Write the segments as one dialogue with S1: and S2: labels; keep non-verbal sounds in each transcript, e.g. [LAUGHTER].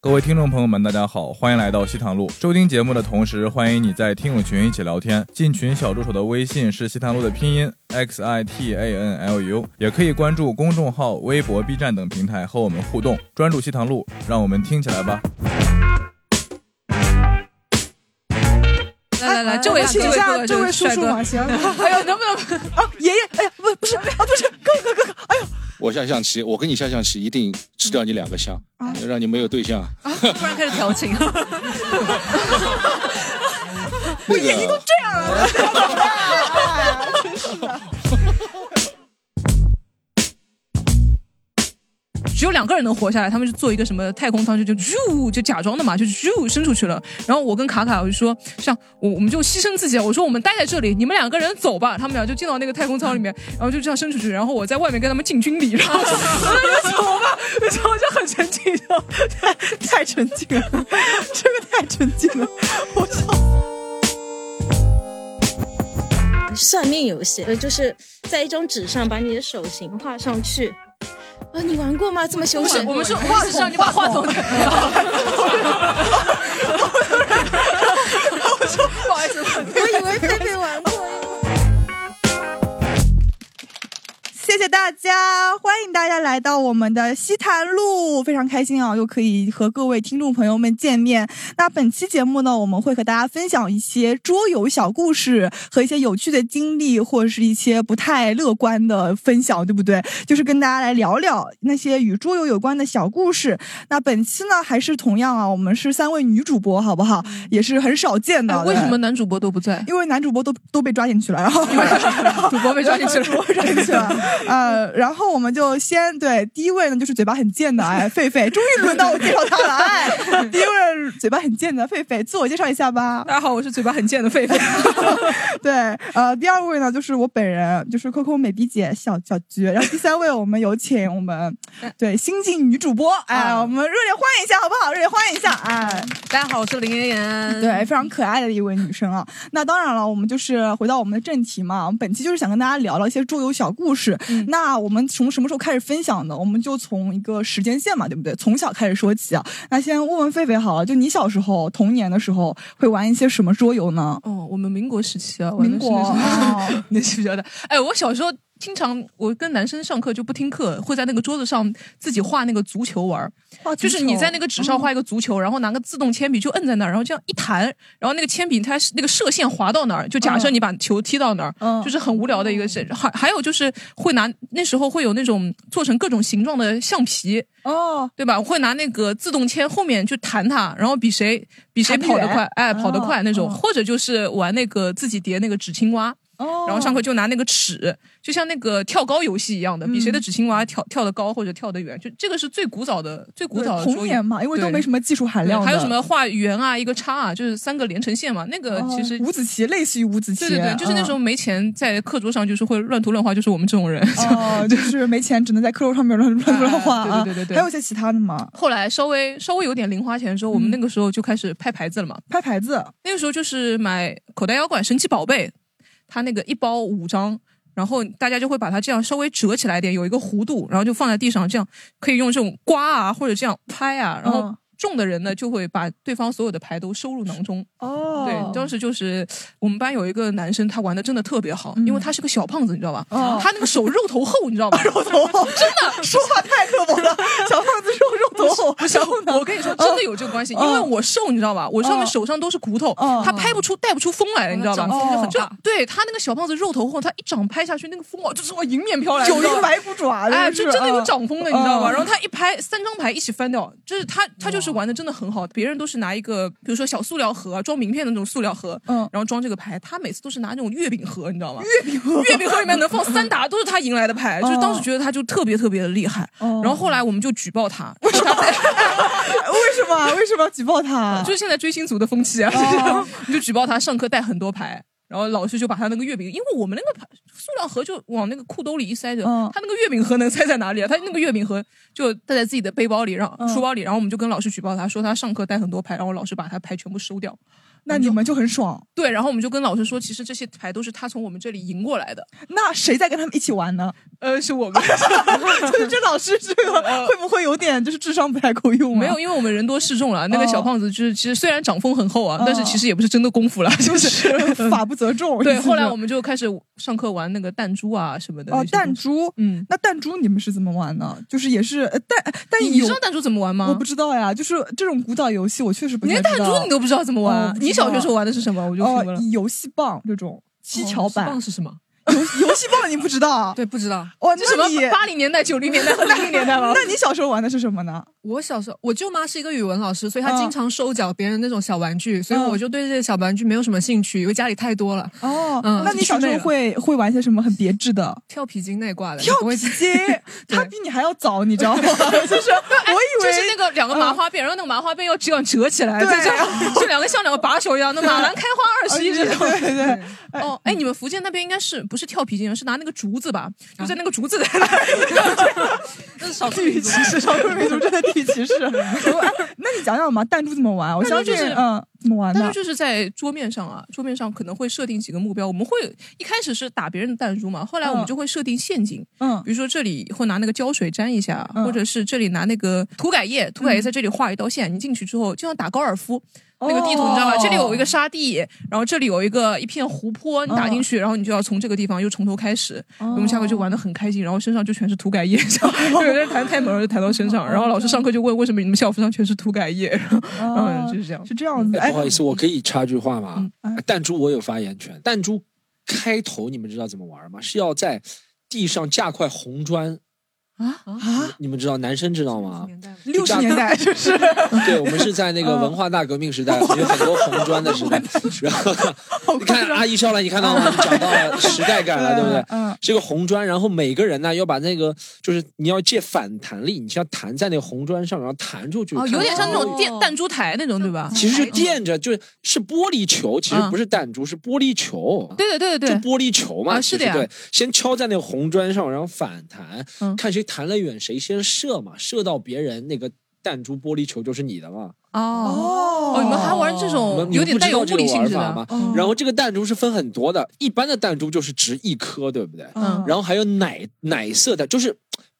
S1: 各位听众朋友们，大家好，欢迎来到西塘路。收听节目的同时，欢迎你在听友群一起聊天。进群小助手的微信是西塘路的拼音 x i t a n l u，也可以关注公众号、微博、B 站等平台和我们互动。专注西塘路，让我们听起来吧。
S2: 来来来，这
S3: 我
S2: 位
S3: 哎请一下
S2: 这
S3: 这
S2: 位
S3: 位
S2: 帅
S3: 叔叔
S2: 哥
S3: 吗？，行，
S2: [LAUGHS] 哎呦，能不能
S3: 啊，爷爷，哎呀，不，不
S2: 哦
S3: 是啊，不是，哥哥，哥哥，哎呦，
S4: 我下象棋，我跟你下象棋，一定吃掉你两个象，
S2: 嗯
S4: 让你没有对象。
S2: 啊突然开始调
S3: [LAUGHS]
S2: 情？
S4: 那个，
S3: [LAUGHS]
S2: 只有两个人能活下来，他们就做一个什么太空舱，就就咻就假装的嘛，就咻伸出去了。然后我跟卡卡我就说，像我我们就牺牲自己，我说我们待在这里，你们两个人走吧。他们俩就进到那个太空舱里面，然后就这样伸出去，然后我在外面跟他们进军礼，然后
S3: [LAUGHS]
S2: 我就走吧，然后就很沉浸，然后
S3: 太太沉浸了，这个太沉浸了，我操！
S5: [LAUGHS] 算命游戏，呃，就是在一张纸上把你的手型画上去。啊，你玩过吗？这么羞
S2: 不
S5: 耻
S2: 是，我们是话筒，让你把话筒。不好意思，
S5: 我以为贝贝玩过。
S3: 谢谢大家，欢迎大家来到我们的西坛路，非常开心啊，又可以和各位听众朋友们见面。那本期节目呢，我们会和大家分享一些桌游小故事和一些有趣的经历，或者是一些不太乐观的分享，对不对？就是跟大家来聊聊那些与桌游有关的小故事。那本期呢，还是同样啊，我们是三位女主播，好不好？也是很少见的。
S2: 哎为什么
S3: 对？
S2: 男主播都不在？
S3: 因为男主播都都被抓进去了，
S2: [LAUGHS]
S3: 然后 [LAUGHS]
S2: 主播被抓进去了，
S3: 抓进去了。呃，然后我们就先对第一位呢，就是嘴巴很贱的
S2: [LAUGHS]
S3: 哎，狒狒，终于轮到我介绍他了哎。第一位嘴巴很贱的狒狒，自我介绍一下吧。
S2: 大家好，我是嘴巴很贱的狒狒。
S3: [LAUGHS] 对，呃，第二位呢就是我本人，就是 Coco 美鼻姐小小菊。然后第三位我们有请我
S2: [LAUGHS]
S3: 们对新晋女主播，哎，
S2: 啊
S3: 我们热烈欢迎一下好不好？热烈欢迎一下，哎。
S2: 大家好，我是林妍妍。
S3: 对，，非常可爱的一位女生啊。那当然了，我们就是回到我们的正题嘛，我们本期就是想跟大家聊聊一些桌游小故事。
S2: 嗯
S3: 那我们从什么时候开始分享呢？我们就从一个时间线嘛，对不对？从小开始说起啊。那先问问狒狒好了，就你小时候童年的时候会玩一些什么桌游呢？
S2: 哦，我们民国时期啊，玩
S3: 民
S2: 的是
S3: 国
S2: [LAUGHS] 那种
S3: 啊，
S2: 年纪比较大。哎，我小时候经常我跟男生上课就不听课，会在那个桌子上自己画那个足球玩儿，
S3: 哇
S2: 就是你在那个纸上画一个足球，然后拿个自动铅笔就摁在那儿，然后这样一弹，然后那个铅笔它是那个射线划到哪儿，就假设你把球踢到哪儿，
S3: 嗯
S2: 就是很无聊的一个事。还还有就是会拿那时候会有那种做成各种形状的橡皮。
S3: 哦，
S2: 对吧？我会拿那个自动铅后面去弹它，然后比谁比谁
S3: 弹得
S2: 跑得
S3: 远
S2: 快，哎，
S3: 哦
S2: 跑得快那种，
S3: 哦
S2: 或者就是玩那个自己叠那个纸青蛙，
S3: 哦，
S2: [LAUGHS] 然后上课就拿那个尺，就像那个跳高游戏一样的，比
S3: 嗯
S2: 谁的纸青蛙跳跳得高或者跳得远，就这个是最古早的最古
S3: 对
S2: 早的
S3: 童年嘛，因为都没什
S2: 么。
S3: 么技术含量
S2: 对
S3: 的。
S2: 还有什么 [LAUGHS] 画圆啊，一个叉啊，就是三个连成线嘛。那个
S3: 哦？
S2: 其实、
S3: 五子棋类似于五子棋，
S2: 对对对，就是那
S3: 嗯
S2: 时候没钱，在课桌上就是会乱涂乱画，就是我们这种人。
S3: 哦，就是没钱，只能在课桌上面乱乱乱画啊。
S2: 哎对对对对对
S3: 还有一些其他的吗？
S2: 后来稍微稍微有点零花钱之后，我们那个时候就开始拍牌子了嘛。
S3: 嗯拍牌子，
S2: 那个时候就是买口袋妖怪、神奇宝贝，它那个一包五张，然后大家就会把它这样稍微折起来一点，有一个弧度，然后就放在地上，这样可以用这种刮啊或者这样拍啊，然后
S3: 嗯
S2: 中的人呢就会把对方所有的牌都收入囊中。
S3: 哦
S2: 对，当时就是我们班有一个男生，他玩的真的特别好，因为他是个小胖子，你知道吧？
S3: 嗯哦
S2: 他那个手肉头厚，你知道
S3: [LAUGHS]
S2: 吧？
S3: 肉头，
S2: [LAUGHS]
S3: 真的说话太刻薄了，小胖子说肉头，嗯
S2: 不是，我跟你说，真的有这个关系，因为我瘦，你知道吧？我上面
S3: 哦
S2: 手上都是骨头
S3: 哦，
S2: 他拍不出、带不出风来了，你知道吧
S5: 长？
S3: 得很
S2: 就
S5: 大
S2: 对他那个小胖子肉头厚，他一掌拍下去，那个风哦，就是往迎面飘来，
S3: 九
S2: 你知道
S3: 阴
S2: 吧
S3: 白骨爪，
S2: 哎，
S3: 是
S2: 就真的有掌风的，你知道吧？
S3: 嗯
S2: 然后他一拍，三张牌一起翻掉，就是他，他就是玩的真的很好。别人都是拿一个，比如说小塑料盒装名片的那种塑料盒，
S3: 嗯
S2: 然后装这个牌。他每次都是拿那种月饼盒，你知道吗？月饼盒，月饼盒里面能放
S3: [LAUGHS]
S2: 三打，都是他赢来的牌。就是当时觉得他就特别特别的厉害。
S3: 哦
S2: 然后后来我们就举
S3: [LAUGHS]
S2: 报他，为啥？
S3: 嗯为什
S2: [LAUGHS]
S3: 么为什么要举报他？哦
S2: 就是现在追星族的风气啊， [LAUGHS] 你就举报他上课带很多牌。然后老师就把他那个月饼，因为我们那个牌塑料盒就往那个裤兜里一塞着，
S3: 嗯
S2: 他那个月饼盒能塞在哪里啊？他那个月饼盒就带在自己的背包里，然后
S3: 嗯
S2: 书包里，然后我们就跟老师举报他，说他上课带很多牌，然后老师把他牌全部收掉。
S3: 那你们就很爽。
S2: 对，然后我们就跟老师说，其实这些牌都是他从我们这里赢过来的。
S3: 那谁在跟他们一起玩呢？
S2: 呃，
S3: [LAUGHS]
S2: 是我们。
S3: 就是这老师这个会不会有点就是智商不太够用啊？哦
S2: 哦没有，因为我们人多势众了。那个小胖子就是，其实虽然长风很厚啊，但是其实也不是真的功夫了，
S3: 就
S2: 就
S3: 是
S2: [LAUGHS]
S3: 是法不责众。
S2: 对。
S3: 意思是
S2: 后来我们就开始上课玩那个弹珠啊什么的。
S3: 哦弹
S2: 珠，
S3: 珠，
S2: 嗯，
S3: 那弹珠你们是怎么玩呢？就是也是呃但但
S2: 你你
S3: 有
S2: 知道弹珠怎么玩吗？
S3: 我不知道呀，就是这种古早游戏我确实不
S2: 你
S3: 太
S2: 连
S3: 知
S2: 弹
S3: 道。
S2: 珠你都不知道怎么
S3: 哦我
S2: 玩
S3: 不？知道
S2: 你小学时候玩的是什么？我就
S3: 哦
S2: 服了。
S3: 游戏棒这种七巧
S2: 哦
S3: 板
S2: 棒，是什么？
S3: 游戏棒你不知
S2: [LAUGHS]
S3: 道？
S6: 对，不知道。
S3: 哇，
S2: 这什
S3: 那
S2: 么
S3: 你？
S2: 八零年代、九零年代和零零年代
S3: [LAUGHS]
S2: 吗？
S3: 那你小时候玩的是什么呢？
S6: 我小时候，我舅妈是一个语文老师，所以她
S3: 嗯
S6: 经常收缴别人那种小玩具，所以
S3: 嗯
S6: 我就对这些小玩具没有什么兴趣，因为家里太多了。
S3: 哦，
S6: 嗯
S3: 那你小时候会会玩一些什么很别致的？
S6: 跳皮筋那一挂的，
S3: 跳
S6: 你不会
S3: 皮
S6: [LAUGHS]
S3: 筋，他比你还要早，你知
S2: [LAUGHS]
S3: 道吗？ [LAUGHS] 就是我以
S2: 哎就
S3: 为
S2: 是那个两个麻花辫，然后那个麻花辫要这样折起来，就这样，就两个像两个把手一样，那马兰开花二十一这种。 [LAUGHS]
S3: 对对对，
S2: 哦，哎，你们福建那边应该是不是跳皮筋，是拿那个竹子吧？就在那个竹子的 [LAUGHS]
S6: 那是少数民族。
S3: 是少数民族真的地域歧视。哎 [LAUGHS] 那你讲讲嘛，弹珠怎么
S2: [LAUGHS]
S3: 玩？我相信，
S2: 弹珠就是
S3: 嗯，怎么玩
S2: [LAUGHS] 但
S3: 的
S2: 是？就是在桌面上啊，桌面上可能会设定几个目标。我们会一开始是打别人的弹珠嘛，后来我们
S3: 嗯
S2: 就会设定陷阱，
S3: 嗯
S2: 比如说这里会拿那个胶水粘一下，
S3: 嗯
S2: 或者是这里拿那个涂改液，涂改液在这里画一道线，你进去之后就像打高尔夫。那个地图你知道吧？
S3: 哦嗯
S2: 这里有一个沙地，然后这里有一个一片湖泊，你打进去，然后你就要从这个地方又从头开始。我们下课就玩的很开心，然后身上就全是涂改液，就有人弹太猛了就弹到身上，然后老师上课就问为什么你们校服上全是涂改液， [LAUGHS] 然后
S3: 哦
S2: 嗯就是这样
S3: 是这样子。
S4: 哎
S3: 哎
S4: 不，好意思，我可以插句话吗？啊
S3: 嗯哎
S4: 弹珠我有发言权。弹珠开头你们知道怎么玩吗？是要在地上架块红砖
S2: 啊
S4: 啊，你们知道男生知道吗？
S3: 六十年代就是
S4: [LAUGHS] 对，我们是在那个文化大革命时代，有很多红砖的时代。然后你看阿姨笑了，你看到吗？你找到了时代感了，对不对？
S3: 嗯，
S4: 这个红砖，然后每个人呢要把那个，就是你要借反弹力，你要弹在那个红砖上，然后弹出去。
S2: 哦，有点像那
S6: 哦
S2: 种电弹珠台那种对吧？
S4: 其实就垫着，就是是玻璃球，其实
S2: 嗯
S4: 不是弹珠，是玻璃球。
S2: 对的对的对
S4: 就玻璃球嘛，
S2: 啊
S4: 其
S2: 是的
S4: 实
S2: 呀
S4: 对，先敲在那个红砖上，然后反弹，
S2: 嗯
S4: 看谁弹得远，谁先射嘛，射到别人那个弹珠玻璃球就是你的嘛。
S2: 哦
S3: 哦
S2: 哦，你们还玩这
S4: 我
S2: 种
S4: 们
S2: 有点带有
S4: 不知道这
S2: 物理
S4: 个
S2: 性
S4: 玩
S2: 质
S4: 法
S2: 的
S4: 嘛？
S3: 哦
S4: 然后这个弹珠是分很多的，一般的弹珠就是值一颗，对不对？
S3: 嗯
S4: 然后还有奶奶色的，就是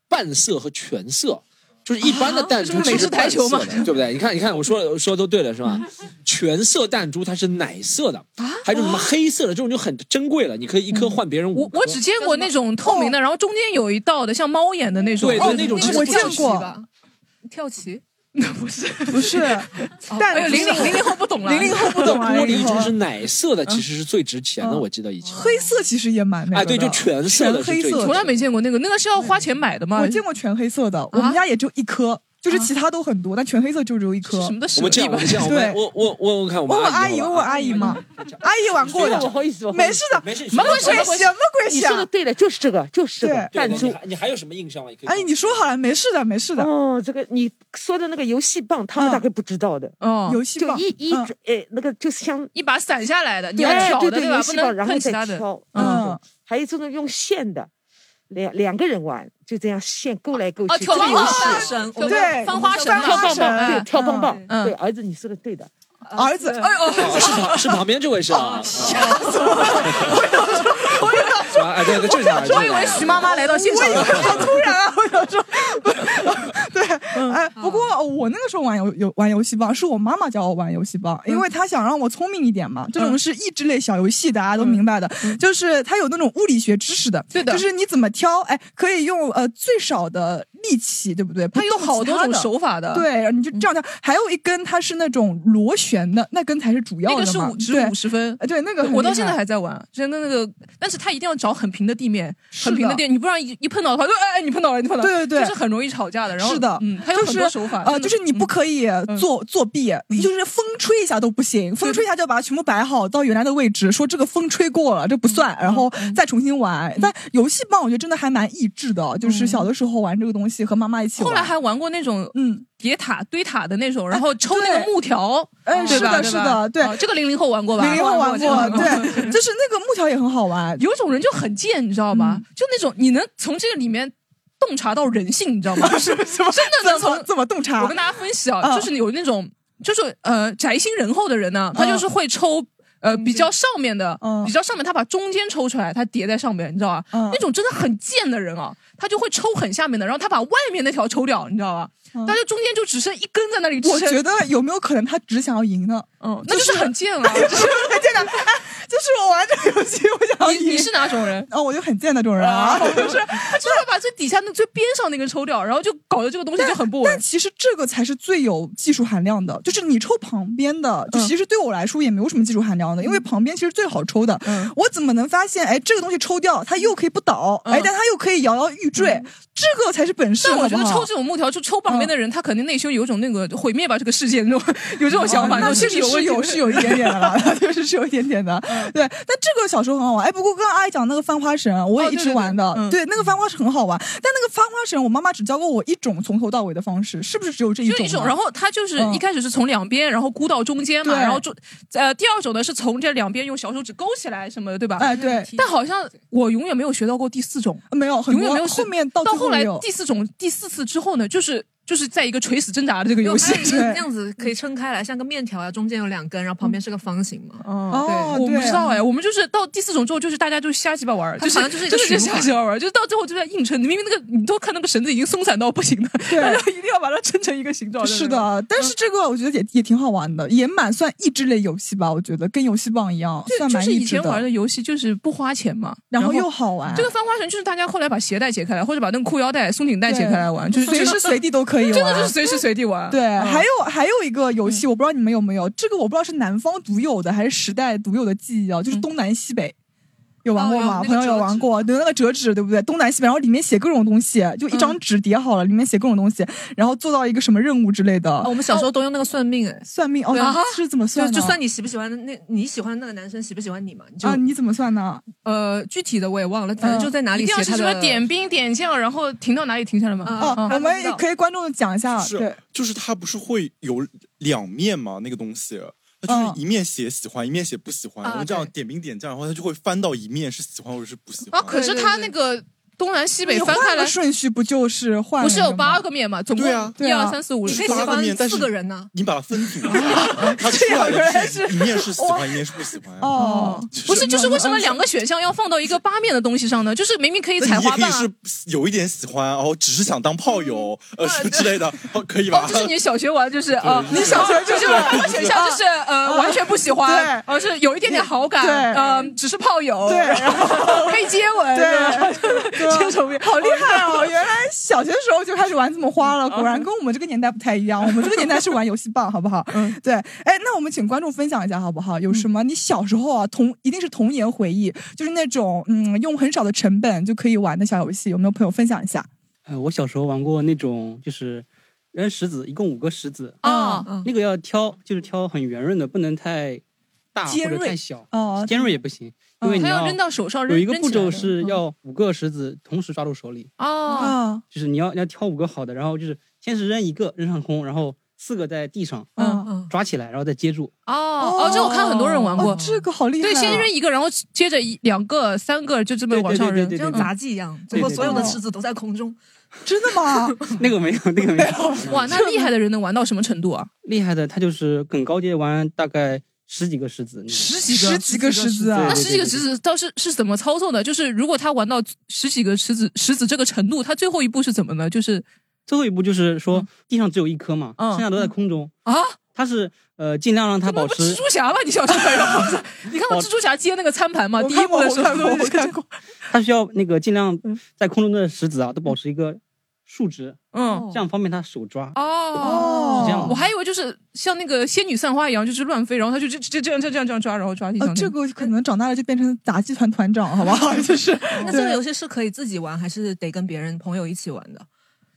S4: 半色和全色，就是一般的弹珠
S2: 啊这不是
S4: 其
S2: 美
S4: 实
S2: 式台
S4: 半色
S2: 球
S4: 的，
S2: 吗
S4: 对不对？你看，你看，我说我说的都对了是吧？全色弹珠它是奶色的，
S3: 啊
S4: 还有什么黑色的，这种就很珍贵了，你可以一颗换别人
S3: 嗯
S4: 五
S2: 我
S4: 颗。
S2: 我只见过那种透
S3: 哦
S2: 明的，然后中间有一道的像猫眼的那种。
S4: 对对，那种
S6: 那个
S4: 其实
S3: 我
S4: 不
S3: 见
S4: 珍惜
S3: 过
S6: 吧？跳棋，
S3: 不是，但
S2: 哎呦，零零零零后不懂了，
S3: 零零后不
S4: 的 [LAUGHS]
S3: 懂啊，
S4: 玻
S3: 零零
S4: 璃
S3: 后
S4: 珠是奶色的，其实是最值钱的，
S3: 嗯
S4: 我记得以前。
S3: 黑色，其实也蛮那个的。
S4: 哎，对，就全色的是最值
S3: 全黑色
S4: 钱
S2: 从来没见过那个，那个是要花钱买的吗？
S3: 我见过全黑色的，我们家也就一颗，就是
S2: 啊
S3: 其他都很多，但全黑色就只有一
S2: 是
S3: 颗
S2: 什。么的蛇
S4: 我们这样，我们这样，我们
S3: 对
S4: 我我我我看我们啊
S3: 问问阿
S4: 姨
S3: 姨，
S4: 好
S3: 问
S4: 吧，
S3: 问阿
S4: [LAUGHS]
S3: 姨嘛，阿姨玩过的，
S7: 好意思，
S3: 没事的，
S4: 没事，
S2: 没关
S3: 鬼
S2: 系
S3: 什么鬼
S7: 你说的
S3: 想？
S7: 对的，就是这个，就是这个
S4: 对
S3: 对
S7: 弹珠
S4: 你。还你还有什么印象吗？你可以
S3: 阿姨，哎你说好了，没事的，没事的。
S7: 哦，这个你说的那个游戏棒，他们
S3: 嗯
S7: 大概不知道的，
S2: 哦，
S3: 游戏
S7: 就
S3: 棒，
S7: 一一
S3: 嗯
S7: 哎，那个就是像
S2: 一把散下来的， [LAUGHS] 你要
S7: 哎
S2: 挑
S7: 对
S2: 的
S7: 对，
S2: 吧？
S7: 游
S2: 不
S7: 戏棒，
S2: 能
S7: 然后
S2: 碰其
S7: 再
S2: 他的。
S7: 敲，
S3: 嗯
S7: 嗯，还有这种用线的，两两个人玩，就这样线勾来勾
S2: 哦，
S7: 去，这
S2: 挑
S7: 个
S2: 棒
S7: 游
S2: 棒
S7: 戏。
S2: 绳，
S6: 对
S3: 对，
S2: 翻花绳
S3: 翻
S7: 跳
S3: 花
S7: 棒棒，对，
S2: 绳，
S7: 跳棒棒，
S2: 嗯
S7: 对，儿子你说的对的，
S3: 儿子，
S2: 哎呦，
S3: [LAUGHS]
S4: 哦是旁是旁边这位是
S3: 哦
S4: 吧？吓死我了！我有哎，对对，这是儿子。
S2: [LAUGHS] 我以为徐妈妈来到现场了。
S3: 好突然啊！我想说，对，
S2: 嗯
S3: 哎，不过我那个时候玩游游玩游戏棒，是我妈妈教我玩游戏棒，
S2: 嗯
S3: 因为她想让我聪明一点嘛。这种是益智类小游戏，大家都明白的，嗯就是它有那种物理学知识的，
S2: 嗯对的
S3: 就是你怎么挑，哎，可以用呃最少的力气，对不对？不
S2: 它有
S3: 动
S2: 好
S3: 其
S2: 多
S3: 他
S2: 种
S3: 的。
S2: 手法的，，嗯
S3: 对，你就这样挑。还有一根它是那种螺旋的，那根才是主要
S2: 那
S3: 的嘛。
S2: 个是五值
S3: 对
S2: 五十分。
S3: 哎对， [LAUGHS] 那个很
S2: [LAUGHS] 我到
S3: 厉
S2: 现在
S3: 害
S2: 还在玩，之前跟那个，但是它一定要找很平的地面，
S3: 是
S2: 很平
S3: 的
S2: 的地面，你不然一一碰到它就哎哎，你碰到了，你碰到了，
S3: 对对对
S2: 就是很容易吵架的。然后
S3: 是的
S2: 嗯，它有
S3: 就
S2: 很
S3: 是
S2: 多手法嗯
S3: 呃，就是你不
S2: 可
S3: 可以作作弊，
S2: 嗯
S3: 你就是风吹一下都不行，风吹一下就要把它全部摆好到原来的位置，说这个风吹过了，
S2: 嗯
S3: 这不算，然后再重新玩。但游戏棒我觉得真的还蛮益智的，就是小的时候玩这个东西和妈妈一起
S2: 嗯后来
S3: 玩。
S2: 还玩过那种
S3: 嗯，哎
S2: 叠塔堆塔的那种，然后抽那个
S3: 对
S2: 木条，
S3: 哎，
S2: 对
S3: 是
S2: 吧？
S3: 的，
S2: 对
S3: 是
S2: 吧
S3: 的，对，
S2: 哦这个零零后玩过吧？
S3: 零零后玩
S2: 这个
S3: 过，
S2: [LAUGHS]
S3: 对，就是那个木条也很好玩。嗯
S2: 有一种人就很贱，你知道吗？就那种你能从这个里面
S3: [LAUGHS]
S2: 洞察到人性，你知道吗？是真的能
S3: 怎么
S2: 从
S3: 怎么洞察？
S2: 我跟大家分析啊，
S3: 嗯
S2: 就是有那种就是呃宅心仁厚的人呢，他就是会抽。
S3: 嗯
S2: 呃，比较上面的，比较上面，他把中间抽出来，他叠在上面，你知道吧？
S3: 嗯
S2: 那种真的很贱的人啊，他就会抽很下面的，然后他把外面那条抽掉，你知道吧？他就中间就只剩一根在那 [LAUGHS] 里支撑。
S3: 嗯我觉得有没有可能他只想要赢呢？
S2: 嗯，那就是
S3: [LAUGHS]
S2: 很 [LAUGHS] 贱了，
S3: 就是很贱的。哎，
S2: [LAUGHS]
S3: 就是我玩这个游戏，我想要赢。
S2: 你是哪 [LAUGHS] 种人？
S3: 哦，我就很贱的这种人啊，
S2: 我就是 [LAUGHS] 他就是把最底下那最边上那个抽掉，然后就搞得这个东西就很不稳。
S3: 但其实这个才是最有技术含量的，就是你抽旁边的，
S2: 嗯
S3: 就其实对我来说也没有什么技术含量的，因为旁边其实最好抽的。
S2: 嗯
S3: 我怎么能发现？哎，这个东西抽掉，它又可以不倒，哎，但它又可以摇摇欲坠，这个才是本事。
S2: 嗯但我觉得
S3: 好不好
S2: 抽这种木条，就抽旁边的人，他肯定内心有一种那个毁灭吧这个世界那种，有这种想法，
S3: 哦那
S2: 哦确
S3: 确
S2: 实
S3: 实
S2: 有问
S3: 是
S2: 题嗯
S3: 有是有一点点的
S2: [LAUGHS]
S3: 啦， [LAUGHS] 确实是有一点点的。对，但这个小时候很好玩。哎，不过刚刚阿姨讲那个翻花绳，我也一直玩的。
S2: 哦对对对
S3: 对，那个翻花绳很好玩，但那个翻花绳，我妈妈只教过我一种从头到尾的方式，是不是只有这一
S2: 就
S3: 种呢？
S2: 一种，然后他就是
S3: 嗯
S2: 一开始是从两边，然后箍到中间嘛，
S3: 对
S2: 然后就呃第二种呢是从这两边用小手指勾起来什么的，对吧？
S3: 哎对
S2: 但好像我永远没有学到过第四种，
S3: 没有，很
S2: 永
S3: 多
S2: 远没有学
S3: 后面到
S2: 到
S3: 最
S2: 后来
S3: 没有
S2: 第四种第四次之后呢，就是就是在一个垂死挣扎的这个游戏。 [LAUGHS]
S6: 这样子可以撑开来，像个面条啊，中间有两根，然后旁边是个方形嘛。
S3: 哦，
S2: 我不
S3: 对
S2: 知道哎，我们就是到第四种之后，就是大家就瞎鸡巴玩儿，
S6: 它
S2: 就是
S6: 好像就是一
S2: 就
S6: 个
S2: 是
S6: 循
S2: 瞎
S6: 环
S2: 鸡巴玩儿，就是到最后就在硬撑。明明那个你都看那个绳子已经松散到不行了，
S3: 对
S2: [LAUGHS] 大家一定要把它撑成一个形状。
S3: 是的，但
S2: 嗯
S3: 是这个我觉得也也挺好玩的，也蛮算益智类益游戏吧，我觉得跟游戏棒一样，
S2: 就
S3: 算
S2: 就
S3: 蛮
S2: 是
S3: 益
S2: 以
S3: 智
S2: 前玩
S3: 的。
S2: 的游戏就是不花钱嘛，
S3: 然后又好玩
S2: 这个翻花绳就是大家后来把鞋带解开来，或者把那个裤腰带、松紧带解开来玩，
S3: 对
S2: 就是
S3: 随时随地都可以玩
S2: [LAUGHS] 真的就是随时随地玩。
S3: 对，
S2: 嗯
S3: 还有还有一个游戏，我不知道你们有没有，这个我不知道是南方独有的还是时代独有的记忆啊，就是东南西北。有玩过吗？
S6: 哦有那个
S3: 朋友有玩过，对那个折纸，对不对？东南西北，然后里面写各种东西，就一张纸叠好了，里面写各种东西，然后做到一个什么任务之类的。
S6: 啊，我们小时候都用那个算命哎。
S3: 算命哦
S6: 对啊，
S3: 是怎么
S6: 就
S3: 算呢？
S6: 就算你喜不喜欢那你喜欢那个男生喜不喜欢你嘛，你就、
S3: 啊，你怎么算呢？
S6: 呃具体的我也忘了，反正就在哪里
S2: 嗯一
S6: 写
S2: 定要是
S6: 他
S2: 什么
S6: 的
S2: 点兵点将，然后停到哪里停下来吗？嗯
S6: 啊
S3: 哦，我们也可
S6: 以
S3: 以观众讲一下，对
S8: 是，就是它不是会有两面吗？那个东西，它就是一面写喜欢，一面写不喜欢，
S6: 啊
S8: 然后这样
S6: 对
S8: 点兵点将，然后它就会翻到一面是喜欢或者是不喜
S2: 啊，
S8: 欢。
S2: 可是他那个东南西
S3: 你
S2: 北翻开
S3: 换
S2: 来
S3: 个，顺序不就是换
S2: 不是有
S3: 了吗
S2: 八个面嘛？总共
S8: 对啊
S2: 一
S3: 对啊
S2: 二三四五
S8: 你
S2: 六
S8: 可
S6: 可
S8: 以
S6: 以
S8: 喜
S6: 喜
S8: 欢面
S6: 欢
S8: 但是
S6: 四个人呢、
S8: 你把它分组，它出来的是一面是喜欢，一面是不喜欢。
S3: 哦，
S8: 就是
S2: 不是，就是为什么两个选项要放到一个八面的东西上呢？就是明明可以采
S8: 那你也
S2: 花
S8: 可以
S9: [LAUGHS]
S2: 瓣啊，
S8: 是有一点喜欢，然后只是想当炮友，呃，什么之类的，哦可以吧
S2: 哦，？就是你小学玩，就是哦，
S8: 你
S2: 小学就是两个选项，就是
S3: [LAUGHS]
S2: 呃，完全不喜欢，
S3: 对
S2: 呃，是有一点点好感，
S3: 对
S2: 呃，只是炮友，
S3: 对
S2: 然
S3: [LAUGHS]
S2: 后可以接吻，
S3: 啊对
S2: 接手面，
S3: 好厉害哦！原来小学的时候就开始玩这么花
S2: 嗯
S3: 了，果然跟我们这个年代不太一样。我们这个年代是玩游戏棒，好
S2: [LAUGHS]
S3: 不好？嗯，对。哎，那我们请观众分享一下好不好？
S2: 嗯
S3: 有什么你小时候啊童一定是童年回忆，就是那种嗯用很少的成本就可以玩的小游戏，有没有朋友分享一下？
S9: 呃，我小时候玩过那种，就是扔石子，一共五个石子，
S2: 啊，
S9: 那个要挑，就是挑很圆润的，不能太大或
S2: 尖
S9: 者
S2: 锐
S9: 太小，
S3: 哦，
S9: 尖锐也不行，
S3: 嗯
S9: 因为你
S2: 他嗯要扔到手上，
S9: 有
S2: 扔
S9: 一个
S2: 扔
S9: 步
S2: 起来
S9: 骤
S2: 的嗯
S9: 是要五个石子同时抓住手里，
S2: 哦，
S3: 啊
S9: 就是你要要挑五个好的，然后就是先是扔一个扔上空，然后四个在地上
S3: 嗯
S6: 嗯，
S9: 抓起来，然后再接住。
S2: 哦，哦，这我看很多人玩过
S3: 哦，这个好厉害啊！
S2: 对，先扔一个，然后接着一两个、三个，就这么
S9: 对
S2: 往
S9: 对
S2: 上
S9: 对
S2: 扔
S9: 对，
S6: 就
S9: 对
S6: 像
S9: 对，
S6: 杂技一样，最
S9: 对对
S6: 后
S9: 对
S6: 所有的石子都在空中。
S3: 真的吗？
S9: [LAUGHS] 那个没
S3: [LAUGHS]
S9: 有，那个没有。
S2: 哇，那厉害的人能玩到什么程度啊？
S9: 厉害的，他就是梗高阶玩大概十几个石子那种。
S2: 十几个，
S3: 十几个石子啊
S9: 对
S2: 那！
S9: 对
S2: 十几个石子倒是是怎么操作的？就是如果他玩到十几个石子石子这个程度，他最后一步是怎么呢？就是
S9: 最后一步就是说地上只有一颗嘛，
S2: 嗯
S9: 剩下都在空中。
S2: 啊，
S9: 他是呃尽量让它
S2: 他
S9: 保
S2: 不蜘
S9: 持
S2: 蛛侠吧？你小时候看过？你看过蜘蛛侠接那个餐盘吗？
S3: 我
S2: 第一
S3: 看
S2: 幕
S3: 过
S2: 的时候，
S3: 我看过嗯我看过，
S9: 它需要那个尽量在空中的石子啊，都保持一个竖直，
S2: 嗯，
S9: 这样方便它手抓。
S2: 哦。
S3: 哦，
S9: 是这样
S2: 我还以为就是像那个仙女散花一样，就是乱飞，然后他就这这这样这样这样这样抓，然后抓地
S3: 呃
S2: 上。
S3: 这个可能长大了就变成杂技团团长，好不好？ [LAUGHS] 就是
S6: [LAUGHS] 那这个游戏是可以自己玩，还是得跟别人朋友一起玩的？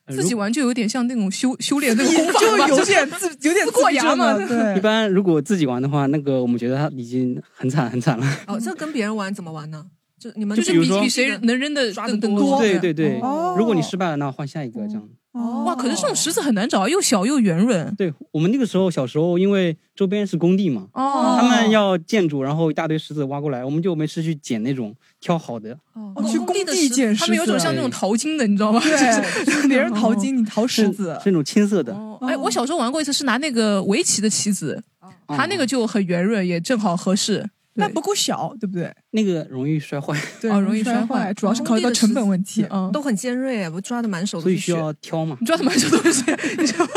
S9: 呃
S2: [LAUGHS] 自己。玩就有点像那种修修炼那
S3: [LAUGHS]
S2: 个
S3: 你
S2: 功法
S3: 就
S2: 吧，
S3: 有
S2: 就是
S3: 点自有点
S2: 自过牙嘛
S3: 自闭症
S2: [LAUGHS]
S9: 如一
S3: 了对。
S9: 般如果自己玩的话，那个我们觉得它已经很惨很惨了。
S6: 哦，这跟别人玩怎么玩呢？就你们
S2: 就
S9: 就是比如
S2: 比
S9: 说
S2: 比谁能扔的
S6: 抓
S2: 更
S6: 得
S2: 更
S6: 多
S2: 多。
S9: 对对对
S3: 哦，
S9: 如果你失败了，那换下一个这样。
S6: 哦
S2: 哇，可是这种石子很难找，又小又圆润。
S9: 对我们那个时候小时候，因为周边是工地嘛，
S2: 哦
S9: 他们要建筑，然后一大堆石子挖过来，我们就没事去捡那种挑好的。
S2: 哦
S3: 去
S2: 工地的
S3: 工地
S2: 石啊
S3: 捡
S2: 他们有
S9: 石
S2: 种
S9: 子
S2: 像那种淘金的，你知道吗？ [LAUGHS]
S3: 对， [LAUGHS] 别人淘金，你淘石
S9: 是
S3: 子
S9: 是。那种青色的。
S3: 哦
S6: 哦
S2: 哎，我小时候玩过一次，是拿那个围棋的棋子，它那个就很圆润，也正好合适。
S3: 但不够小，对不对？
S9: 那个容易摔坏，
S3: 对
S2: 哦容易摔坏
S3: 主要是考虑到成本问题。
S2: 嗯，
S6: 都很尖锐，我抓的满手都
S9: 所以
S6: 是
S9: 需
S6: 血。
S9: 要挑嘛
S3: [LAUGHS]
S2: 你。抓的满手都是血，你知道吗？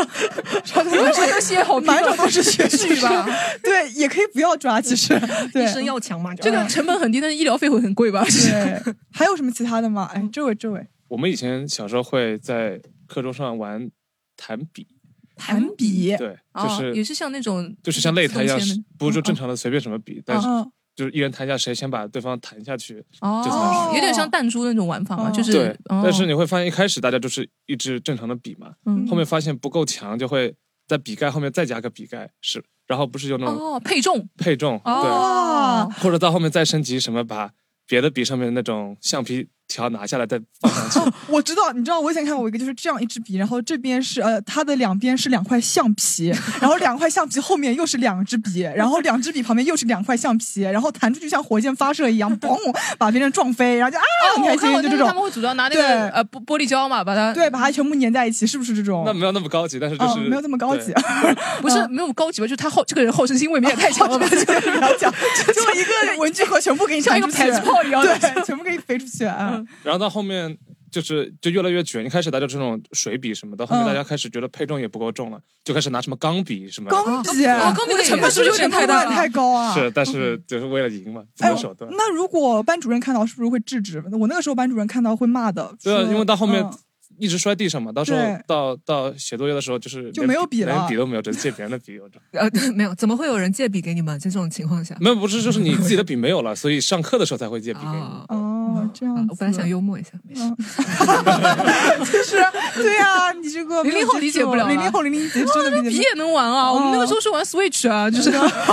S2: 抓的满手都是血，好
S3: 满手都是血
S2: 是 [LAUGHS] 吧？
S3: 对，也可以不要抓，其 [LAUGHS] 实对
S6: 医生要强嘛，
S2: 这个成本很低，但是医疗费会很贵吧？
S3: 对。还有什么其他的吗？哎，这位这位，
S10: [LAUGHS] 我们以前小时候会在课桌上玩弹笔，
S2: 弹笔，
S10: 嗯对，就
S2: 哦
S10: 是
S2: 也是像那种
S10: 就是像擂台一样
S2: 自动铅，
S10: 不是正常的随便什么笔，但是
S2: 嗯
S10: 就是一人弹一下，谁先把对方弹下去就算。
S2: 哦，有点像弹珠那种玩法嘛，就是
S10: 对，
S2: 哦
S10: 但是你会发现一开始大家就是一支正常的笔嘛，
S2: 嗯
S10: 后面发现不够强，就会在笔盖后面再加个笔盖，是，然后不是有那种
S2: 哦配重
S10: 配重，
S2: 哦
S10: 对，或者到后面再升级什么，把别的笔上面那种橡皮条拿下来再放上去，
S3: 我知道，你知道我以前看过一个，就是这样一支笔，然后这边是呃，它的两边是两块橡皮， [LAUGHS] 然后两块橡皮后面又是两支
S2: [LAUGHS]
S3: 笔，然后两支笔旁边又是两块橡皮，然后弹出去像火箭发射一样， [LAUGHS] 嘣，把别人撞飞，然后就啊，很
S2: 哦，我
S3: 开
S2: 看
S3: 心，
S2: 过，就
S3: 就是这
S2: 他
S3: 种。
S2: 们会主要拿那
S3: 对
S2: 个呃玻玻璃胶嘛，把它
S3: 对，把它全部粘在一起，是不是这种？
S10: 那没有那么高级，但是就
S3: 嗯
S10: 是
S3: 没有这么高级
S10: 对
S2: [LAUGHS] 不是没有高级吧？就是他后这个人好胜心未免也太
S3: 哦
S2: 强了吧？这个人
S3: 不要讲，就一个文具盒全部给你
S2: 像
S3: 弹
S2: 一个
S3: 出去
S2: 排字炮一样的
S3: [LAUGHS] 对，全部给你飞出去啊！
S10: 然后到后面就是就越来越卷，一开始大家这种水笔什么，到后面
S3: 嗯
S10: 大家开始觉得配重也不够重了，就开始拿什么钢笔什么。
S3: 钢笔，
S2: 哦钢笔的成本是不是有点太大了
S3: 成本太高啊！
S10: 是，但是就是为了赢嘛，不
S3: 哎
S10: 择手段。
S3: 那如果班主任看到，是不是会制止？我那个时候班主任看到会骂的。
S10: 对啊，
S3: 说
S10: 因为到后
S2: [LAUGHS]
S10: 面
S3: 嗯
S10: 一直摔地上嘛，到时候
S3: 对
S10: 到到写作业的时候就是
S3: 就
S10: 连
S3: 没有笔了
S10: 连笔都没有，只是借别人的笔。有种
S2: [LAUGHS]
S6: 呃，没有，怎么会有人借笔给你们？在这种情况下，
S10: 没有，不是，就是你自
S2: [LAUGHS]
S10: 己的笔没有了，所以上课的时候才会借笔给你
S6: 啊。
S3: 哦，这样子。嗯
S6: 我本来想幽默一下，没事。
S3: [LAUGHS] 就是对啊，你这个
S2: 00后理解不了啊
S3: 零零后零零级真的理
S2: 笔
S3: 解嗯
S2: 也能玩啊！我们那个时候是玩 Switch 啊，就是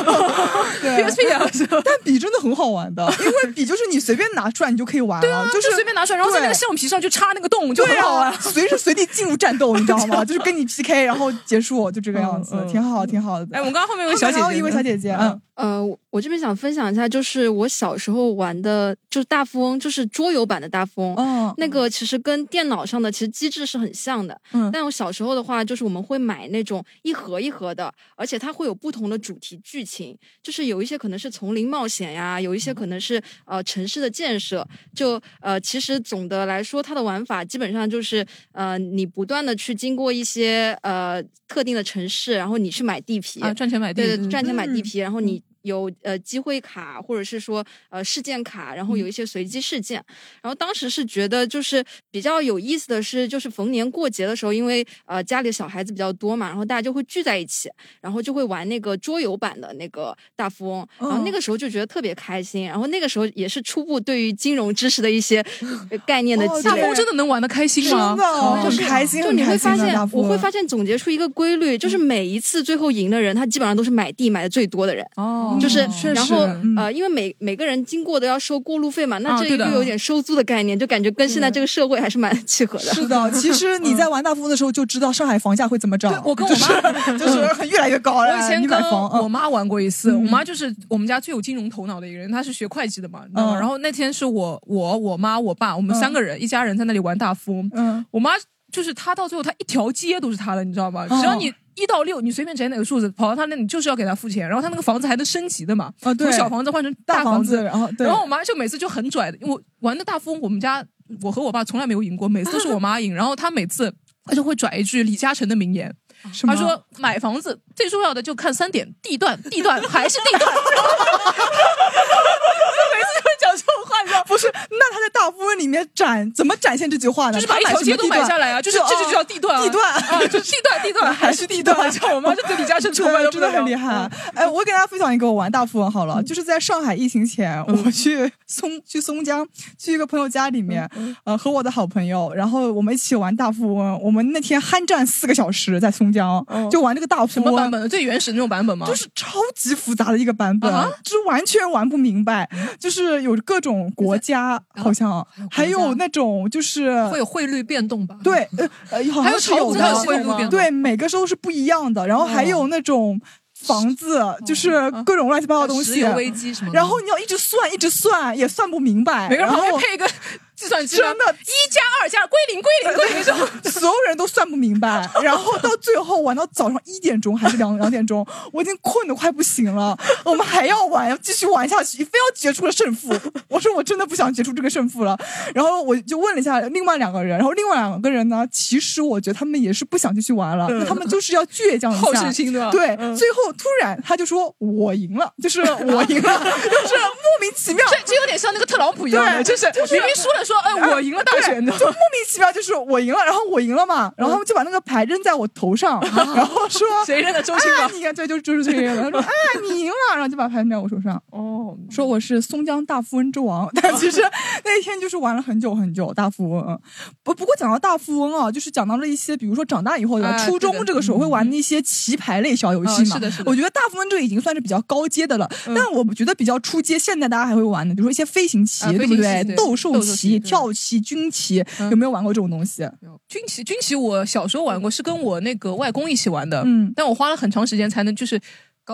S2: [LAUGHS] PSP 啊，是吧
S3: 不了。但笔真的很好玩的，因为笔就是你随便拿出来你就可以玩
S2: 对啊
S3: 了，，
S2: 就是随便拿出来，然后在那个
S3: 对
S2: 橡皮上就插那个洞，就
S3: 对
S2: 很好
S3: 啊 [LAUGHS]
S2: 玩，。
S3: 随时随地进入战斗，你知道吗？就是跟你 PK，然后结束，就这个样子，
S2: 嗯嗯
S3: 挺好，挺
S2: [LAUGHS]
S3: 好的。
S2: 哎，我们刚刚后面有
S3: 后面
S2: 个小姐姐
S3: 啊还有
S2: 呢，
S3: 一位小姐姐，嗯，
S11: 呃，我我这边想分享一下，就是我小时候玩的，就是大富翁，就是桌游版的大富翁。
S3: 哦
S11: 那个其实跟电脑上的其实机制是很像的。
S3: 嗯
S11: 但我小时候的话，就是我们会买那种一盒一盒的，而且它会有不同的主题剧情，就是有一些可能是丛林冒险呀，有一些可能是呃城市的建设。就呃，其实总的来说，它的玩法基本上就是呃，你不断的去经过一些呃特定的城市，然后你去买地皮
S2: 啊，赚钱买地，
S11: 对对，赚钱买地
S3: 嗯
S11: 皮，然后你有呃机会卡，或者是说呃事件卡，然后
S2: 嗯
S11: 有一些随机事件。然后当时是觉得就是比较有意思的是，就是逢年过节的时候，因为呃家里小孩子比较多嘛，然后大家就会聚在一起，然后就会玩那个桌游版的那个大富翁，然
S2: 哦
S11: 后那个时候就觉得特别开心。然后那个时候也是初步对于金融知识的一些 [LAUGHS] 呃概念的
S3: 哦
S11: 积
S2: 大
S11: 累。
S2: 风真的能玩的开心吗
S3: 真？的
S11: 就
S3: 很
S11: 是
S3: 开心，
S11: 哦就
S3: 很
S11: 你会
S3: 开
S11: 发
S3: 心的
S11: 现
S3: 大，富
S11: 我会
S3: 翁
S11: 发现总结出一个规律，就是每一次最后赢的人，他基本上都是买地买的最多的人。
S2: 哦
S11: 就是
S2: 确，
S11: 然
S2: 实
S11: 后
S3: 嗯
S11: 呃，因为每每个人经过的要收过路费嘛，
S2: 啊
S11: 那这
S2: 对
S11: 又
S2: 的
S11: 有点收租的概念，就感觉跟现在这个社会还是蛮契合的。
S3: 是的，其实
S11: [LAUGHS]
S3: 你在玩大富翁的时候就知道上海房价会怎么涨。
S2: 嗯我跟我妈，嗯
S3: 就是越来越高了。
S2: 我以前
S3: 你买
S2: 跟
S3: 房，
S2: 我
S3: 嗯
S2: 妈玩过一次，我妈就是我们家最有金融头脑的一个人，她是学会计的嘛，你知道吗？
S3: 嗯
S2: 然后那天是我、我、我妈、我爸，我们
S3: 嗯
S2: 三个人、一家人在那里玩大富翁，
S3: 嗯，
S2: 我妈就是她到最后她一条街都是她的，你知道吗？
S3: 哦
S2: 只要你。一到六，你随便捡哪个数字，跑到她那，你就是要给她付钱。然后她那个房子还能升级的嘛，
S3: 啊对
S2: 从小房子换成
S3: 大
S2: 房
S3: 房子，然后对，
S2: 然后我妈就每次就很拽的，因为我玩的大富翁，我们家我和我爸从来没有赢过，每次都是我妈赢。然后她每次她就会拽一句李嘉诚的名言，
S3: 什么
S2: 她说买房子最重要的就看三点：地段、 [LAUGHS] 地段还是
S6: [LAUGHS]
S2: 地段。然后 [LAUGHS] 就每次就会讲这种话，你知道吗。
S3: 不是，那他在大富翁里面展怎么展现这句话呢？
S2: 就是把一
S3: 他买
S2: 条
S3: 什么
S2: 街都
S3: 地
S2: 买
S3: 段哦
S2: 下来啊，就是这就叫地段啊，
S3: 地段
S2: 啊，就是地
S3: [LAUGHS]
S2: 段，地段还是地段，叫 [LAUGHS] 我妈就对李嘉诚崇拜
S3: 对
S2: 的
S3: 真的很厉
S2: 嗯
S3: 害。哎，我给大家分享一个我玩大富翁好了，就是在上海疫情前，
S2: 嗯
S3: 我去松去松江去一个朋友家里面，
S2: 嗯
S3: 呃，和我的好朋友，然后我们一起玩大富翁。我们那天酣战四个小时在松江，就玩这个大
S2: 哦什
S3: 富
S2: 么版
S3: 翁。
S2: 本的？最原始那种版本吗？
S3: 就是超级复杂的一个版本
S2: 啊，嗯
S3: 就是完全玩不明白，就是有各种种国家，好像还有那种就是
S2: 会有汇率变动吧？嗯
S3: 对，呃呃，好
S2: 还有
S3: 像是
S2: 炒
S3: 有
S2: 股的
S3: 的
S2: 汇率变动哦
S3: 对，每个州是不一样的。然后还有那种房子，就是各种乱七八糟的东西。
S2: 嗯
S3: 啊
S2: 石油危机什么的
S3: 然后你要一直算，一直算，也算不明白。
S2: 每个人
S3: 然
S2: 嗯旁边
S3: 后
S2: 配一个计算机，
S3: 真的
S2: 一加二加归零归零归零这种。
S3: 所有人都算不明白，然后到最后玩到早上一点钟还是两两点钟，我已经困得快不行了。我们还要玩，要继续玩下去，非要决出个胜负。我说我真的不想决出这个胜负了。然后我就问了一下另外两个人，然后另外两个人呢，其实我觉得他们也是不想继续玩了，
S2: 嗯
S3: 那他们就是要倔强一下，
S2: 好胜心对吧
S3: 对，
S2: 嗯
S3: 最后突然他就说我赢了，就是我
S2: [LAUGHS]
S3: 赢了，就是莫名其妙，
S2: 这这有点像那个特朗普一样的
S3: 对
S2: 就是明明输了说哎我赢了大选的
S3: 对就莫名其妙就是我赢了，然后我赢了嘛，然后他们就把那个牌扔在我头上，然后说
S2: 啊谁扔的周星
S3: 啊
S2: 吗，
S3: 你看对，就是周星驰，他说啊你赢了，然后就把牌扔在我手上，哦，说我是松江大富翁之王，但其
S2: [LAUGHS]
S3: 实那一天就是玩了很久很久大富翁，嗯不不过讲到大富翁啊，就是讲到了一些比如说长大以后
S2: 啊
S3: 的初中
S2: 对的
S3: 这个时候会玩的一些棋牌类小游戏
S2: 嗯
S3: 嘛，
S2: 是的是的嗯
S3: 我觉得大富翁这个已经算是比较高阶的了，但我觉得比较初阶，现在大家还会玩的，比如说一些飞行棋，
S2: 啊
S3: 对不
S2: 飞行棋对嗯
S3: 斗兽
S2: 斗兽棋
S3: 棋、跳棋、军棋，有没有玩过这种东西？
S2: 军棋，军棋我小时候玩过，是跟我那个外公一起玩的，
S3: 嗯
S2: 但我花了很长时间才能就是。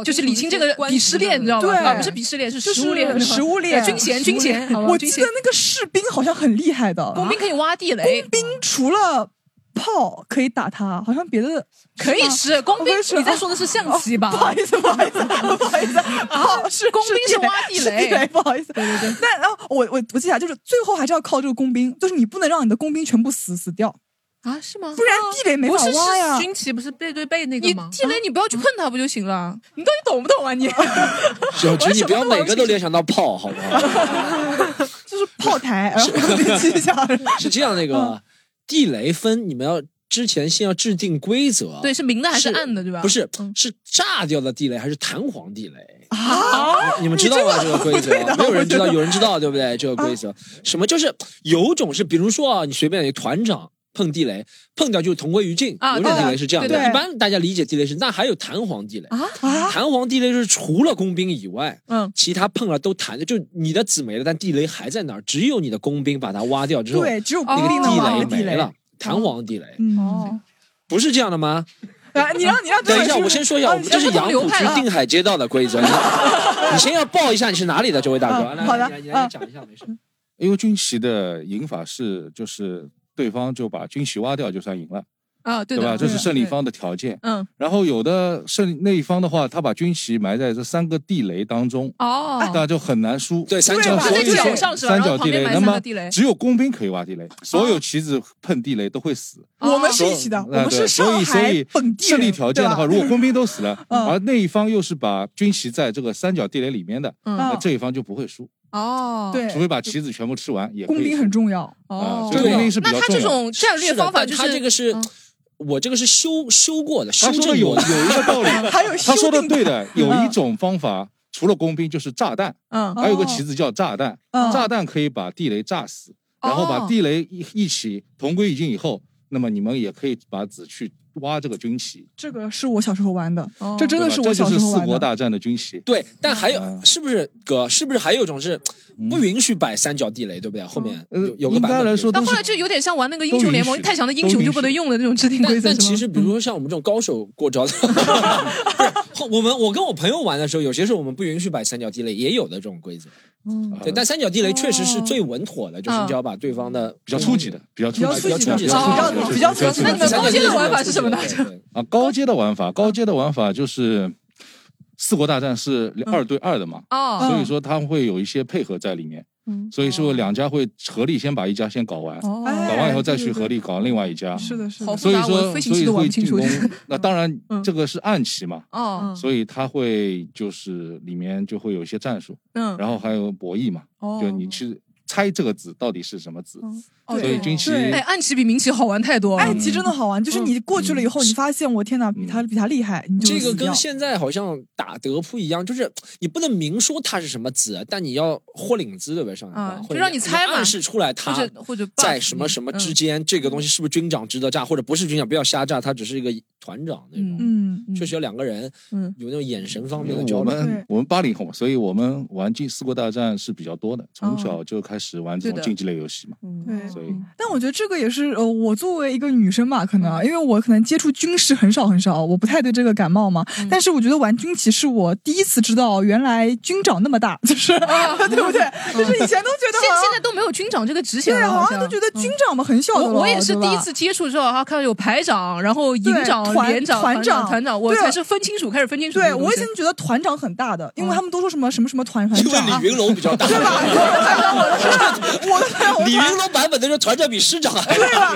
S2: 就是理清这个鄙视链，你知道吗？
S3: 对
S2: 啊不是鄙视链，是
S3: 就是
S2: 食物链。
S3: 食物链、
S2: 军衔，军衔。好吧
S3: 我
S2: 军
S3: 记
S2: 衔
S3: 得那个士兵好像很厉害的，
S2: 工兵可以挖地雷，
S3: 工兵除了炮可以打他，好像别的
S2: 可以吃工兵你在说的是象棋
S3: [LAUGHS]
S2: 吧
S3: 哦不好意思，不好意思，不
S2: [LAUGHS]
S3: 好意思，啊， [LAUGHS] 是
S2: 工兵是
S3: 地雷
S2: 挖地
S3: 是
S2: 雷
S3: 不好意思。对对对。但然后我我我记起来，就是最后还是要靠这个工兵，就是你不能让你的工兵全部死死掉。
S2: 啊，是吗？
S3: 不然地雷没法挖呀
S2: 不是是军棋不是背对背那个吗？你地雷你不要去碰它不就行了？你到底懂不懂啊你？
S4: 小菊，你不要每个都联想到炮，好不好？
S3: [LAUGHS] 就是
S4: [LAUGHS]
S3: 炮台，然后 [LAUGHS] 我就记一下。嗯
S4: 是这样，那个地雷分，你们要之前先要制定规则。
S2: 对是明的还是暗的对吧嗯
S4: 不是，是炸掉的地雷还是弹簧地雷？
S2: 啊
S4: 你们知道吗？这个规则
S2: 不知道
S4: 没有人知道，
S2: 我觉得
S4: 有人知道对不对？这个规则什么就是有种是，比如说啊，你随便你团长。碰地雷，碰掉就是同归于尽。
S2: 啊
S4: 有种
S2: 对
S4: 地雷是这样
S2: 对
S4: 的，
S2: 对
S4: 一般大家理解地雷是，那还有弹簧地雷
S2: 啊
S4: 弹簧地雷是除了工兵以外，
S2: 嗯，
S4: 其他碰了都弹，就你的子没了，但地雷还在那儿，只有你的工兵把它挖掉之后，
S3: 对只有
S4: 那
S3: 工兵能挖
S4: 个
S3: 到
S4: 地雷
S3: 地
S4: 没
S3: 雷
S4: 了，弹簧地雷
S2: 哦
S3: 嗯，
S4: 不是这样的吗？
S2: [LAUGHS] 哎
S3: 啊，你让你啊让
S4: 等一下，我先
S2: 啊
S4: 说一下，我们这是杨浦区定海街道的规
S2: [LAUGHS]
S4: 则。你你先要报一下你是哪里的，这位大
S2: 嗯
S4: 哥。来
S3: 好的
S4: 来你来
S3: 啊
S4: 你讲一下，没事。
S12: 因为军棋的赢法是就是对方就把军旗挖掉就算赢了，
S2: 啊，对的
S12: 吧？这
S2: 对的
S12: 是胜利
S2: 对的
S12: 方的条件。
S2: 嗯，
S12: 然后有的胜那一方的话，他把军旗埋在这三个地雷当中，
S2: 哦
S12: 那就很难输。
S4: 对，
S2: 三角对吧
S12: 所以说
S2: 在脚上是吧
S12: 三
S2: 然后
S12: 角
S2: 旁
S12: 地
S2: 边
S12: 雷，
S2: 埋
S12: 那
S2: 三
S12: 么
S2: 个地雷哦
S12: 只有工兵可以挖地雷，所有棋子碰地雷都会死。
S3: 哦我们是一起的
S12: 啊
S3: 我们是
S12: 对所以
S3: 上海
S12: 所以
S3: 本地人
S12: 胜利条件的话，
S3: 对吧
S12: 如果工兵都死了，
S3: 嗯
S12: 而那一方又是把军旗在这个三角地雷里面的，
S3: 嗯
S12: 那这一方就不会输。
S2: 哦，
S3: 对
S12: 除非把棋子全部吃完，也可以
S3: 工兵很重要。
S12: 啊
S2: 哦，
S12: 所以工兵是比较重要的。
S2: 战略方法就是
S4: 是
S2: 嗯
S4: 的但他这个是，我这个是修修过的，修
S12: 他说的
S4: 正
S12: 有
S4: 过的。，
S12: 有一个道理
S4: [LAUGHS] 还有
S12: [LAUGHS] 他说的对的，
S4: 修订
S12: 有
S4: 的
S12: 一种方法，除了工兵就是炸弹，
S2: 嗯
S12: 还有个棋子叫炸弹，
S2: 嗯
S12: 炸弹可以把地雷炸死，
S4: 哦
S12: 然后把地雷一一起同归于尽以后，那么你们也可以把子去挖这个军旗，
S3: 这个是我小时候玩的，这
S2: 哦
S4: 哦
S12: 这
S3: 真的是我
S12: 这就
S3: 小时
S12: 是
S3: 候
S12: 四
S3: 玩
S12: 国
S3: 的。
S12: 大战的军旗。
S4: 对，但还有是不是哥？是不是还有一种是不允许摆三角地雷，对不对？后面有有个版本。
S2: 但哦后来就有点像玩那个英雄联盟，太强的英雄就不能用的那种制定规
S4: 但
S2: 则
S4: 但
S2: 是吗嗯
S4: 其实，比如说像我们这种高手过
S2: [LAUGHS]
S4: 招的，不是我们我跟我朋友玩的时候，有些时候我们不允许摆三角地雷，也有的这种规则。
S2: 嗯哦
S4: 对，但三角地雷确实是最稳妥的，就是你只要把对方的
S2: 嗯
S12: 比较初级的，比较初级
S4: 比较
S12: 的，
S4: 初级的
S12: 的
S4: 比较初级的
S12: 的
S4: 那你们高阶的玩法是什么呢
S12: 啊，高阶的玩法，高阶的玩法就是四国大战是二对二的嘛，
S2: 哦
S12: 所以说他们会有一些配合在里面。
S2: 嗯
S12: 所以说两家会合力先把一家先搞完，
S2: 哦
S12: 搞完以后再去合力搞另外一家。
S3: 是的，是
S2: 的好复
S12: 所以
S2: 杂我
S12: 说
S2: 飞行
S12: 所
S2: 棋
S12: 以
S2: 都玩
S12: 会
S2: 不
S12: 进
S2: 清楚
S12: 攻。那当然，这个是暗棋嘛，
S2: 哦
S13: 嗯
S12: 所以他会就是里面就会有一些战术，
S2: 嗯
S12: 然后还有博弈嘛，
S2: 哦
S12: 就你去猜这个子到底是什么子。所以军棋
S2: 哎，
S4: 啊
S2: 暗棋比明棋好玩太多了。
S3: 暗哎棋真的好玩，就是
S2: 嗯
S3: 你过去了以后，你发现我天哪，比他比他厉害，你
S4: 嗯
S3: 就
S4: 这个
S3: 死掉
S4: 跟现在好像打德扑一样，就是你不能明说它是什么子，但你要豁领子，对不对？上海话
S2: 嗯
S4: 或者
S2: 就让你猜嘛
S4: 暗示出来它
S2: 或者或者 buff
S4: 在什么什
S2: 嗯
S4: 么之间，这个东西是不是军长值得炸，或者不是军长不要瞎炸，他只是一个团长那种。
S3: 嗯，
S4: 确实有两个人，
S3: 嗯，
S4: 有那种眼神方面的
S12: 因为
S4: 交
S12: 我
S4: 流。
S12: 们我们八零后嘛，所以我们玩进四国大战是比较多的，从
S3: 哦
S12: 小就开始玩这
S3: 对
S12: 种
S3: 的嗯
S12: 竞技类游戏嘛，
S3: 对，
S12: 所以
S3: 但我觉得这个也是呃，我作为一个女生嘛，可能啊因为我可能接触军事很少很少，我不太对这个感冒嘛。
S2: 嗯
S3: 但是我觉得玩军棋是我第一次知道，原来军长那么大，就是、 [LAUGHS] 对不对？就是以前都觉得
S2: 哦嗯现
S3: 好像
S2: 现在都没有军长这个职衔
S3: 对，啊
S2: 了，
S3: 好像
S2: 像
S3: 都觉得军长嘛很小的了
S2: 我我也是
S3: 对吧
S2: 第一次接触之后，啊，看到有排长，然后营长、
S3: 对团
S2: 连长、
S3: 团
S2: 长、
S3: 长
S2: 团长，我
S3: 对啊
S2: 才是分清楚，开始分清楚这
S3: 对，
S2: 个东西。嗯
S3: 我以前觉得团长很大的，因为他们都说什么什么什么团团长啊，
S4: 李云龙比
S3: [LAUGHS]
S4: 较大， [LAUGHS] 对吧？
S3: 我的团
S4: 李云龙版本的时候，团长比师长还
S3: 对吧？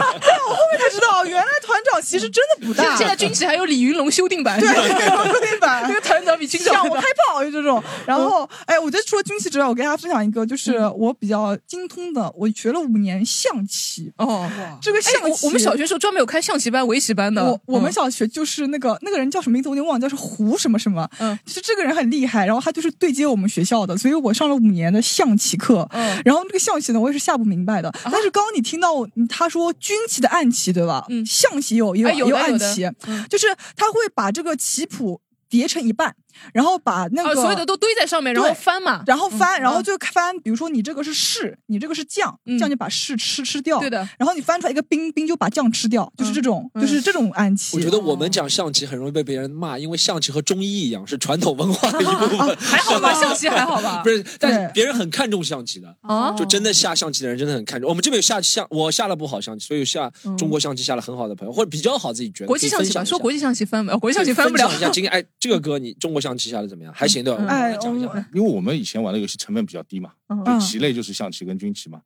S3: 我后面才知道，原来团长其实真的不大。
S2: 现在军旗还有李云龙修订版，
S3: 啊对，修订版，
S2: [LAUGHS] 那个团长比军长
S3: 像我开炮就这种。然后，哎，我觉得除了军棋之外，我跟大家分享一个，就是我比较精通的，我学了五年象棋。
S2: 哦，
S3: 这个
S2: 哎
S3: 象棋，
S2: 我我们小学时候专门有开象棋班、围棋班的。
S3: 我我们
S2: 嗯
S3: 小学就是那个那个人叫什么名字，我有点忘了，叫是胡什么什么。嗯，就是这个人很厉害，然后他就是对接我们学校的，所以我上了五年的象棋课。
S2: 嗯啊
S3: 然后这个象棋呢，我也是下不明白的。但是刚刚你听到我他说军棋的暗棋对吧？嗯，象棋有也
S2: 哎有的
S3: 也有暗
S2: 有的
S3: 棋，
S2: 嗯
S3: 就是他会把这个棋谱叠成一半，然后把那个、
S2: 啊所有的都堆在上面然后
S3: 对
S2: 翻嘛
S3: 然后翻，
S2: 嗯
S3: 然后
S2: 嗯
S3: 就翻。比如说你这个是士，你这个是将，将就把士吃吃掉。
S2: 对的。嗯
S3: 然后你翻出来一个兵，兵就把将吃掉，就是这种，就是这种暗哦棋。
S4: 我觉得我们讲象棋很容易被别人骂，因为象棋和中医一样是传统文化的一部分。
S2: 哦还好吧象棋还好吧
S4: 不是，但是别人很看重象棋的
S2: 哦，
S4: 就真的下象棋的人真的很看重。我们这边有下象，我下了不好象棋，所以有下
S2: 嗯
S4: 中国象棋下了很好的朋友，或者比较好自己觉得。
S2: 国际象
S4: 可以
S2: 棋吧，
S4: 分享一下
S2: 说国际象棋翻不了，国际象棋翻不了
S4: 分。享一下今天哎，这个歌你中国象棋下的怎么样？还行对吧？
S3: 哎，
S12: 因为我们以前玩的游戏成本比较低嘛，
S3: 嗯
S12: 就棋类就是象棋跟军棋嘛。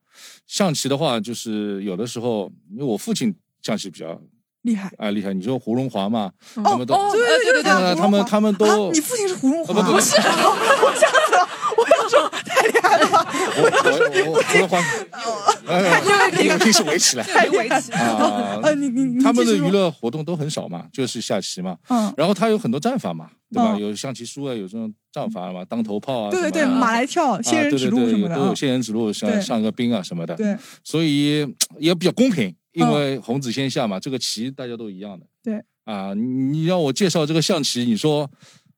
S12: 象棋的话，就是有的时候，因为我父亲象棋比较
S3: 厉害
S12: 啊厉害，你说胡荣华嘛，
S3: 哦
S12: 他们都
S3: 哦对对对对
S12: 呃他们他们都
S3: 啊你父亲是胡荣华？
S12: 啊不不不
S3: 是，我吓死了！我想说太厉害了吧，我想说你 [LAUGHS] 父
S12: 胡
S3: 亲
S12: 荣华，哎
S3: 厉害
S12: 我平时围起来
S3: 太厉害
S12: 啊
S3: 了。呃，你你你
S12: 他们的
S3: 继续说
S12: 娱乐活动都很少嘛，就是下棋嘛。
S3: 嗯
S12: 然后他有很多战法嘛，对吧？
S3: 嗯
S12: 有象棋书啊，有这种战法嘛，当头炮啊，
S3: 对对对
S12: 什么的
S3: 马来跳
S12: 啊
S3: 仙人指路
S12: 对对对
S3: 什么的
S12: 有都有
S3: 啊
S12: 仙人指路，
S3: 对
S12: 上上个兵啊什么的。
S3: 对，嗯
S12: 所以嘖也比较公平，因为红子先下嘛，这个棋大家都一样的
S3: 对，
S12: 啊。你你让我介绍这个象棋，你说。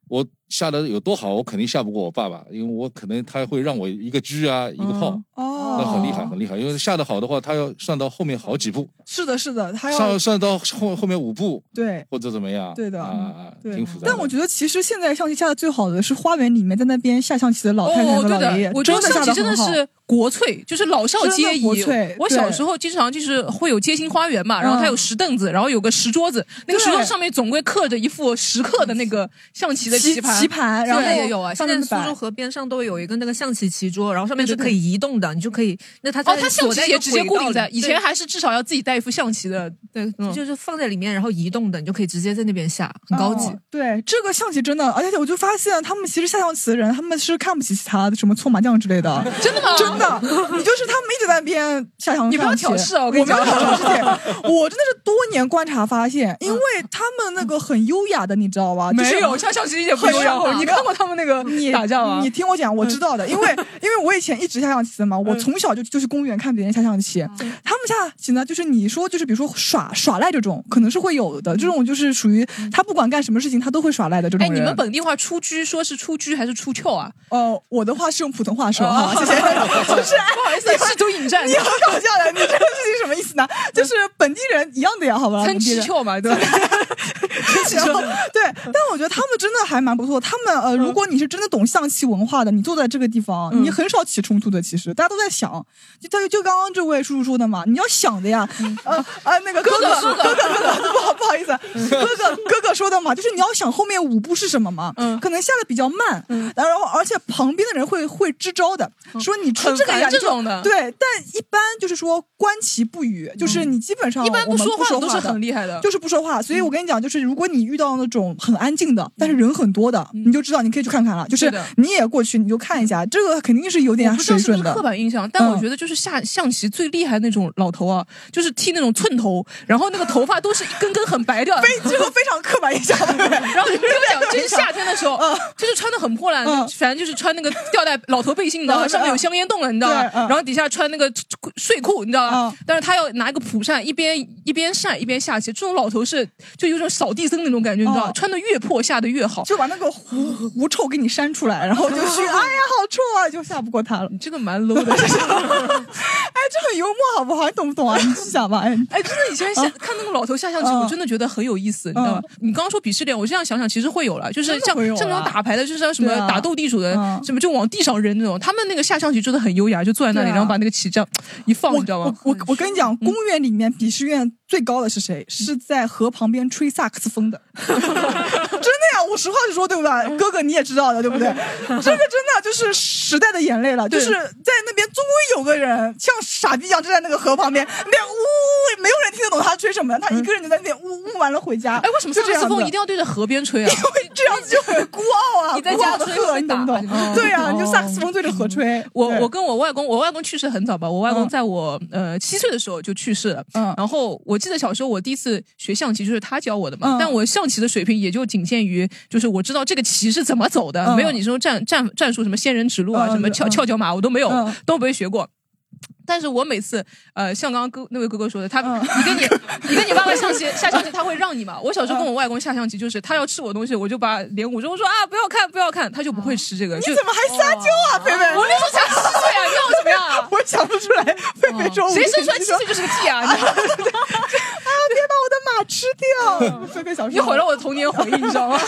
S12: 我下的有多好，我肯定下不过我爸爸，因为我可能他会让我一个车啊，一个炮，
S3: 哦，
S12: 那很厉害，很厉害。因为下的好的话，他要算到后面好几步，
S3: 是的，是的，他要
S12: 上算到后后面五步，
S3: 对
S12: 或者怎么样？
S3: 哎对的
S12: 啊啊，啊
S3: 对
S12: 挺复，杂的。
S3: 但我觉得其实现在象棋下的最好的是花园里面在那边下象棋的老太太
S2: 哦，
S3: 和
S2: 对
S3: 老爷
S2: 的
S3: 爷，，
S2: 我觉
S3: 真
S2: 得
S3: 下
S2: 象棋
S3: 的
S2: 真的
S3: 很好。
S2: 是国粹，就是老少皆
S3: 真的国
S2: 宜
S3: 粹。
S2: 我
S3: 对
S2: 小时候经常就是会有街心花园
S3: 嗯
S2: 嘛，然后它有石凳子，然后有个石桌子，那个
S3: 对
S2: 石桌上面总归刻着一副石刻的那个象棋的
S3: 棋
S2: 盘，
S3: 棋盘然后
S2: 现在也有啊，
S3: 上
S2: 现
S3: 面
S2: 在
S6: 在
S3: 的
S6: 苏
S3: 板
S6: 州河边上都有一个那个象棋棋桌，然后上面是
S2: 对对
S6: 可以移动的，你就可以。那它
S2: 哦
S6: 在，
S2: 它象
S6: 锁
S2: 棋
S6: 在一
S2: 也
S6: 个
S2: 直接
S6: 轨
S2: 固
S6: 道
S2: 定在，
S6: 里
S2: 以前
S6: 对
S2: 还是至少要自己带一副象棋的，
S6: 对，
S2: 嗯
S6: 就是放在里面，然后移动的，你就可以直接在那边下，很高级。
S3: 哦对这个象棋真的，而且我就发现他们其实下象棋的人，他们是看不起其他的什么搓麻将之类的。
S2: [LAUGHS] 真的吗
S3: [LAUGHS] 真的，你就是他们一直在那边下象棋。
S2: 你不要挑事啊
S3: 我
S2: 我跟你
S3: 没有
S2: 讲嗯
S3: 挑事，而且
S2: [LAUGHS]
S3: 我真的是多年观察发现，因为他们那个很优雅的，你知道吧？就是
S2: 没有下象棋也不优雅
S3: 很
S2: 你看过他们那个
S3: 你
S2: 打架吗
S3: 你听我讲，我知道的，因为因为我以前一直下象棋的嘛，
S2: 嗯
S3: 我从小就就去公园看别人下象棋，他们下棋呢，就是你说就是比如说耍耍赖这种，可能是会有的，这种就是属于他不管干什么事情他都会耍赖的这种
S2: 嗯哎，
S3: 人。
S2: 你们本地话出居说是出居还是出窍啊？
S3: 哦，我的话是用普通话说哈，
S2: 哦 [LAUGHS]
S3: 谢谢。就是
S2: 不好意思
S3: 你
S2: 试图引战
S3: 你好搞笑的，你这个事情什么意思呢？就是本地人一样的呀，好吧？
S2: 参
S3: 本地人
S2: 七窍嘛，对吧？ [LAUGHS]
S3: 然后对，但我觉得他们真的还蛮不错。他们呃，如果你是真的懂象棋文化的，你坐在这个地方，
S2: 嗯
S3: 你很少起冲突的。其实大家都在想，就就就刚刚这位叔叔说的嘛，你要想的呀。呃呃，那个
S2: 嗯哥
S3: 哥
S2: 哥
S3: 哥
S2: 哥
S3: 哥
S2: 哥
S3: 哥哥，不 [LAUGHS] 好不好意思，啊哥
S2: [LAUGHS]
S3: 哥哥哥说的嘛，就是你要想后面五步是什么嘛。
S2: 嗯
S3: 可能下的比较慢，然后而且旁边的人会会支招的，说你出
S2: 嗯很
S3: 这个呀
S2: 烦这
S3: 你就
S2: 种的嗯
S3: 对，但一般就是说观其不语，就是你基本上
S2: 一般
S3: 我们
S2: 不
S3: 不
S2: 说话
S3: 说
S2: 的都是很厉害的嗯
S3: 就是不说话。所以我跟你讲，就是如果你遇到那种很安静的，但是人很多的，你就知道你可以去看看了。就是
S2: 嗯是的
S3: 你也过去，你就看一下，这个肯定是有点
S2: 我不知道
S3: 水
S2: 是不
S3: 准
S2: 是
S3: 的。
S2: 刻板印象，但我
S3: 嗯
S2: 觉得就是下象棋最厉害那种老头啊，就是剃那种寸头，然后那个头发都是一根根很白 [LAUGHS] 的，非
S3: 这个非常刻板印象。
S2: [LAUGHS] 然后你跟我讲，就是夏天的时候， [LAUGHS] 就是穿的很破烂，
S3: 嗯
S2: 反正就是穿那个吊带老头背心，你知道吧？
S3: 嗯
S2: 上面有香烟洞了，你知道吧
S3: 对？嗯
S2: 然后底下穿那个睡裤，你知道吧？但是他要拿一个蒲扇，一边一边扇一边下棋，这种老头是就有种扫地僧那种感觉，你知道吧？穿的越破下的越好，
S3: 嗯就把那个狐狐臭给你扇出来，然后就
S2: [LAUGHS]
S3: 去，哎呀，好臭啊，就下不过他了。你
S2: 这个蛮
S3: [LAUGHS]
S2: low 的，哎，
S3: 这很幽默，好不好？你懂不懂啊？你去想吧，哎，嗯
S2: 哎，真的以前想、看那个老头下象棋，我真的觉得很有意思，你知道吗？你刚刚说鄙视链，我这样想想，其实会有了，就是
S3: 真的
S2: 像
S3: 会有
S2: 像那种
S3: 啦
S2: 打牌的，就是像什么
S3: 对啊
S2: 打斗地主的，什么就往地上扔那种，他们那个下象棋真的很优雅，就坐在那里，然后把那个棋这样一放，你知道吗？
S3: 啊我我我跟你
S2: 嗯
S3: 讲，公园里面鄙视链最高的是谁？是在河旁边吹萨克斯风的， [LAUGHS] 真的呀！我实话实说，对不对？哥哥你也知道的，对不对？这个真的就是时代的眼泪了，就是在那边终于有个人像傻逼一样站在那个河旁边，那边呜呜，呜没有人听得懂他吹什么，他一个人就在那边呜呜完了回家。
S2: 嗯哎，为什么萨
S3: 就这
S2: 克斯
S3: 样
S2: 风
S3: 子
S2: 一定要对着河边吹
S3: [LAUGHS]
S2: 啊？
S3: 因为这样子就很孤傲啊，
S2: 你在家
S3: 孤傲
S2: 吹
S3: 的
S2: 会
S3: 很你懂不懂？ [LAUGHS] 对呀，你就萨克斯风对着河吹。
S2: 哦 [LAUGHS] 我
S3: 对
S2: 我跟我外公，我外公去世很早吧，我外公在我、呃七岁的时候就去世了。
S3: 嗯，
S2: 然后我记得小时候我第一次学象棋就是他教我的嘛，
S3: 嗯
S2: 但我象棋的水平也就仅限于就是我知道这个棋是怎么走的，
S3: 嗯
S2: 没有你说战战战术什么仙人指路啊，
S3: 嗯
S2: 什么
S3: 嗯
S2: 跳跳脚马我都没有，都没学过。但是我每次，呃，像刚刚哥那位哥哥说的，他、
S3: 嗯
S2: 你跟你你跟你爸爸象棋下象棋，他会让你嘛。我小时
S3: 嗯
S2: 候跟我外公下象棋，就是他要吃我东西，我就把脸捂住，我说啊不要看不要看，他就不会吃这个。
S3: 嗯你
S2: 就哦
S3: 怎么还撒娇啊，菲菲？
S2: 我那时候才七岁啊，你要我怎么样啊？
S3: [LAUGHS] 我想不出来，菲菲说我
S2: 谁生
S3: [LAUGHS]
S2: 出来七岁就是个 T 啊？你知道吗
S3: 啊，别把我的马吃掉！菲菲小时
S2: 你
S3: 候，
S2: 毁了我的童年回忆，你知
S3: [LAUGHS]
S2: 道吗？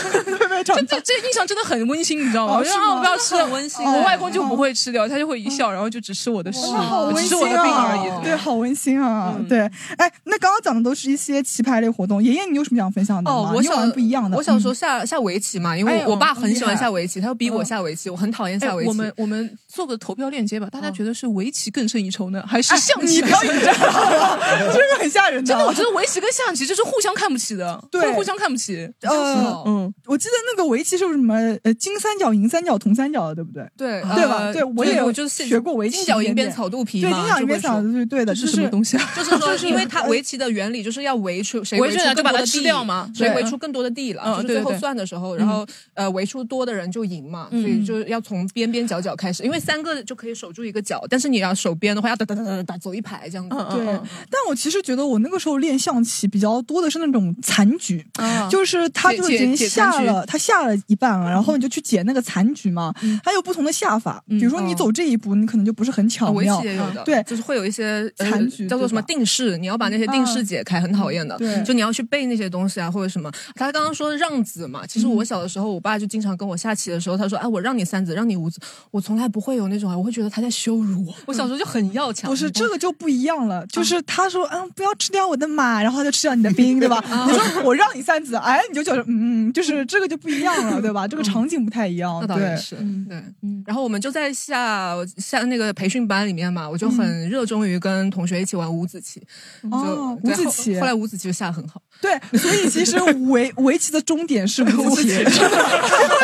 S2: 这这这印象真的很温馨，你知道吗？
S3: 哦
S2: 我说
S3: 是吗
S2: 啊，我不要吃了，
S3: 很温馨
S2: 我外公就不会吃掉，他就会一笑，然后就只吃我的屎
S3: 哇，好，温
S2: 只吃
S3: 馨
S2: 我的病
S3: 啊！
S2: 而已。
S3: 对，好温馨啊！对，哎，那刚刚讲的都是一些棋牌类活动，爷爷你有什么想分
S2: 嗯
S3: 享的吗？
S6: 哦，我
S3: 你有
S6: 小
S3: 玩不一样的，
S6: 我小时候
S3: 嗯
S6: 下下围棋嘛，因
S3: 哎
S6: 为
S2: 哦
S3: 呦
S6: 我爸很
S3: 厉
S6: 喜欢
S3: 害
S6: 下围棋，他要逼我下围棋，我很讨厌
S2: 嗯哎
S6: 下围棋。嗯
S2: 我们我们做个投票链接吧，大家觉得是围棋更胜一筹呢，还是
S3: 哎
S2: 象
S3: 你
S2: 棋
S3: 不
S2: 更
S3: 要
S2: 胜一
S3: 引
S2: 筹？
S3: 战
S6: [LAUGHS]
S3: 了真的很吓人的
S2: 真的，我觉得围棋跟象棋就是互相看不起的，
S3: 对
S2: 会互相看不起。
S3: 呃，嗯，我记得那个围棋是不是什么呃金三角、银三角、铜三角的，对不对？
S6: 对
S3: 对吧？
S6: 呃
S3: 对，我
S6: 对
S3: 也
S6: 我就是
S3: 学过围棋一点点，
S6: 金角银边草肚皮
S3: 对，
S6: 嘛
S3: 金角
S6: 就会
S3: 银边草肚皮，对的，
S6: 是什么东西啊
S3: [LAUGHS]
S6: 就是说，因为它
S3: 呃
S6: 围棋的原理就是要围出谁
S2: 围
S6: 出
S2: 出来就
S6: 更
S2: 把
S6: 多
S2: 它
S6: 的
S2: 吃
S6: 地
S2: 掉嘛
S6: 谁
S2: 对
S6: 围出更多的地
S2: 嗯
S6: 了，就是
S2: 对
S6: 最
S2: 对
S6: 后
S2: 对
S6: 算的时候，
S2: 嗯
S6: 然后呃围出多的人就赢嘛，所以
S2: 嗯
S6: 就是要从边边角角开始，因为三个就可以守住一个角，但是你要守边的话，要打打打打打走一排这样子。
S2: 嗯
S3: 对，但我其实觉得我那个时候练象棋比较多的是那种残局，
S6: 啊
S3: 就是他就已
S6: 解
S3: 经
S6: 解解残
S3: 下
S6: 局
S3: 了，他下了一半了，然后你就去解那个残局嘛。
S6: 嗯
S3: 还有不同的下法，比如说你走这一步，你可能就不是很巧
S6: 围
S3: 妙
S6: 棋也有的，，
S3: 对，
S6: 就是会有一些呃
S3: 残局嗯
S6: 叫做什么定式，你要把那些定式解开，很讨厌的。
S3: 对
S6: 就你要去背那些东西啊，或者什么。他刚刚说让子嘛，
S3: 嗯
S6: 其实我小的时候，我爸就经常跟我下棋的时候，他说：“哎，我让你三子，让你五子。”我从来不会有那种啊，我会觉得他在羞辱
S3: [LAUGHS]
S6: 我。我小时候就很要强，
S3: 不是这个就不一样了，就是他说，嗯，不要吃掉我的马，然后他就吃掉你的
S6: [LAUGHS]
S3: 兵，对吧？你说我让你三子，哎，你就觉得，嗯，就是这个就不一样了，对吧？这个场景不太一样，
S6: 嗯那倒
S3: 对嗯
S6: 也是，对。然后我们就在下下那个培训班里面嘛，我就很热衷于跟同学一起玩五子棋。
S3: 嗯哦
S6: 就
S3: 五
S6: 对
S3: 子棋
S6: 后后来五子棋就下得很好。
S3: 对，所以其实围 [LAUGHS] 围棋的终点是
S2: [LAUGHS]
S3: 五子棋，围棋真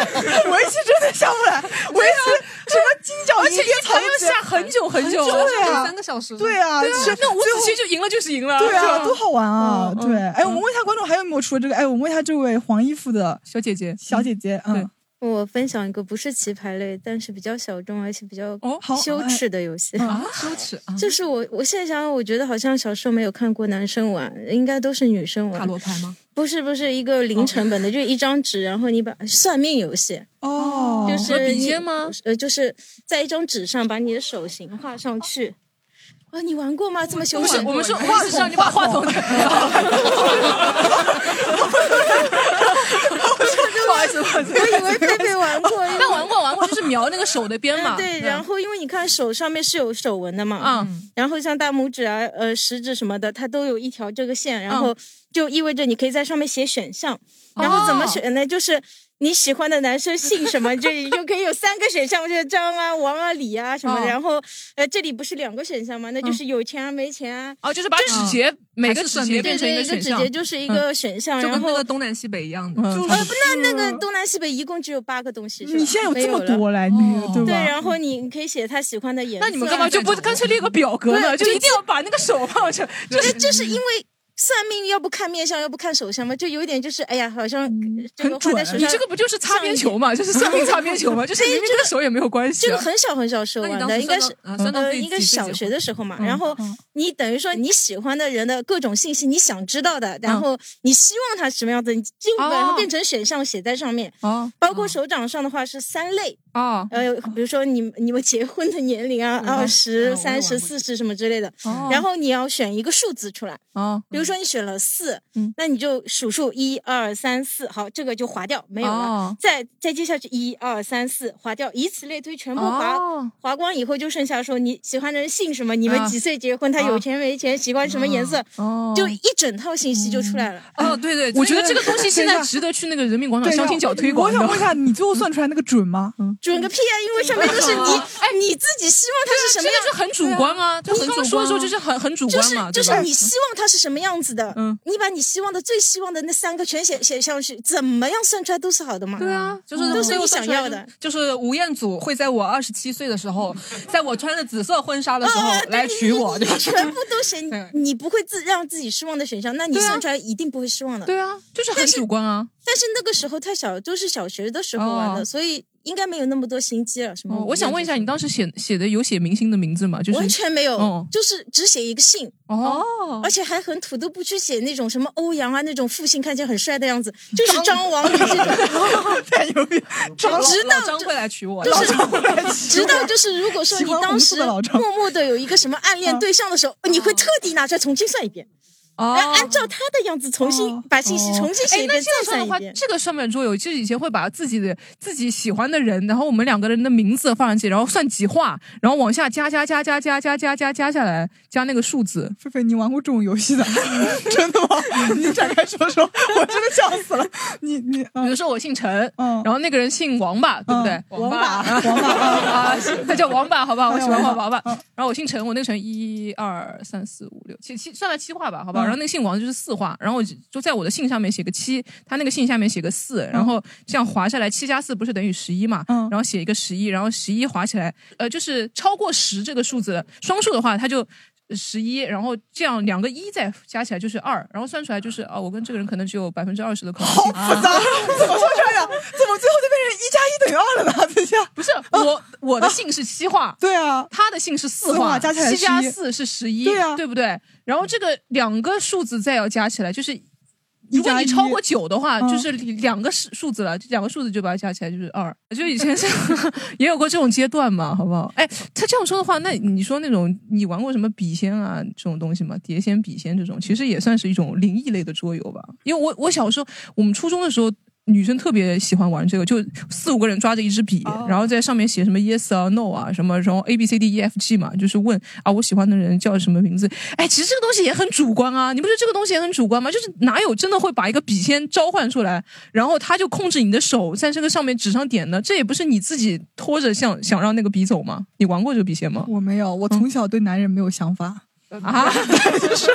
S3: 的下不来，围棋什么金角
S2: 而
S3: 银
S2: 且
S3: 边
S2: 一
S3: 草
S2: 盘要下很久很久，哦
S3: 对啊，
S6: 个小时
S3: 对啊，
S2: 对啊
S3: 其实
S2: 那五
S3: 最后
S2: 子棋就赢了就是赢了，
S3: 对啊，
S2: 就
S3: 多好玩啊！
S2: 嗯嗯
S3: 对，哎，我们问一下观众还有没有除了这个？哎，我们问一下这位黄衣服的
S2: 小姐姐，
S3: 小姐姐，嗯，
S5: 我分享一个不是棋牌类，但是比较小众而且比较
S2: 哦
S3: 好
S5: 羞
S2: 哎
S5: 耻的游戏。
S6: 啊，羞耻
S2: 嗯
S6: 啊！
S5: 就是我，我现在想想，我觉得好像小时候没有看过男生玩，应该都是女生玩。
S6: 塔罗牌吗？
S5: 不是，不是一个零成本的，就是一张纸，然后你把算命游戏。
S3: 哦
S5: 就
S6: 和
S5: 是
S6: 笔
S5: 你
S6: 尖吗？
S5: 呃，就是在一张纸上把你的手型画上去。啊，你玩过吗？这么羞
S2: 不
S5: 耻
S2: 是，？
S5: [LAUGHS]
S2: 我们是
S5: 话
S2: 话是让你把
S5: [LAUGHS]
S2: 话筒。
S5: 不好意思，不好意思。我以为贝贝玩过，
S2: 但玩过玩过，就是瞄那个手的边嘛。
S5: 嗯对，然后因为你看手上面是有手纹的嘛，
S2: 嗯，嗯
S5: 然后像大拇指啊、呃食指什么的，它都有一条这个线，然后就意味着你可以在上面写选项，
S2: 哦
S5: 然后怎么选呢？就是你喜欢的男生姓什么，就你就可以有三个选项，就是张啊、王啊、李啊什么的。
S2: 哦嗯
S5: 然后呃，这里不是两个选项吗？那就是有钱啊、没钱啊。
S2: [LAUGHS] 哦，就是把指节、每个指节
S5: 对
S2: 变成
S5: 对，
S2: 个
S5: 个
S2: 选
S5: 指
S2: 项，嗯
S5: 节就是一个选项，
S6: 就
S5: 然
S6: 跟
S5: 后
S6: 那个东南西北一样的。
S5: 呃不，
S2: 哦
S5: 那那个东南西北一共只有八个东西，是吧
S3: 你现在有这么
S5: 没了哦
S3: 多来那个对
S5: 对，
S3: 吧？
S5: 然后你你可以写他喜欢的颜色啊。
S2: 那你们干嘛就不干脆列个表格呢？
S5: 对
S2: 就一定要把那个手放
S5: [LAUGHS]
S2: 上，
S5: 就是就是因为算命，要不看面相，要不看手相嘛，就有一点就是哎呀，好像这个画
S2: 嗯很准啊
S5: 在手。上。
S2: 你这个不就是擦边球嘛？就是算命擦边
S5: [LAUGHS]
S2: 球嘛？就是明明跟手也没有关系啊。
S5: 这个很小很小时候玩
S2: 那
S5: 的，
S2: 你
S5: 应该
S2: 当时
S5: 是
S2: 算到啊算到
S5: 呃
S2: 自己
S5: 应该
S2: 几
S5: 是
S2: 岁
S5: 小
S2: 结
S5: 学的时候嘛。
S2: 嗯
S5: 然后你等于说你喜欢的人的各种信息，你想知道的，
S2: 嗯
S5: 然后你希望他什么样子，你基本上变成选项写在上面。
S2: 哦，
S5: 包括手掌上的话是三类。
S2: 哦，嗯
S5: 呃，比如说你你们结婚的年龄啊，
S2: 白
S5: 二十三十四十什么之类的
S2: 哦，
S5: 然后你要选一个数字出来。
S2: 哦，
S5: 比如说你选了四
S2: 嗯，
S5: 那你就数数一二三四，好，这个就划掉，没有了
S2: 哦。
S5: 再再接下去一二三四划掉，以此类推，全部划
S2: 哦
S5: 划光以后，就剩下说你喜欢的人姓什么，你
S2: 啊
S5: 们几岁结婚，他有钱没钱，喜欢什么颜色，就一整套信息就出来了。
S2: 哦，对对，我觉得这个东 [LAUGHS] 西现在值得去那个人民广场相亲角推广
S3: 我
S2: 的。
S3: 想问一下，你最后算出来那个准吗？嗯，
S5: 准个屁啊！因 [LAUGHS] 为上面就是
S3: [LAUGHS]
S5: 你，哎，你自己希望他是什么样，
S2: 对啊这个就很主观啊
S5: 对
S2: 这很主
S5: 你
S2: 观啊
S5: 刚说的时候
S2: 就是很很主观嘛
S5: 就是
S2: 对吧
S5: 你希望他是什么样子的，嗯，你把你希望的最希望的那三个全写写上去，怎么样算出来都是好的嘛，嗯
S6: 对啊，就是
S5: 都是
S6: 最后
S5: 你
S6: 算
S5: 想
S6: 出来
S5: 要的。
S6: 就就是吴彦祖会在我二十七岁的时候，在我穿着紫色婚纱的时候来娶我，
S5: 你
S6: 就是
S5: 全部都写，你不会自让自己失望的选项，那你
S6: 对啊
S5: 算出来一定不会失望的。
S2: 对啊，就是很主观啊。
S5: 但是那个时候太小，都是小学的时候玩的，
S2: 哦
S5: 所以应该没有那么多心机了，什么
S2: 哦
S5: 五六岁。
S2: 我想问一下，你当时写写的有写明星的名字吗？就是
S5: 完全没有，
S6: 嗯
S2: 哦
S5: 就是只写一个姓
S2: 哦，
S5: 而且还很土，都不去写那种什么欧阳啊那种复姓看起来很帅的样子，就是
S6: 张
S5: 张王李这种，
S6: 老
S5: 直到
S6: 老张会来娶我，
S5: 就是
S6: 老张会来娶我
S5: 直到就是如果说
S6: 喜
S5: 你
S6: 欢
S5: 当
S6: 红
S5: 时
S6: 色的老张嗯
S5: 默默的有一个什么暗恋对象的时候，你会特地拿出来重新算一遍。
S2: 哦
S5: 然后按照他的样子重新
S6: 哦
S5: 把信息重新写一
S2: 哎那
S5: 遍，
S2: 这
S5: 再
S2: 样算
S5: 算
S2: 的
S5: 一
S2: 话，
S5: 遍。
S2: 这个上面桌游就是以前会把自己的自己喜欢的人，然后我们两个人的名字放上去，然后算几画，然后往下加加加加加加加加加下来，加那个数字。
S3: 菲菲，你玩过这种游戏的？ [LAUGHS] 真的吗？ [LAUGHS] 你展开说说，
S2: [LAUGHS]
S3: 我真的笑死了。你你，嗯比
S2: 如说我姓陈，然后那个人姓王吧，对不对？王八，王八 [LAUGHS] 啊，那叫王八，好吧，我喜欢
S3: 嗯
S2: 画王八。然后我姓陈，我那个陈一二三四五六七七，算了七画吧，好
S6: 嗯
S2: 吧。然后那个姓王就是四画，然后我就在我的姓上面写个七，他那个姓下面写个四，
S3: 嗯
S2: 然后这样划下来，七加四不是等于十一嘛？然后写一个十一，然后十一划起来，呃，就是超过十这个数字，双数的话，它就。十一，然后这样两个一再加起来就是二，然后算出来就是啊，我跟这个人可能只有百分之二十的可能性。啊
S3: 复杂，怎么算出来的？怎么最后就变成一加一等于二了呢？ [LAUGHS] 等一下，哦
S2: 不是我我的姓是七画，
S3: 对啊，
S2: 他的姓是
S3: 四
S2: 四
S3: 画加起来
S2: 七加
S3: 11
S2: 四是十一，
S3: 对啊
S2: 对不对？然后这个两个数字再要加起来，就是如果
S3: 加
S2: 你
S3: 一
S2: 超过九的话，
S3: 嗯
S2: 就是两个数数字了，这两个数字就把它加起来就是二。就以前是 [LAUGHS] 也有过这种阶段嘛，好不好？哎，他这样说的话，那你说那种你玩过什么笔仙啊这种东西吗？碟仙、笔仙这种，其实也算是一种灵异类的桌游吧。因为我我小时候，我们初中的时候。女生特别喜欢玩这个，就四五个人抓着一支笔，然后在上面写什么 yes 啊 no 啊什么，然后 a b c d e f g 嘛，就是问啊我喜欢的人叫什么名字。哎，其实这个东西也很主观啊，你不觉得这个东西也很主观吗？就是哪有真的会把一个笔仙召唤出来，然后他就控制你的手在这个上面纸上点的，这也不是你自己拖着想想让那个笔走吗？你玩过这个笔仙吗？
S3: 我没有，我从小对男人没有想法。
S2: 啊，
S3: [LAUGHS] 就是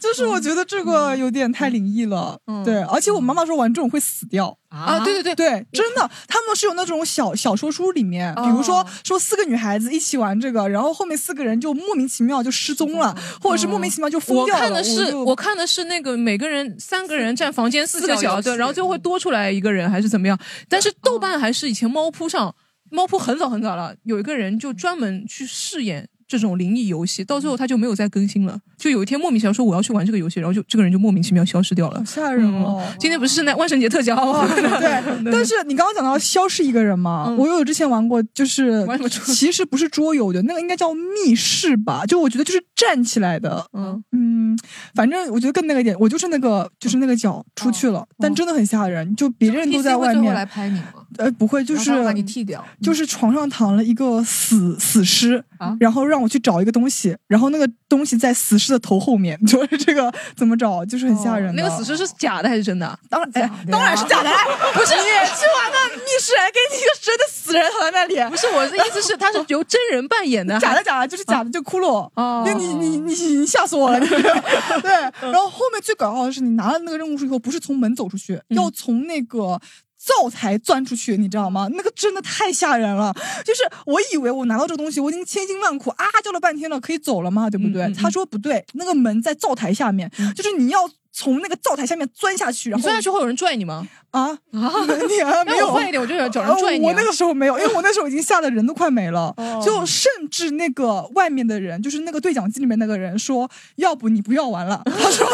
S3: 就是，我觉得这个有点
S2: 嗯
S3: 太灵异了。对，而且我妈妈说玩这种会死掉
S2: 啊对
S3: 对对对，真的，他们是有那种小小说书里面，比如
S2: 哦
S3: 说说四个女孩子一起玩这个，然后后面四个人就莫名其妙就失踪了，或者是莫名其妙就疯
S2: 嗯我
S3: 掉了。
S2: 看的是
S3: 就
S2: 我看的是那个每个人三个人占房间四个
S3: 四角
S2: 角，
S3: 游戏
S2: 对，然后最后会多出来一个人还是怎么样？但是豆
S3: 嗯
S2: 瓣还是以前猫扑上，猫扑很早很早了，有一个人就专门去饰演。这种灵异游戏到最后他就没有再更新了，就有一天莫名其妙说我要去玩这个游戏，然后就这个人就莫名其妙消失掉了，
S3: 吓人哦！
S2: 嗯今天不是圣诞万圣节特
S3: [LAUGHS]
S2: 效吗？ [LAUGHS]
S3: 对，但是你刚刚讲到消失一个人嘛，我有之前玩过，就是其实不是桌游的，那个应该叫密室吧？就我觉得就是站起来的，
S2: 嗯
S3: 反正我觉得更那个一点，我就是那个就是那个脚出去了，但真的很吓人，就别人都在
S6: NPC
S3: 外
S6: 会最
S3: 面
S6: 后来拍你吗？
S3: 呃，不会，就是
S6: 然后他把你剃掉，
S3: 就是床上躺了一个死死尸，然后让我去找一个东西，然后那个东西在死尸的头后面， [LAUGHS] 就是这个怎么找，就是很吓人的。
S2: 哦那个死尸是假的还是真的？
S3: 当然，哎当然是假的，哎 [LAUGHS] 不是你去完那密室，还给你一个真的死人躺在那里。
S2: 不是我的意思是，他是由真人扮演
S3: [LAUGHS]
S2: 的，
S3: 假的假的，就是假的，就骷髅。
S2: 哦
S3: 那你你你你吓死我
S2: [LAUGHS]
S3: 了，你对。然后后面最搞笑的是，你拿了那个任务书以后，不是从门走出去，
S2: 嗯
S3: 要从那个。灶台钻出去，你知道吗？那个真的太吓人了。就是我以为我拿到这个东西，我已经千辛万苦啊叫了半天了，可以走了吗？对不对？
S2: 嗯
S3: 他说不对，那个门在灶台下面，就是你要从那个灶台下面钻下去，然后
S2: 钻下去会有人拽你吗？
S3: 啊啊！你
S2: [LAUGHS]
S3: 还没
S2: 那
S3: 有哦
S2: 我换一点，我就有找人拽你啊。
S3: 我那个时候没有，因为我那时候已经吓得人都快没了
S2: [LAUGHS] 哦，
S3: 就甚至那个外面的人，就是那个对讲机里面那个人说，要不你不要玩了。 [LAUGHS] 他说，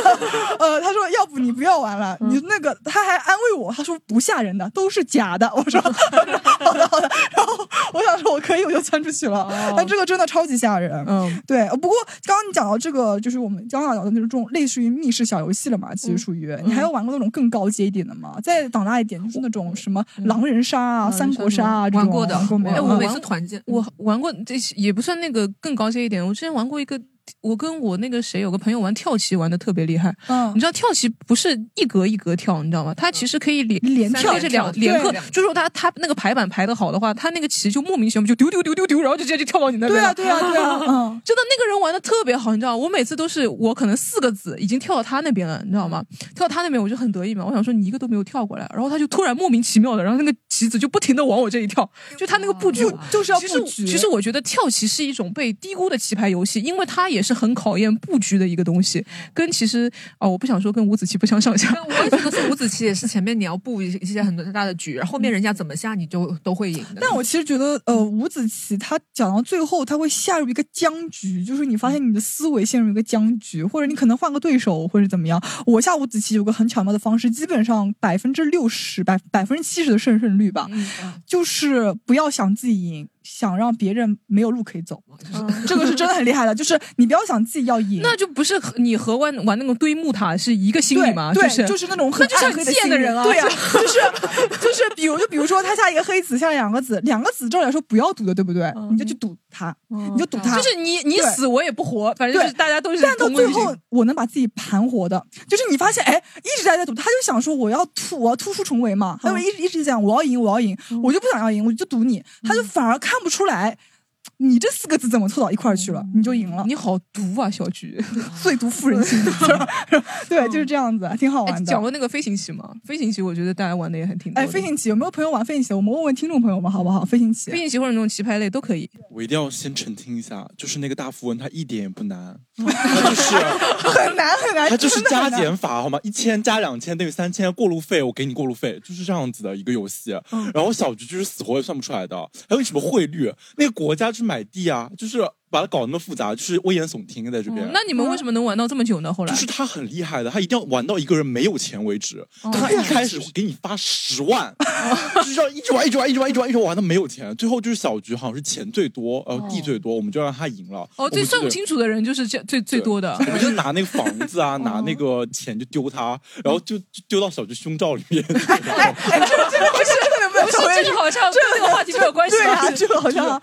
S3: 呃，他说要不你不要玩
S2: 嗯
S3: 了，你那个他还安慰我，他说不吓人的，都是假的。我说好的好的， [LAUGHS] 然后我想说我可以，我就窜出去了。但这个真的超级吓人，
S2: 嗯，
S3: 对。不过刚刚你讲到这个，就是我们刚刚讲到的就是这种类似于密室小游戏了嘛，其实属于你还有玩过那种更高阶一点的吗？再长大一点就是那种什么狼人杀啊、三国杀啊这种
S6: 玩过的
S3: 玩过没有？
S6: 哎我
S3: 玩
S6: 每次团建
S2: 嗯我玩过，这也不算那个更高阶一点。我之前玩过一个，我跟我那个谁有个朋友玩跳棋，玩的特别厉害。
S3: 嗯
S2: 你知道跳棋不是一格一格跳，你知道吗？它其实可以连
S3: 连
S2: 跳，
S3: 跳
S2: 是两
S3: 对
S2: 连克
S3: 两。
S2: 就是说它它那个排版排的好的话，它那个棋就莫名其妙就丢丢丢丢丢，然后就直接就跳到你那边了。
S3: 对啊对啊
S2: [LAUGHS]
S3: 对啊嗯
S2: 真的那个人玩的特别好，你知道吗，我每次都是我可能四个子已经跳到他那边了，你知道吗？跳到他那边我就很得意嘛，我想说你一个都没有跳过来，然后他就突然莫名其妙的，然后那个棋子就不停的往我这里跳，就他那个布局
S3: 就是要
S2: 其实
S3: 布局
S2: 其实我觉得跳棋是一种被低估的棋牌游戏，因为它也是很考验布局的一个东西，跟其实啊、我不想说跟五子棋不相上下。
S6: 嗯我也觉得是五子棋也是前面你要布一些很多大的局，然后后
S2: 嗯
S6: 面人家怎么下你就都会赢的。
S3: 但我其实觉得，呃，伍子棋他讲到最后，他会下入一个僵局，就是你发现你的思维陷入一个僵局，或者你可能换个对手，或者怎么样。我下伍子棋有个很巧妙的方式，基本上百分之六十、百百分之七十的胜胜率吧，就是不要想自己赢，想让别人没有路可以走。这哦个是真的很厉害的，就是你不要想自己要赢，
S2: 那就不是和你和玩玩那种堆木塔是
S6: 哦
S2: 一个心理吗？
S3: 对，
S2: 是
S3: 就是那种很
S2: 那就
S3: 暗黑
S2: 是很
S3: 的
S2: 贱
S3: 心理
S2: 人啊！
S3: 对啊，就是就是，比如就比如说他下一个黑子，下两个子，两个子照理来说不要赌的，对不对？你就去赌它，你就赌
S6: 啊
S3: 它，
S2: 嗯就是你你
S3: 对
S2: 死我也不活，反正就是
S3: 对
S2: 大家都是
S3: 但到
S2: 同归
S3: 最
S2: 于尽
S3: 后，我能把自己盘活的，就是你发现，哎，一直在在赌，他就想说我要突我要突出重围嘛，他
S2: 嗯
S3: 就一直一直讲我要赢，我要赢，我就不想要赢，我就赌你，他
S2: 嗯
S3: 就反而看不出来。你这四个字怎么凑到一块儿去了？你就赢了。
S2: 嗯你好毒啊，小菊，
S3: [LAUGHS] 最毒妇人心。
S2: [LAUGHS]
S3: [LAUGHS] 对，就是这样子，挺好玩
S2: 哎
S3: 的。
S2: 讲过那个飞行棋吗？飞行棋我觉得大家玩的也很挺多
S3: 哎，
S2: 的。
S3: 飞行棋有没有朋友玩飞行棋？我们问问听众朋友们好不好？飞行棋，
S2: 飞行棋或者那种棋牌类都可以。
S8: 我一定要先澄清一下，就是那个大富翁，它一点也不难，
S3: 很难很难，
S8: 它就是
S3: 真的
S8: 加
S3: 很难
S8: 减法，好吗？一千加两千等于三千，过路费我给你过路费，就是这样子的一个游戏。
S3: 嗯
S8: 然后小局就是死活也算不出来的，还有什么汇率，那个国家去买地啊，就是把它搞得那么复杂，就是危言耸听在这
S6: 啊
S8: 边。嗯
S2: 哦那你们为什么能玩到这么久呢？后来
S8: 就是他很厉害的，他一定要玩到一个人没有钱为止。
S2: 哦
S8: 他一开始会给你发十万，就是这样一直玩，一直玩，一直玩，一直玩，一直玩到没有钱。最后就是小局好像是钱最多，呃，地最多，我们就让他赢了。
S2: 哦，最算不清
S8: 楚。
S2: 楚的人就是这最最多的
S8: 我。们就拿那个房子啊，拿那个钱就丢他，然后就就丢到小局胸罩里面。 [LAUGHS]
S3: 哎，这个这个不是这个没有
S2: 不是这个好像跟这个话题没有关系
S3: 对啊
S2: 吧，
S3: 这个好像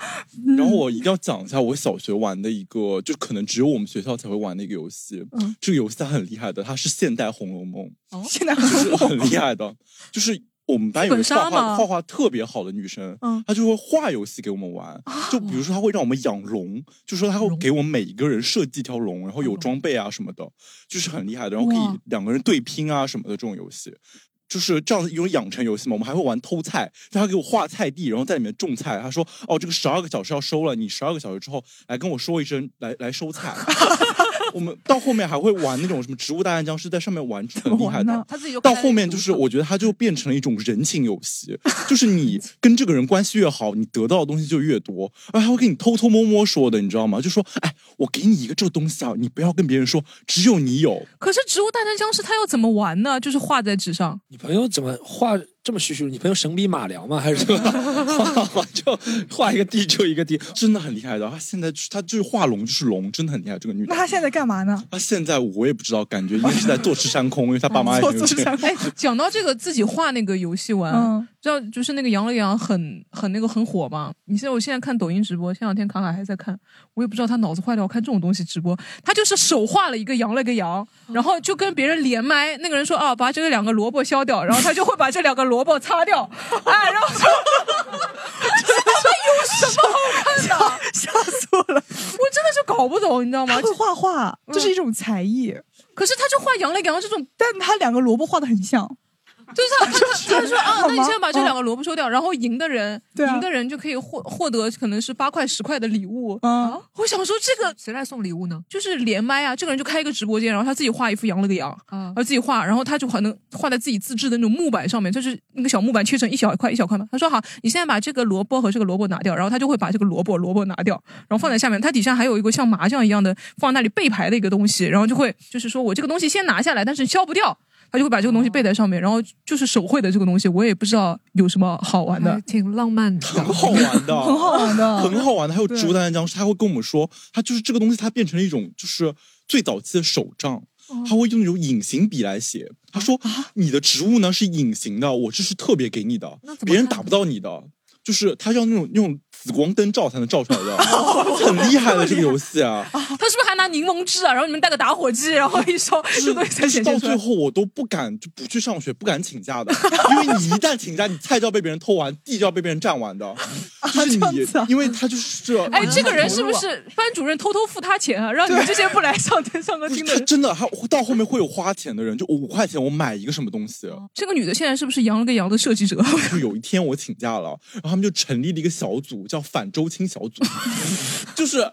S8: 然后我一定要讲一下我小学玩的一个，就可能只有我们学校才会玩的一个游戏。
S3: 嗯
S8: 这个游戏它很厉害的，它是现代《红楼梦》。
S3: [LAUGHS] 现在很
S8: 就是哦很厉害的，就是我们班有一个
S3: 剧本杀
S8: 画
S3: 吗
S8: 画画画特别好的女生，
S3: 嗯啊
S8: 她就会画游戏给我们玩，就比如说她会让我们养龙，就说她会给我们每一个人设计一条龙，然后有装备啊什么的，就是很厉害的，然后可以
S3: 哇
S8: 两个人对拼啊什么的这种游戏。就是这样子一种养成游戏嘛，我们还会玩偷菜，就他给我画菜地，然后在里面种菜。他说：“哦，这个十二个小时要收了，你十二个小时之后来跟我说一声，来来收菜。” [LAUGHS] 我们到后面还会玩那种什么植物大战僵尸，在上面玩很厉害的。
S6: 他自己就
S8: 到后面就是，我觉得它就变成了一种人情游 [LAUGHS] 戏，就是你跟这个人关系越好，你得到的东西就越多，而还会跟你偷偷摸摸说的，你知道吗？就说，哎，我给你一个这个东西啊，你不要跟别人说，只有你 [LAUGHS] 有。
S2: 可是《植物大战僵尸》它要怎么玩呢？就是画在纸上。
S4: 你朋友怎么画这么栩栩？你朋友神笔马良吗？还是什
S2: [LAUGHS]
S4: 么？画画就画一个地就一个地，
S8: 真的很厉害的。他现在就是他就是画龙就是龙，真的很厉害。这个女
S3: 那
S8: 的，
S3: 他现在干嘛呢？
S8: 她现在我也不知道，感觉哦 [LAUGHS] 应该是在坐吃山空，因为她爸妈也没有钱。
S2: 哎，讲到这个自己画那个游戏玩
S3: 嗯，
S2: 真知道就是那个杨乐阳很很那个很火嘛。你现在我现在看抖音直播，前两天卡卡还在看，我也不知道他脑子坏掉，我看这种东西直播，他就是手画了一个羊了个羊，
S8: 嗯
S2: 然后就跟别人连麦，那个人说啊，把这两个萝卜削掉，然后他就会把这两个萝卜擦掉，哎，然后就。 [LAUGHS] 有什么好看的？吓死我了！我真的是搞不懂，你知道吗？嗯
S3: 他会画画，这是一种才艺。
S2: 可是他就画羊了羊这种，
S3: 但他两个萝卜画的很像。
S2: [LAUGHS] 就是
S3: [LAUGHS]
S2: 他他他他说啊，
S3: 好吗嗯
S2: 那你现在把这两个萝卜收掉，然后赢的人，
S3: 对啊
S2: 赢的人就可以获获得可能是八块十块的礼物。
S3: 啊，
S2: 我想说这个谁来送礼物呢？就是连麦啊，这个人就开一个直播间，然后他自己画一幅羊了个羊，
S6: 啊
S2: 然后自己画，然后他就可能画在自己自制的那种木板上面，就是那个小木板切成一小块一小块嘛。他说好，你现在把这个萝卜和这个萝卜拿掉，然后他就会把这个萝卜萝卜拿掉，然后放在下面。它底下还有一个像麻将一样的放在那里备牌的一个东西，然后就会就是说我这个东西先拿下来，但是消不掉。他就会把这个东西备在上面，然后就是手绘的这个东西，我也不知道有什么好玩的，
S6: 挺浪漫的，
S8: 很好玩的，
S2: 很好玩的
S8: 很好玩的。还有
S2: 对
S8: 植物大战僵尸，他会跟我们说，他就是这个东西，它变成了一种就是最早期的手账，他会用一种隐形笔来写。他说：“你的植物呢是隐形的，我这是特别给你的，别人打不到你的。”就是他要那种用紫光灯照才能照出来的，很厉害的这个游戏啊！
S2: [LAUGHS] 他是不是还拿柠檬汁啊？然后你们带个打火机，然后一烧，这东西才
S8: 嗯就是
S2: 显
S8: 到
S2: 现出
S8: 最
S2: 来。
S8: 后我都不敢就不去上学，不敢请假的，因为你一旦请假，你菜就要被别人偷完，地就要被别人占完
S2: [LAUGHS]
S8: 的，
S2: 啊
S8: 就是你，因为他就是这，
S2: 哎，这个人是
S8: 啊
S2: 不是班主任偷偷付他钱啊？让你们这些不来上上课听
S8: 他
S2: 的人。
S8: 真的，他到后面会有花钱的人，就五块钱我买一个什么东西。
S2: [LAUGHS] 这个女的现在是不是羊了个羊的设计者？
S8: [LAUGHS] 就有一天我请假了，然后他们就成立了一个小组，叫反周青小组， [LAUGHS] 就是。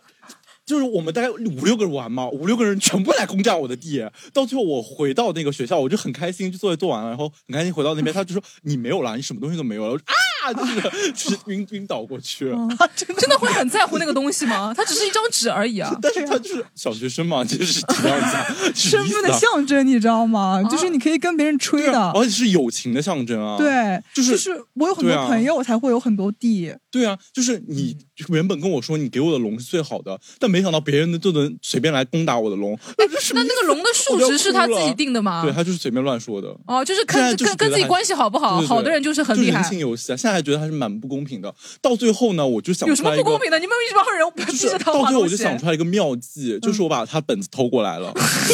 S8: 就是我们大概五六个人玩嘛，五六个人全部来攻占我的地。到最后我回到那个学校，我就很开心，就作业做完了，然后很开心回到那
S3: [LAUGHS]
S8: 边，他就说你没有啦，你什么东西都没有了。我说啊，就是就是晕晕倒过去。
S2: [LAUGHS]
S3: 嗯
S2: 真的会很在乎那个东西吗？ [LAUGHS] 它只是一张纸而已啊。
S8: [LAUGHS] 但是他就是小学生嘛，就是这样
S3: [LAUGHS]
S8: 子，是
S3: 身份的
S8: 意思啊
S3: 象征，你知道吗？
S2: 嗯
S3: 就是你可以跟别人吹的。
S8: 而且是友情的象征啊。
S3: 对，
S8: 就是
S3: 我有很多
S8: 对啊
S3: 朋友才会有很多地，
S8: 对啊，就是你原本跟我说你给我的龙是最好的，但没想到别人都能随便来攻打我的龙，
S2: 那那个龙的数值是他自己定的吗？
S8: 对他就是随便乱说的。
S2: 啊哦，就是
S8: 现在
S2: 跟
S8: 就是
S2: 跟跟自己关系好不好？好的人就是很厉害
S8: 人。性游戏啊，现在还觉得还是蛮不公平的。到最后呢，我就想
S2: 有什
S8: 出来
S2: 么
S8: 一
S2: 不
S8: 个
S2: 公平的？你们为什么让人逼着他
S8: 到
S2: 画
S8: 最后我
S2: 东
S8: 就
S2: 西？
S8: 想出来一个妙
S2: 嗯
S8: 计，就是我把他本子偷过来了， [LAUGHS]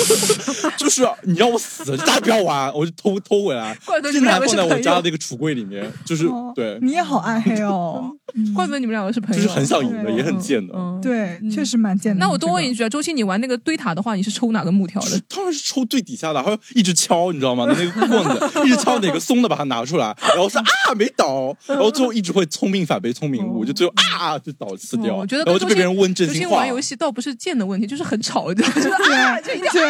S8: 就是你让我死，大家不要玩，我就偷偷回来
S2: 怪不得，你
S8: 现
S2: 们
S8: 在
S2: 两
S8: 还
S2: 个是
S8: 放在我
S2: 朋
S8: 家
S2: 友
S8: 的那个橱柜里面，就是
S3: 哦
S8: 对，
S3: 你也好暗黑
S2: [LAUGHS]
S3: 哦，
S2: 怪不得你们两个是朋
S8: 就
S2: 友，
S8: 是很想赢的，
S2: 对嗯
S8: 也很贱的。
S6: 嗯
S3: 对，确实蛮简单。
S2: 那我多问一句啊，周青，你玩那个堆塔的话，你是抽哪个木条的？
S8: 当然是抽最底下的，还有一直敲，你知道吗？那个棍子 [LAUGHS] 一直敲哪个松的，把它拿出来，然后说啊没
S2: [LAUGHS]
S8: 倒，然后最后一直会聪明反被聪明误，我就最后啊就倒刺
S6: 嗯
S8: 掉，
S2: 哦我觉得
S8: 然
S2: 跟
S8: 后就被
S2: 周青
S8: 别人问真
S2: 周
S8: 心
S2: 青
S8: 话
S2: 玩。游戏倒不是贱的问题，就是
S6: [LAUGHS]
S2: 很吵，你知道吗？就是啊，就一定要
S3: 对，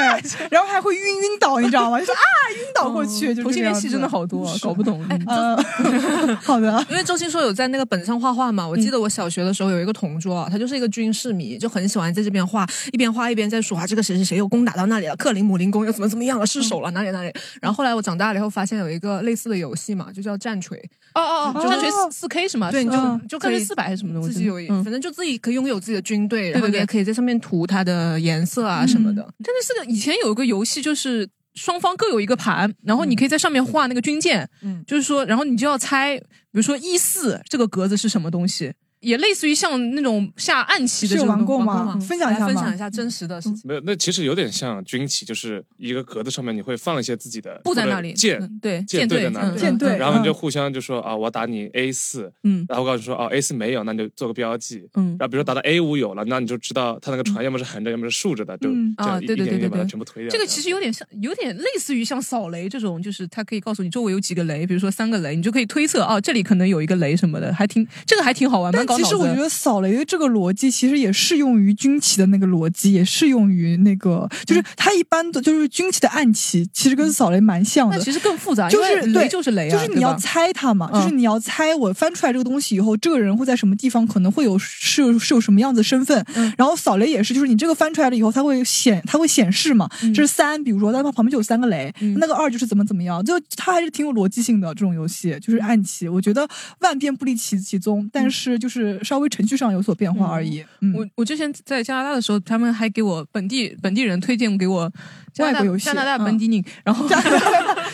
S3: 然后还会晕晕
S6: [LAUGHS]
S3: 倒，你知道吗？就是
S2: [LAUGHS]
S3: 啊，晕倒过去，就
S2: 嗯同性
S3: 这个
S2: 恋
S3: 样
S2: 戏
S3: 子
S2: 真的好多啊，搞不懂。
S3: 呃，好的，嗯
S6: 因为周星说有在那个本上画画嘛，我记得我小学的时候有一个同桌啊，他就是一个军事迷，就很喜欢在这边画，一边画一边在说啊，这个谁谁谁又攻打到那里了，克林姆林宫又怎么怎么样了，失
S3: 嗯
S6: 守了哪里哪里。然后后来我长大了以后，发现有一个类似的游戏嘛，就叫战锤。
S2: 哦哦哦，
S6: 就
S2: 战
S6: 是
S2: 锤四 K 是吗？
S6: 对，你就
S2: 嗯
S6: 就
S2: 战
S6: 可
S2: 锤
S6: 以
S2: 四百还是什么东西？
S6: 自己有一，
S2: 嗯
S6: 反正就自己可以拥有自己的军队，
S2: 对
S6: 然后
S2: 对
S6: 你
S2: 对
S6: 也可以在上面涂它的颜色啊什么的。
S2: 嗯真的是个以前有一个游戏，就是双方各有一个盘，然后你可以在上面画那个军舰，
S6: 嗯
S2: 就是说，然后你就要猜，比如说一四这个格子是什么东西，也类似于像那种下暗棋
S3: 是
S2: 的这
S3: 有
S2: 种
S3: 玩过吗
S2: 玩过
S3: 分享一下
S2: 来
S3: 吗
S6: 真实的事情。
S10: 没有，那其实有点像军旗，就是一个格子上面你会放一些自己的
S2: 布在
S10: 或者
S2: 那里嗯
S10: 舰，
S2: 对
S10: 舰
S2: 舰
S10: 队在
S2: 队
S10: 那
S2: 嗯
S10: 里，
S2: 舰队
S10: 然后你就
S2: 嗯
S10: 互相就说啊，我打你 A 四，
S2: 嗯
S10: 然后告诉你说哦 A 四没有，那你就做个标记，
S2: 嗯
S10: 然后比如说打到 A 五有了，那你就知道它那个船要么是横着，要么是竖着的，就
S2: 嗯
S10: 这
S2: 啊
S10: 样一
S2: 对
S10: 一点
S2: 对对
S10: 一
S2: 对
S10: 点把它
S2: 对
S10: 全部推掉。
S2: 这个其实有点像，有点类似于像扫雷这种，就是它可以告诉你周围有几个雷，比如说三个雷，你就可以推测啊，这里可能有一个雷什么的，还挺这个还挺好玩，蛮
S3: 但
S2: 搞
S3: 其
S2: 脑
S3: 实我
S2: 子
S3: 觉得扫雷的这个逻辑，其实也适用于军旗的那个逻辑，也适用于那个，
S2: 嗯
S3: 就是它一般的就是军旗的暗棋，其实跟扫雷蛮像的。
S2: 那其实更复杂
S3: 就
S2: 因为
S3: 是
S2: 雷
S3: 对
S2: 就是雷啊
S3: 就是你
S2: 对吧
S3: 要猜它嘛，
S2: 嗯
S3: 就是你要猜我翻出来这个东西以后，这个人会在什么地方，可能会有是有是有什么样子的身份。
S2: 嗯
S3: 然后扫雷也是，就是你这个翻出来了以后，它会显它会显示嘛，
S2: 嗯
S3: 这是三，比如说它旁边就有三个雷，那个二就是怎么怎么样，就它还是挺有逻辑性的这种游戏，就是暗棋，我觉得万变不离其其宗，但是就是稍微程序上有所
S2: 嗯
S3: 变化而已。
S2: 我我之前在加拿大的时候，他们还给我本地本地人推荐给我加
S3: 外
S2: 拿
S3: 国游戏嗯
S2: 加拿大本迪宁，然 [LAUGHS] 后
S3: [LAUGHS]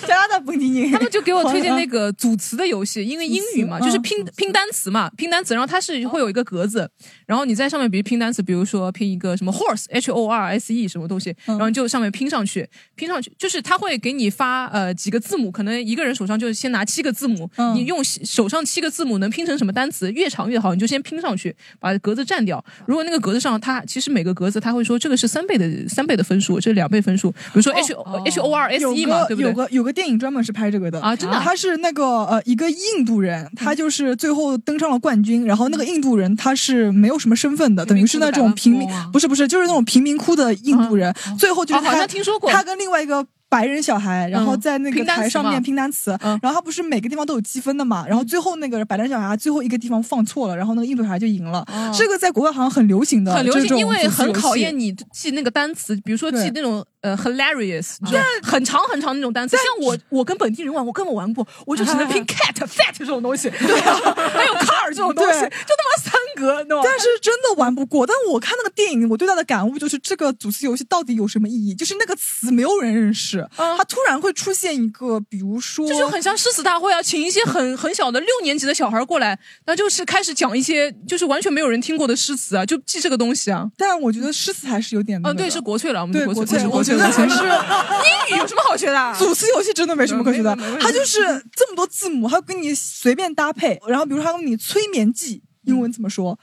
S3: 加拿大本迪宁，
S2: 他们就给我推荐
S3: 嗯
S2: 那个组词的游戏，因为英语嘛，
S3: 组词
S2: 就是拼拼单词嘛，拼单词，然后它是会有一个格子，然后你在上面，比如拼单词，比如说拼一个什么 horse h o r s e 什么东西，
S3: 嗯
S2: 然后你就上面拼上去，拼上去，就是他会给你发呃几个字母，可能一个人手上就先拿七个字母，
S3: 嗯
S2: 你用手上七个字母能拼成什么单词，越长越好，你就先拼上去，把格子占掉。如果那个格子上它其实每个格子它会说这个是三倍的三倍的分数，这是两倍分数，比如说 h h o r s e 嘛，对不
S3: 哦
S2: 对？
S3: 有个有个电影专门是拍这个的
S2: 啊真的啊
S3: 他是那个呃一个印度人，他就是最后登上了冠军，然后那个印度人他是没有什么身份的，等于是那种贫民，不是不是，就是那种贫民窟的印度人，最后就是
S2: 哦
S3: 他
S2: 好像听说过
S3: 他跟另外一个。白人小孩，然后
S2: 嗯
S3: 在那个
S2: 拼单词
S3: 台上面
S2: 嘛
S3: 拼单词，然后他不是每个地方都有积分的嘛，然后最后那个白人小孩最后一个地方放错了，然后那个印度小孩就赢了。这个在国外好像很流行的，
S2: 哦很流
S3: 啊这
S2: 行，
S3: 种
S2: 因为
S3: 组词
S2: 很
S3: 游戏
S2: 考验你记那个单词，比如说记
S3: 对
S2: 那种呃 hilarious，就是很长很长那种单词。像我，我跟本地人玩，我根本玩不，我就只能
S3: [LAUGHS]
S2: 拼 cat、fat [LAUGHS] 这种东西，对啊，还有 car 这种东西，就
S3: 对
S2: 他妈三格，对吧？
S3: 但是真的玩不过。但我看那个电影，我对它的感悟就是，这个组词游戏到底有什么意义？就是那个词没有人认识，它突然会出现一个，比如说，
S2: 嗯这就很像诗词大会啊，请一些很很小的六年级的小孩过来，那就是开始讲一些就是完全没有人听过的诗词啊，就记这个东西啊。
S3: 但我觉得诗词还是有点那
S2: 嗯，
S3: 个的
S2: 对，是国粹了，我们
S3: 对
S2: 是国
S3: 国粹
S2: 是
S3: 我觉得才是
S2: 英语有什么好学的啊？
S3: 组词游戏真的没什么可学的
S2: 没没没，
S3: 它就是这么多字母，它跟你随便搭配，然后比如说它跟你催眠剂，英文怎么说？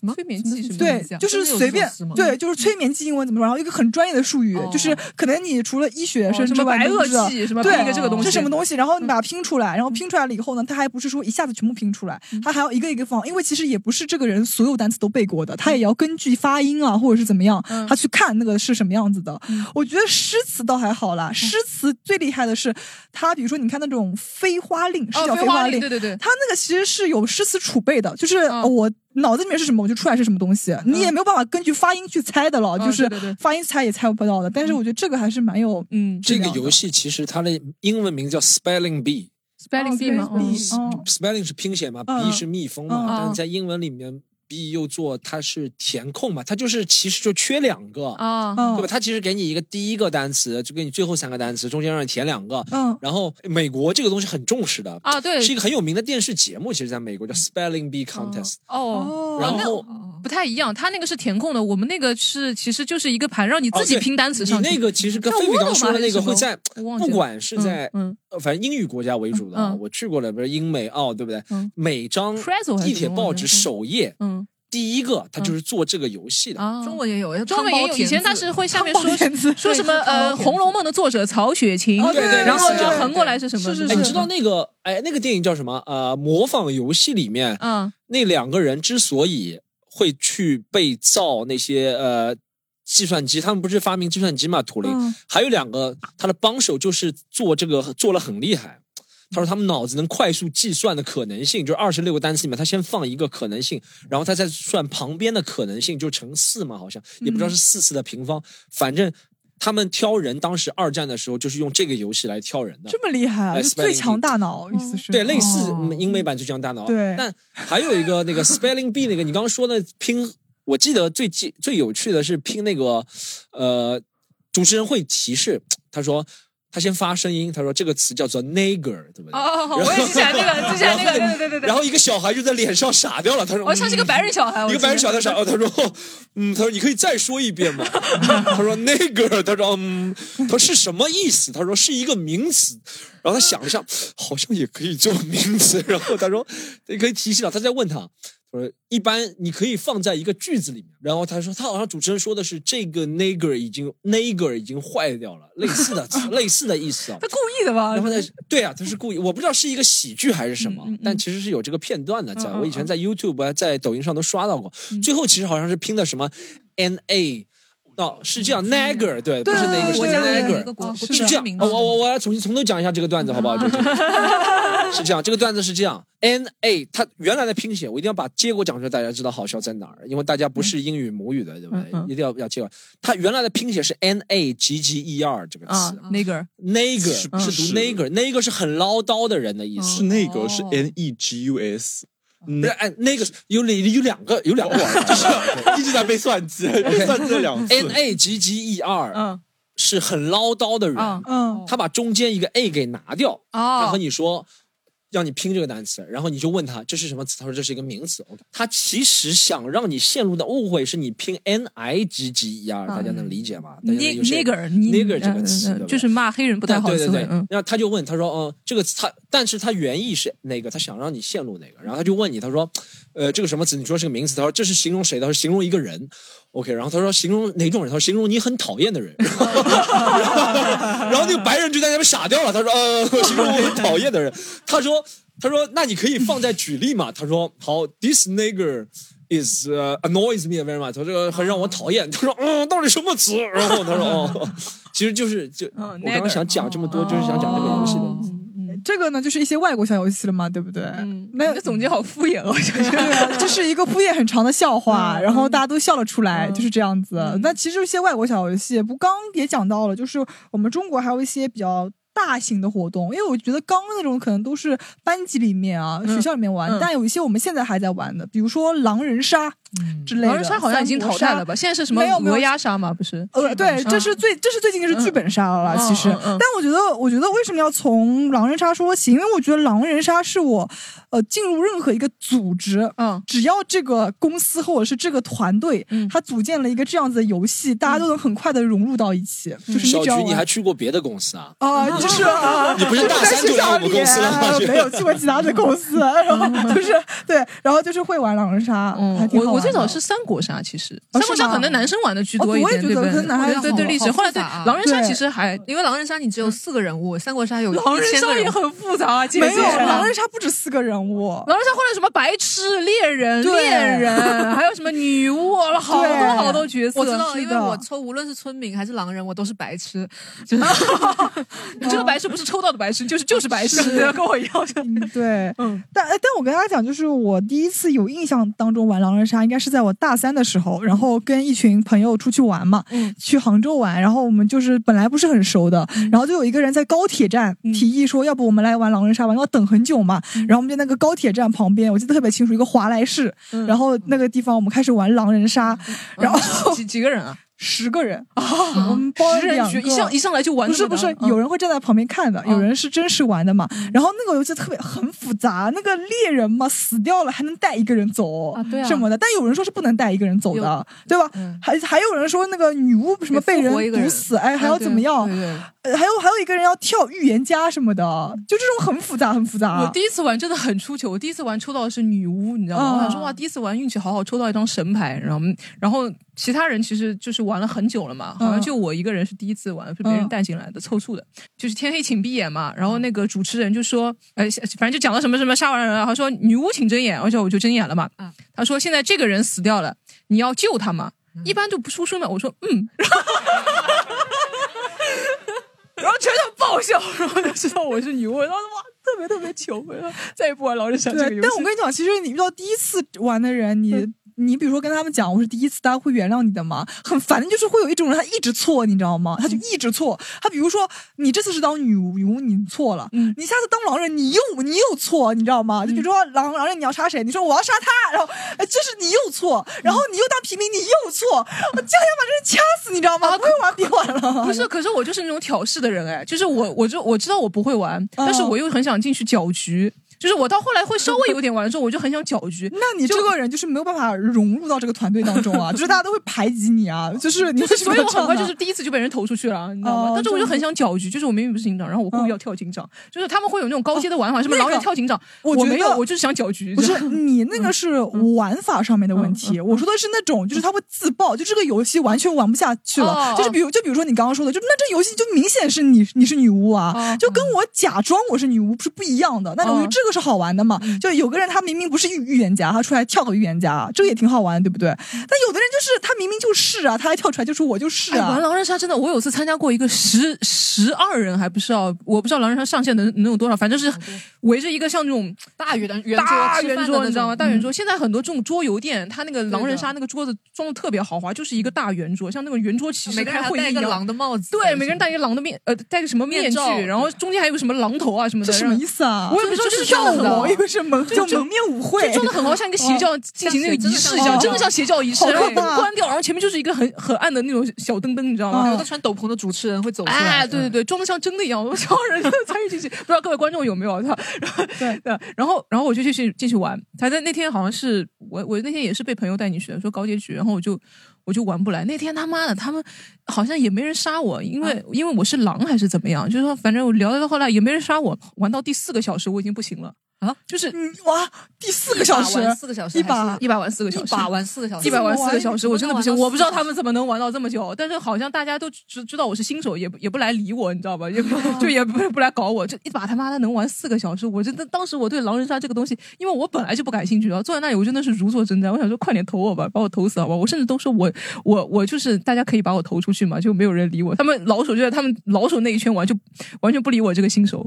S2: 什么催眠剂什么
S3: 对
S2: 意思啊，
S3: 就是
S2: 真的有
S3: 随
S2: 这种
S3: 便
S2: 词吗哦
S3: 对，就是催眠剂英文怎么说？然后一个很专业的术语，就是可能你除了医学生之外，
S2: 哦
S3: 你
S2: 什么
S3: 都不知道
S2: 白垩纪什么拼一
S3: 对
S2: 个这个东西嗯
S3: 是什么东西？然后你把它拼出来，然后拼出来了以后呢，它还不是说一下子全部拼出来，
S2: 嗯
S3: 它还要一个一个放，因为其实也不是这个人所有单词都背过的，他也要根据发音啊或者是怎么样
S2: 嗯，
S3: 他去看那个是什么样子的。我觉得诗词倒还好
S2: 哦
S3: 啦，诗词最厉害的是它，比如说你看那种飞花令，是
S2: 哦
S3: 叫
S2: 飞
S3: 飞
S2: 花
S3: 花
S2: 令
S3: 令，
S2: 对对对哦
S3: 它那个其实是有诗词储备的，就是我脑子里面是什么，我就出来是什么东西，你也没有办法根据发音去猜的了，
S2: 嗯
S3: 就是
S2: 对对对
S3: 发音猜也猜不到的。但是我觉得这个还是蛮有
S2: 嗯
S4: 这个游戏其实它的英文名叫 Spelling Bee。
S2: spelling bee 吗？嗯
S3: 哦
S4: Spelling 是拼写嘛
S2: 嗯
S4: ，bee 是蜜蜂
S2: 嗯
S4: 嘛，
S2: 嗯
S4: 但是在英文里面，bee 又做它是填空嘛，它就是其实就缺两个
S2: 啊
S4: 对吧？它其实给你一个第一个单词，就给你最后三个单词，中间让你填两个。
S3: 嗯
S4: 然后美国这个东西很重视的
S2: 啊对
S4: 是一个很有名的电视节目，其实在美国叫 Spelling Bee Contest。
S2: 哦，
S4: 然后
S2: 哦那不太一样，他那个是填空的，我们那个是其实就是一个盘，让你
S4: 哦
S2: 自己
S4: 对
S2: 拼单词上去。
S4: 你那个其实跟
S2: 叫
S4: 菲菲
S2: Wordle
S4: 刚说的
S2: 吗还
S4: 那
S2: 是什
S4: 个
S2: 么
S4: 会在，
S2: 我忘记
S4: 不
S2: 了
S4: 管是在
S2: 嗯
S4: 呃反正英语国家为主的啊，我去过了，比如英美澳，对不对
S2: 嗯？
S4: 每张
S2: Frazzle 还是
S4: 地铁
S2: 什么
S4: 报
S2: 玩意
S4: 纸
S2: 儿
S4: 首页，
S2: 嗯，
S4: 第一个它就是做这个游戏的。
S2: 啊，中文也有，中
S6: 汤
S2: 文也
S6: 包
S2: 有。以
S6: 甜
S2: 前
S6: 字
S2: 他是
S6: [LAUGHS]
S2: 会下面
S6: 汤包
S2: 说
S6: 甜字
S2: 说 [LAUGHS] 什么
S6: 对是汤包
S2: 呃《
S6: 甜
S2: 红楼梦》的作者曹雪芹
S4: 哦对对，对
S2: 然后
S4: 是这样
S2: 横过来是什么？
S4: 哎，你知道那个哎那个电影叫什么？呃，模仿游戏里面，
S2: [LAUGHS] 嗯，
S4: 那两个人之所以会去被造那些呃计算机，他们不是发明计算机嘛？图灵、
S2: 嗯
S4: 还有两个他的帮手就是做这个做了很厉害。他说他们脑子能快速计算的可能性，就是二十六个单词里面，他先放一个可能性，然后他再算旁边的可能性，就乘四嘛，好像也
S3: 嗯
S4: 不知道是四次的平方，反正他们挑人，当时二战的时候就是用这个游戏来挑人的。
S3: 这么厉害啊，
S4: 哎
S3: 就
S4: Spelling
S3: 最强大脑，意思
S2: 哦
S3: 是哦嗯
S4: 对，类似嗯英美版最强大脑。
S3: 对
S4: 但还有一个那个 spelling bee 那个，你刚刚说的拼，我记得最记最有趣的是拼那个，呃，主持人会提示，他说他先发声音，他说这个词叫做 nigger，对不对？
S2: 哦， [LAUGHS] 我也之前那 [LAUGHS] 个，之前那个，对对对对对。
S4: 然后一个小孩就在脸上傻掉了，他说：“
S2: 哦，像是一个白人小孩，我
S4: 一个
S2: 记得
S4: 白人小孩傻，哦，他说，嗯，他说你可以再说一
S2: [LAUGHS]
S4: 遍吗？他说那个，他说嗯，他说是什么意思？他说是一个名词。然后他想了想，好像也可以做名词。然后他说，你可以提示到，他在问他，他说一般你可以放在一个句子里面。然后他说，他好像主持人说的是这个 nigger 已经 nigger 已经坏掉了，类似
S2: [LAUGHS]
S4: 的类似的意思啊。
S2: 他故意的吧？嗯
S4: 然后呢？对啊，他是故意，我不知道是一个喜剧还是什么，但其实是有这个片段的，在、
S2: 嗯嗯嗯
S4: 我以前在 YouTube 啊、在抖音上都刷到过。最后其实好像是拼的什么 N A。哦，是这样，Nagger，对，不是那个，是
S2: 嗯对对对
S4: Nagger，
S2: 一个国
S4: 是这样。哦我我我要重新从头讲一下这个段子，好不好？就是 [LAUGHS] 是这样，这个段子是这样，N A，它原来的拼写，我一定要把结果讲出来，大家知道好笑在哪儿，因为大家
S2: 嗯
S4: 不是英语母语的，对不对？一定要要结果。它原来的拼写是 N A G G E R 这个
S2: 啊
S4: 词，，
S2: 那个
S4: 那个
S8: 是
S4: 是
S8: 不是
S4: 读那个，那个是很唠叨的人的意思。
S8: 是那个是 N E G U S，
S4: 不是哎，那个是有里有两个有 [LAUGHS] 两个玩法， [LAUGHS]
S8: 一直在背算计，
S4: OK
S8: 算计了两次
S4: N A G G E R，
S2: 嗯，
S4: 是很唠叨的人，
S2: 嗯，
S4: 他把中间一个 a 给拿掉，
S2: 哦
S4: 他和你说。让你拼这个单词，然后你就问他这是什么词，他说这是一个名词。OK，他其实想让你陷入的误会是你拼 n i g g e r，、
S2: 嗯
S4: 大家能理解吗？大家能有些
S2: nigger
S4: 那个这个词，对吧
S2: 嗯就是骂黑人不太好的
S4: 对
S2: 词
S4: 对
S2: 汇
S4: 对，，
S2: 嗯，
S4: 那他就问他说，嗯，这个他，但是他原意是那个，他想让你陷入那个，然后他就问你，他说，呃，这个什么词？你说是个名词，他说这是形容谁的？他说形容一个人，OK，然后他说形容哪种人？他说形容你很讨厌的人，然后然后那个白人就在那边傻掉了，他说，呃，形容我很讨厌的人，他说，他说那你可以放在举例嘛？他说好，this nigger。is、uh, annoys me very much，他说这个很让我讨厌。他说，嗯，到底什么词？然后他说，哦，其实就是就、
S2: 嗯
S4: 我刚刚
S3: nigger
S4: 想讲这么
S3: 哦
S4: 多，就是想讲这个游戏的
S3: 这个呢，就是一些外国小游戏了嘛，对不对？嗯，那
S2: 总结好敷衍哦，就是
S3: 对啊， [LAUGHS] 就是一个敷衍很长的笑
S2: 嗯
S3: 话，然后大家都笑了出来，就是这样子。那其实一些外国小游戏，不刚也讲到了，就是我们中国还有一些比较。大型的活动，因为我觉得刚那种可能都是班级里面啊、学校里面玩，
S2: 嗯
S3: 但有一些我们现在还在玩的，比如说狼人杀之类的。
S2: 嗯狼人杀好像已经
S3: 三国
S2: 淘
S3: 杀
S2: 汰了吧？现在是什么
S3: 没有没有
S2: 鹅鸭杀吗？不是？
S3: 呃，对，这是最这是最近就是剧本杀了啦，其实。
S2: 嗯嗯
S3: 但我觉得，我觉得为什么要从狼人杀说起？因为我觉得狼人杀是我，呃，进入任何一个组织，
S2: 嗯，
S3: 只要这个公司或者是这个团队，它组建了一个这样子的游戏，大家都能很快的融入到一起。
S2: 嗯
S3: 就是啊你
S4: 小
S3: 只要
S4: 菊，你
S3: 玩
S4: 还去过别的公司啊？
S3: 啊，就是啊
S4: 你不是
S3: 就 [LAUGHS]
S4: 大
S3: 在
S4: 三
S3: 学
S4: 就来
S3: 校
S4: 我们
S3: 里
S4: 公司了吗
S3: 啊 [LAUGHS] 没有去过其他的
S4: [LAUGHS]
S3: 公司，然后就是对，然后就是会玩狼人杀，还挺好
S2: 嗯我我
S3: 玩
S2: 最早
S3: 的
S2: 是三国杀，其实
S3: 哦
S2: 三国
S3: 是
S2: 杀
S3: 吗
S2: 可能男生玩的居
S3: 哦
S2: 多一
S3: 我也
S2: 点，
S3: 觉
S2: 对不
S3: 得
S2: 对？
S3: 可能男孩
S2: 对
S3: 子
S2: 对对，历史。后来对狼人杀其实还
S6: 因为狼人杀你只有四个人物，三国杀有
S2: 狼人杀也很复杂啊，姐姐
S3: 没有狼人杀不止四个人物，
S2: 狼人杀后来什么白痴、猎人、
S3: 对
S2: 猎人，还有什么女巫，好
S6: 对
S2: 多好多角色。
S6: 我知道，
S2: 是
S6: 因为
S2: 的
S6: 我抽无论是村民还是狼人，我都是白痴。就是
S2: 你这个白痴不是抽到的白痴，就是就是白痴，
S3: 是
S2: 跟我一样。
S3: 嗯，对，嗯，但哎但我跟大家讲，就是我第一次有印象当中玩狼人杀，应该是在我大三的时候，然后跟一群朋友出去玩嘛，去杭州玩，然后我们就是本来不是很熟的，然后就有一个人在高铁站提议说，要不我们来玩狼人杀吧，要等很久嘛，然后我们就那个高铁站旁边，我记得特别清楚，一个华莱士，然后那个地方我们开始玩狼人杀，然后
S2: 几几个人啊？
S3: 十个人啊，我们包了
S2: 哦十人
S3: 两
S2: 局
S3: 个，
S2: 一上一上来就玩
S3: 不是
S2: 那么
S3: 不
S2: 大
S3: 是，有人会站在旁边看
S2: 嗯
S3: 的，有人是真实玩的嘛。然后那个游戏特别很复杂，那个猎人嘛死掉了还能带一个人走
S2: 啊对啊嗯
S3: 什么的，但有人说是不能带一个人走的，对吧？还还有人说那个女巫什么被
S2: 得复活一个人
S3: 毒死，哎，还
S2: 啊
S3: 要
S2: 对
S3: 怎么样？
S2: 对对
S3: 呃还有还有一个人要跳预言家什么的，就这种很复杂很复杂。
S2: 我第一次玩真的很出糗，我第一次玩抽到的是女巫，你知道吗？
S3: 啊
S2: 我想说哇，第一次玩运气好好，抽到一张神牌，然后然后其他人其实就是玩了很久了嘛，
S6: 嗯
S2: 好像就我一个人是第一次玩，是别人带进来的、凑数的，就是天黑请闭眼嘛。然后那个主持人就说，呃，反正就讲到什么什么杀完人了，他说女巫请睁眼，而且我就睁眼了嘛。
S3: 嗯
S2: 他说现在这个人死掉了，你要救他吗？
S3: 嗯
S2: 一般就不出声的，我说嗯，然后全场爆笑，然后就知道我是女巫，然后哇，特别特别糗，然后再也不玩狼人杀这个游
S3: 对
S2: 戏。，嗯
S3: 但我跟你讲，其实你遇到第一次玩的人，你。你比如说跟他们讲我是第一次，大家会原谅你的吗？很烦的就是会有一种人他一直错，你知道吗？
S2: 嗯
S3: 他就一直错。他比如说你这次是当女巫，女巫你错了，
S2: 嗯
S3: 你下次当狼人你又你又错，你知道吗？就比如说狼狼人你要杀谁，你说我要杀他，然后哎这是你又错，
S2: 嗯
S3: 然后你又当平民你又错，我就想把这人掐死，你知道吗？不会玩别玩 [LAUGHS] 了。
S2: 不是，啊可是我就是那种挑事的人哎，就是我，我就我知道我不会玩，但
S3: 嗯
S2: 是我又很想进去搅局。就是我到后来会稍微有点玩的时候，我就很想搅局。
S3: 那你这个人就是没有办法融入到这个团队当中啊，就是大家都会排挤你啊，就是你
S2: 就
S3: 为
S2: 是
S3: 什
S2: 所
S3: 么
S2: 以
S3: 要
S2: 我
S3: 这
S2: 很
S3: 样
S2: 快就
S3: 呢
S2: 是第一次就被人投出去了，你知道
S3: 哦
S2: 吗？但是我
S3: 这
S2: 就
S3: 样
S2: 很想搅局，就是我明明不是警长，然后我故意要跳警长，就是他们会有那种高阶的玩法，什么
S3: 哦那
S2: 狼人
S3: 个
S2: 跳警长，
S3: 我
S2: 我
S3: 觉
S2: 没有，
S3: 得
S2: 我就是想搅局。
S3: 不
S2: 这
S3: 是嗯
S2: 样嗯
S3: 你那个是玩法上面的问题，我说的是那种就是他会自爆，就这个游戏完全玩不下去了。
S2: 哦
S3: 就是比如就比如说你刚刚说的，就那这游戏就明显是你你是女巫啊，
S2: 哦
S3: 就跟我假装我是女巫是不一样的。那我觉得这个是好玩的嘛。
S2: 嗯
S3: 就有个人他明明不是预预言家，他出来跳个预言家，这个也挺好玩，对不对？但有的人就是他明明就是啊，他还跳出来就说我就是
S2: 哎
S3: 啊。
S2: 玩狼人杀真的，我有次参加过一个十十二人，还不知道，我不知道狼人杀上限能能有多少，反正是围着一个像这种
S6: 大圆圆桌
S2: 大
S6: 吃饭的
S2: 圆桌，
S6: 那
S2: 你知道吗？
S6: 种
S2: 大圆
S6: 嗯
S2: 桌。现在很多这种桌游店，它那个狼人杀那个桌子装的特别豪华，就是一个大圆桌，像那种圆桌骑士
S6: 每个人
S2: 开
S6: 还
S2: 会
S6: 戴
S2: 一
S6: 一个
S2: 样。
S6: 狼的帽子，
S2: 对，每个人戴一个狼的面，呃，戴个什么面
S6: 面罩
S2: 具，然后中间还有个什么狼头啊什么的，
S6: 这什么
S2: 然后
S6: 意思啊
S2: 我也不知道，
S6: 这
S2: 就
S6: 这
S2: 是
S6: 是
S2: 样子
S3: 蒙
S2: 的，
S3: 一个是蒙，
S2: 就
S3: 蒙面舞会，哦
S2: 就装的很好，像一个邪教进行那个仪式一样，真哦的像邪教仪式，然后灯关掉，然后前面就是一个很很暗的那种小灯灯，你知道吗？
S6: 有个穿斗篷的主持人会走出来。嗯
S2: 哎，对对对，装的像真的一样，我们超人 [LAUGHS] 真的参与进去，不知道各位观众有没有？他，对 [LAUGHS] 对，然后然后我就继续继续玩，他在那天好像是我我那天也是被朋友带你去的，说搞结局，然后我就我就玩不来。那天他妈的，他们好像也没人杀我，因为、因为我是狼还是怎么样，就是说反正我聊到后来也没人杀我，玩到第四个小时我已经不行了。啊，就是
S3: 哇，第四个小时，
S6: 四个小时，
S3: 一把
S2: 一把玩四个小时，
S6: 一把玩四个小时，
S2: 一百玩四个小时，我真的不行，我不知道他
S6: 们。
S2: 们怎么能玩到这么久。但是好像大家都知知道我是新手，也不也不来理我，你知道吧？也不
S6: [LAUGHS]
S2: 就也不不来搞我，这一把他妈的能玩四个小时，我真的当时我对狼人杀这个东西，因为我本来就不感兴趣，然后坐在那里我真的是如坐针毡，我想说快点投我吧，把我投死好吧。我甚至都说我我我就是大家可以把我投出去嘛，就没有人理我。他们老手就在他们老手那一圈玩，就完全不理我这个新手。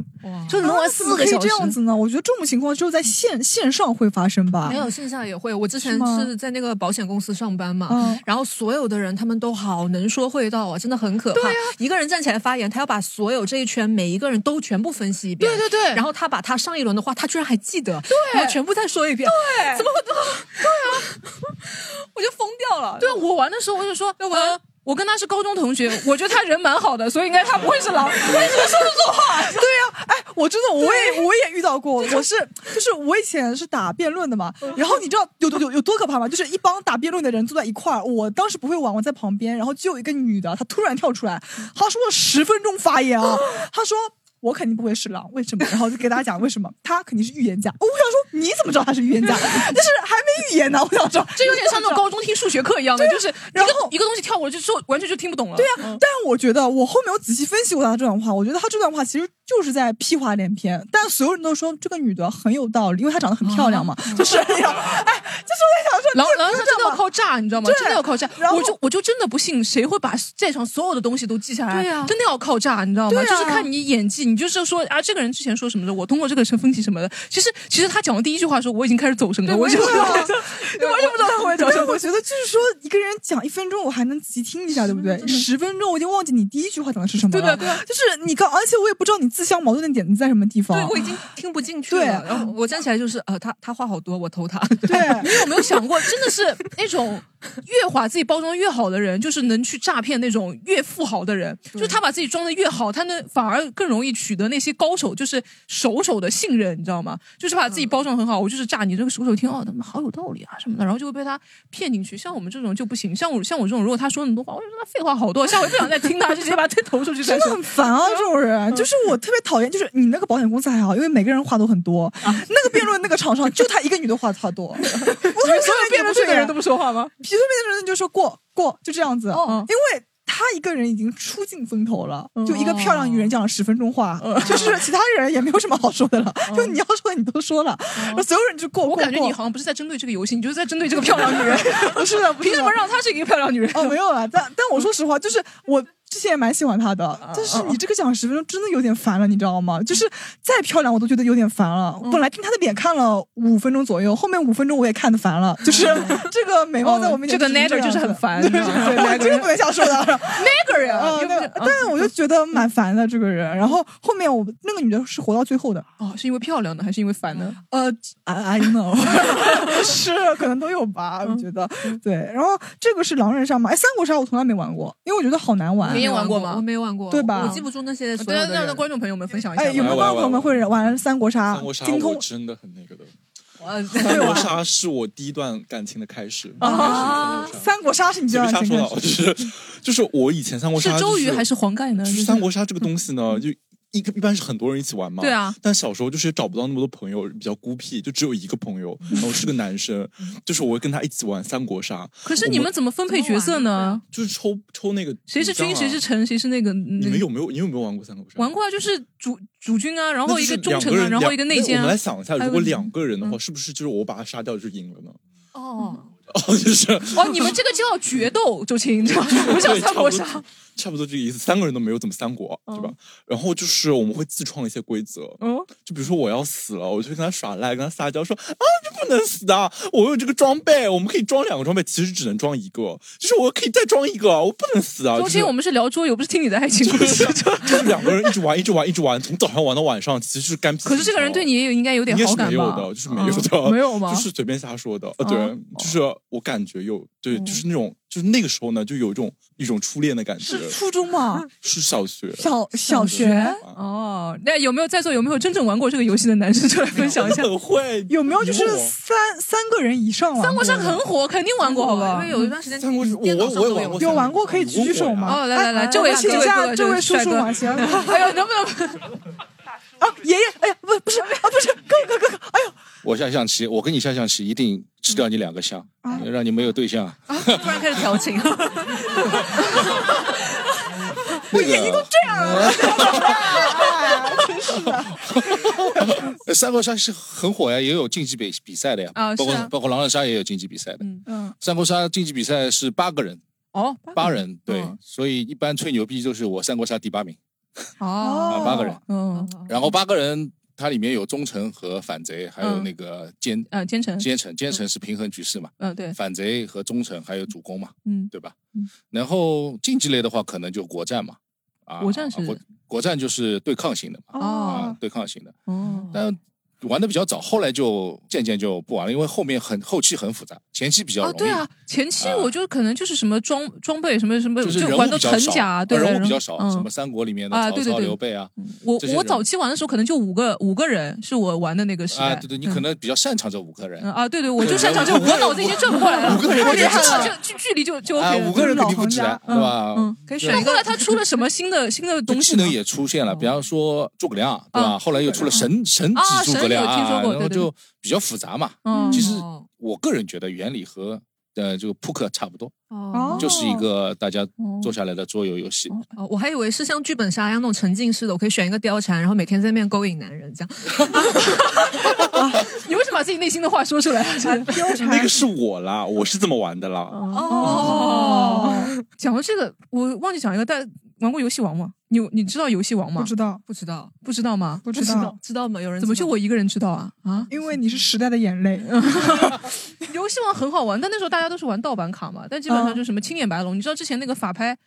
S3: 就能玩
S2: 啊
S3: 四个小时，这样子呢？我觉得这种情况只有在线线上会发生吧。
S6: 没有线下也会，我之
S3: 啊是
S6: 前
S3: 吗
S6: 是在那个保险公司上班嘛，
S3: 嗯
S6: 然后所有的人他们都好能说会道啊，真的很可怕。一个人站起来发言，他要把所有这一圈每一个人都全部分析一遍。
S2: 对对对
S6: 然后他把他上一轮的话，他居然还记得，
S2: 对
S6: 然后全部再说一遍。
S2: 对
S6: 怎么会？对啊，我就疯掉了。
S2: 对啊，我玩的时候我就说，呃，我跟他是高中同学，我觉得他人蛮好的，所以应该他不会是狼。为什么说这种话？
S3: 对呀、 [LAUGHS] 哎，我真的，我也我也遇到过，我是就是我以前是打辩论的嘛，
S2: 嗯
S3: 然后你知道有多有有多可怕吗？就是一帮打辩论的人坐在一块儿，我当时不会玩，我在旁边，然后就有一个女的，她突然跳出来，
S2: 嗯
S3: 她说了十分钟发言啊，她说。我肯定不会是狼，为什么？然后就给大家讲为什么，她肯定是预言家。我想说，你怎么知道她是预
S2: [LAUGHS]
S3: 言家？就是还没预言呢。我想说，
S2: 这有点
S3: [LAUGHS]
S2: 像那种高中听数学课一样的，
S3: 对啊
S2: 就是一
S3: 然
S2: 个
S3: 后
S2: 一个东西跳过去之后，完全就听不懂了。
S3: 对啊呀、但我觉得我后面有仔细分析过他这段话，我觉得他这段话其实就是在屁话连篇，但所有人都说这个女的很有道理，因为她长得很漂亮嘛，就是哎呀，哎，就是我在想说，
S2: 狼
S3: 这
S2: 狼人
S3: 这
S2: 杀真的要
S3: 话
S2: 靠炸，你知道吗？
S3: 对啊
S2: 真的要靠炸
S3: 然。后
S2: 我就我就真的不信谁会把在场所有的东西都记下来。
S6: 对啊
S2: 真的要靠炸，你知道
S6: 对
S2: 吗？
S6: 啊
S2: 就是看你演技，你就是说啊，这个人之前说什么的，我通过这个是分析什么的。其实其实他讲的第一句话的时候，我已经开始走神了，我就
S3: 对啊
S2: [LAUGHS] 完全不知道他会讲什
S3: 对，
S2: 么
S3: 我。觉得就是说，一个人讲一分钟，我还能仔细听一下，对不对？十分钟，我已经忘记你第一句话讲的是什么
S6: 对
S3: 了。
S6: 的对的
S3: 就是你刚，而且我也不知道你自相矛盾的点你在什么地方。
S6: 对，我已经听不进去了。
S3: 对
S6: 然后我站起来就是，呃，他他话好多，我投他。
S3: 对，
S2: [LAUGHS] 你有没有想过，真的是那种越把自己包装越好的人，就是能去诈骗那种越富豪的人。就是他把自己装的越好，他能反而更容易取得那些高手，就是熟手的信任，你知道吗？就是把自
S3: 嗯
S2: 己包装很好，我就是诈你这个熟手听，哦，他们好有道理啊什么的，然后就会被他骗进去。像我们这种就不行，像我像我这种，如果他说那么多话，我就说他废话好多，下回不想再听他，就直接把他投出去再
S3: 真
S2: 说。
S3: 的很烦啊！这种人，
S2: 嗯
S3: 就是我特别讨厌。就是你那个保险公司还好，因为每个人话都很多。
S2: 啊
S3: 那个辩论那个场上，就他一个女的话话
S2: [LAUGHS]
S3: 多。我所有
S2: 辩论队的人都不说话吗？哦
S3: 皮对面的人就说过过，就这样子。因为他一个人已经出尽风头了，
S2: 嗯
S3: 就一个漂亮女人讲了十分钟话，
S2: 哦
S3: 就是其他人也没有什么好说的了。就你要说的你都说了，然后所有人就过。
S2: 嗯我
S3: 过
S2: 感觉
S3: 过。
S2: 你好像不是在针对这个游戏，你就是在针对这个漂亮女人
S3: [LAUGHS] 不是
S2: [LAUGHS]
S3: 的，不是的
S2: 凭什么让她是一个漂亮女人？
S3: 哦，没有啊，但但我说
S2: [LAUGHS]
S3: 实话，就是我之前也蛮喜欢她的，
S2: 啊
S3: 但是你这个讲十分钟真的有点烦了，你知道吗？就是再漂亮我都觉得有点烦了。
S2: 嗯
S3: 本来盯她的脸看了五分钟左右，后面五分钟我也看得烦了， [LAUGHS]
S2: [LAUGHS]
S3: 就是这个美貌在我面前
S2: 哦这个
S3: 是样
S2: Nader 就是
S3: 子
S2: 很烦，
S3: 对
S2: 你知
S3: 对
S2: 道
S3: [LAUGHS]
S2: 吗
S3: 对，
S2: [LAUGHS]
S3: 这个不能瞎 [LAUGHS] 说的。
S2: Nader 呀
S3: 嗯
S2: 又不
S3: 对
S2: 是啊
S3: 但是
S2: [LAUGHS]
S3: 我就觉得蛮烦的这个人。然后后面我那个女的是活到最后的，
S2: 哦，是因为漂亮呢，还是因为烦呢？
S3: 呃，I I know，是可能都有吧，
S2: 嗯
S3: 我觉得对。然后这个是狼人杀吗？哎，三国杀我从来没玩过，因为我觉得好难玩。
S6: 没玩吗？我没玩过，
S3: 啊对吧
S6: 我记不住那些所有
S2: 对
S6: 的
S2: 啊那
S6: 人
S2: 让观众朋友们分享一下吧。
S3: 哎，有没有
S12: 玩玩
S3: 观众朋友们会玩三国杀？
S12: 三国杀
S3: 精
S12: 我
S3: 通
S12: 真的很那个的，
S6: [LAUGHS] 呃
S12: 三
S2: 啊
S12: 国杀是我第一段感情的开始。
S3: 啊！三国杀是你这
S12: 就
S3: 样
S12: 是瞎
S3: 的
S12: 说
S3: 情
S12: 的
S3: 况，
S12: 就。是就是我以前三国杀、
S2: 是
S12: 就是、
S2: 周瑜还是黄盖呢？
S12: 就是三国杀这个东西呢，就一个一般是很多人一起玩嘛。
S2: 对啊
S12: 但小时候就是找不到那么多朋友，比较孤僻，就只有一个朋
S2: [LAUGHS]
S12: 友，然后是个男生，就是我会跟他一起玩三国杀。
S2: 可是你
S12: 我
S2: 们怎么分配角色呢？
S12: 就是抽抽那个
S2: 谁是
S12: 你
S2: 君，
S12: 知道
S2: 谁
S12: 吗
S2: 是臣，谁是那个？
S12: 你
S2: 你
S12: 们有没有你有没有玩过三国杀？
S2: 玩过啊？就是主主君啊，然
S12: 那
S2: 后
S12: 就
S2: 一
S12: 是
S2: 个忠
S12: 两
S2: 臣
S12: 个
S2: 啊，
S12: 人
S2: 然后
S12: 两
S2: 一个内
S12: 那
S2: 奸啊。
S12: 我们来想一下，
S2: 还有
S12: 如果
S2: 个嗯
S12: 两个人的话，是不是就是我把他杀掉就赢了呢？ [LAUGHS]
S2: 哦
S12: 哦，就是
S2: [LAUGHS]
S8: [LAUGHS]
S2: 哦，你们这个叫决斗，周青，你知道吗不叫三国
S12: 对差
S2: 杀。
S8: 差不多这个意思。三个人都没有怎么三国，对吧？然后就是我们会自创一些规则，
S2: 嗯，
S8: 就比如说我要死了，我就跟他耍赖，跟他撒娇说啊，这不能死的，我有这个装备，我们可以装两个装备，其实只能装一个，就是我可以再装一个，我不能死啊。
S2: 中间我们是聊桌游，不是听你的爱情故事。
S8: [LAUGHS] 就是两个人一直玩，一直玩，一直玩，从早上玩到晚上，其实是干屁。
S2: 可是这个人对你也有应该有点
S8: 应该
S2: 好
S8: 是
S2: 感
S8: 没有
S2: 吧？
S8: 的，就是没有的，
S2: 嗯没有吗
S8: 就是随便瞎说的。呃，对
S2: 哦，
S8: 就是我感觉有，对，
S2: 嗯
S8: 就是那种，就是那个时候呢，就有一种一种初恋的感觉。
S3: 初中吗？
S8: 是小学，
S3: 小小学
S2: 哦，那有没有在座有没有真正玩过这个游戏的男生出来分享一下？
S8: 很会，
S3: 有没有就是三三个人以上玩过的？
S2: 三国杀很火，肯定玩过，好吧？因为有一 [LAUGHS] 段时间三国
S8: 我我也玩过，
S3: 有玩过可以举举手吗？
S2: 哦，来来来，
S3: 哎
S2: 这位
S3: 请一下这位叔叔往 [LAUGHS] 前。
S2: 哎呦，能不能
S3: [LAUGHS] 啊，爷爷，哎呀，不 [LAUGHS] 不是啊，不是哥哥哥哥，哎呦，
S12: 我下象棋，我跟你下象棋，一定吃掉你两个象，
S3: 啊
S12: 让你没有对象。
S2: 啊突然开始
S8: [LAUGHS]
S2: 调情？
S12: 那个
S3: 这样啊，真是的。
S12: 呃 [LAUGHS] 三国杀是很火呀，也有竞技比比赛的呀，
S2: 啊
S12: 包括、
S2: 是啊
S12: 包括狼人杀也有竞技比赛的。
S3: 嗯，
S12: 三国杀竞技比赛是八个人，
S2: 哦，
S12: 八人对，所以一般吹牛逼就是我三国杀第八名。
S2: 哦
S12: 啊八个人
S2: 嗯，
S12: 然后八个人，它里面有忠臣和反贼，还
S2: 嗯
S12: 有那个奸
S2: 呃，奸臣，
S12: 奸臣，奸臣是平衡局势嘛，
S2: 嗯，对，
S12: 反贼和忠臣还有主公嘛，
S2: 嗯，
S12: 对吧？然后竞技类的话，可能就国战嘛，啊，
S2: 国战
S12: 啊
S2: 是
S12: 国国战就是对抗型的嘛，啊，对抗型的，
S2: 哦，
S12: 但玩的比较早，后来就渐渐就不玩了，因为后面很后期很复杂，前期比较容易，呃
S2: 对啊，前期我就可能就是什么装装备什么什么，
S12: 就是人物
S2: 玩到
S12: 比较
S2: 藤
S12: 少，呃
S2: 甲，对，
S12: 人物比较少，
S2: 嗯
S12: 什么三国里面的
S2: 啊
S12: 曹
S2: 对对
S12: 操、
S2: 对
S12: 刘备啊，
S2: 我
S12: 这些
S2: 我
S12: 人
S2: 早期玩的时候，可能就五个五个人是我玩的那个时代。
S12: 啊，对对，你可能比较擅长这五个人
S2: 嗯啊，对对，我就擅长这个，我脑子已经转不过来了，
S12: 五个人
S2: 我就
S12: 就
S2: 知
S12: 知
S2: 道
S12: 道
S2: 就距距离就就
S12: 啊
S2: OK 了。
S12: 五个人肯定不止啊，对吧？
S2: 嗯，可以选一个。后来他出了什么新的新的东西
S12: 技
S2: 吗哦嗯
S12: 能？也出现了，比方说诸葛亮，对吧？后来又出了神神
S2: 啊
S12: 级诸葛亮
S2: 神有听说
S12: 啊，
S2: 过
S12: 然
S2: 对
S12: 后
S2: 对
S12: 就比较复杂嘛
S2: 嗯。
S12: 其实我个人觉得原理和呃这个扑克差不多，
S2: 哦
S12: 就是一个大家坐下来的桌游游戏。
S6: 哦，我还以为是像剧本杀一样那种沉浸式的，我可以选一个貂蝉，然后每天在那边勾引男人这样。
S2: [LAUGHS] 啊你为什么把自己内心的话说出来？啊
S8: [LAUGHS]
S2: 貂
S8: 那个是我啦，我是这么玩的啦。
S2: 哦，讲到这个，我忘记讲一个，但玩过游戏王吗？你你知道游戏王吗？
S3: 不知道，
S2: 不知道，不知道吗？
S3: 不知道，
S2: 知道吗？有人怎么就我一个人知道啊？啊，
S3: 因为你是时代的眼泪。
S2: [LAUGHS] 游戏王很好玩，但那时候大家都是玩盗版卡嘛，但基本上
S3: 嗯
S2: 就是什么青眼白龙，你知道之前那个法拍。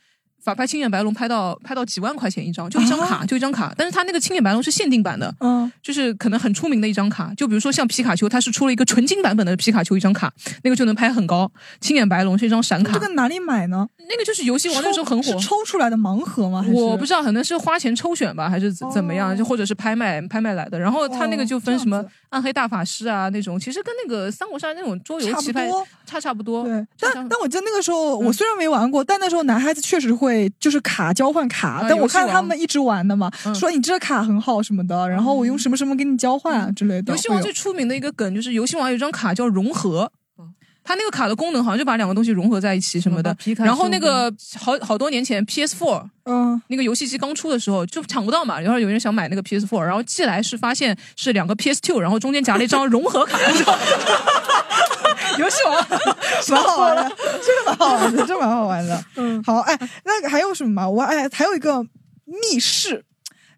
S2: 法拍青眼白龙拍到拍到几万块钱一张，就啊一张
S3: [LAUGHS]
S2: 卡，就一张卡。但是它那个青眼白龙是限定版的，
S3: 嗯，
S2: 就是可能很出名的一张卡。就比如说像皮卡丘，它是出了一个纯金版本的皮卡丘一张卡，那个就能拍很高。青眼白龙是一张闪卡，
S3: 这个哪里买呢？
S2: 那个就是游戏王那时候很
S3: [LAUGHS]
S2: 火
S3: 抽是抽出来的盲盒吗？还是哦
S2: 我不知道，可能是花钱抽选吧，还是怎怎么样，就或者是拍卖拍卖来的。然后他那个就分什么暗黑大法师啊那种，其实跟那个三国杀那种桌游
S3: 差不
S2: 棋牌
S3: 多
S2: 差差不多。
S3: 对，但但我记得那个时候，
S2: 嗯
S3: 我虽然没玩过，但那时候男孩子确实会就是卡交换卡
S2: 啊，
S3: 但我
S2: 游戏
S3: 看他
S2: 王嗯
S3: 们一直玩的嘛，说你这个卡很好什么的，然后我用什么什么给你交换啊之类的。
S2: 嗯
S3: 哎
S2: 游戏王最出名的一个梗就是游戏王有一张卡叫融合。
S3: 哦
S2: 它那个卡的功能好像就把两个东西融合在一起什么的，
S6: 丘
S2: 然后那个好好多年前 PS4，
S3: 嗯，
S2: 那个游戏机刚出的时候就抢不到嘛，然后有人想买那个 PS4，然后寄来是发现是两个 PS2，然后中间夹了一张融合卡，游戏王
S3: 蛮好玩的，这个蛮好玩的，这蛮好玩的。 [LAUGHS] 嗯，好，哎，那个还有什么吗？我哎，还有一个密室，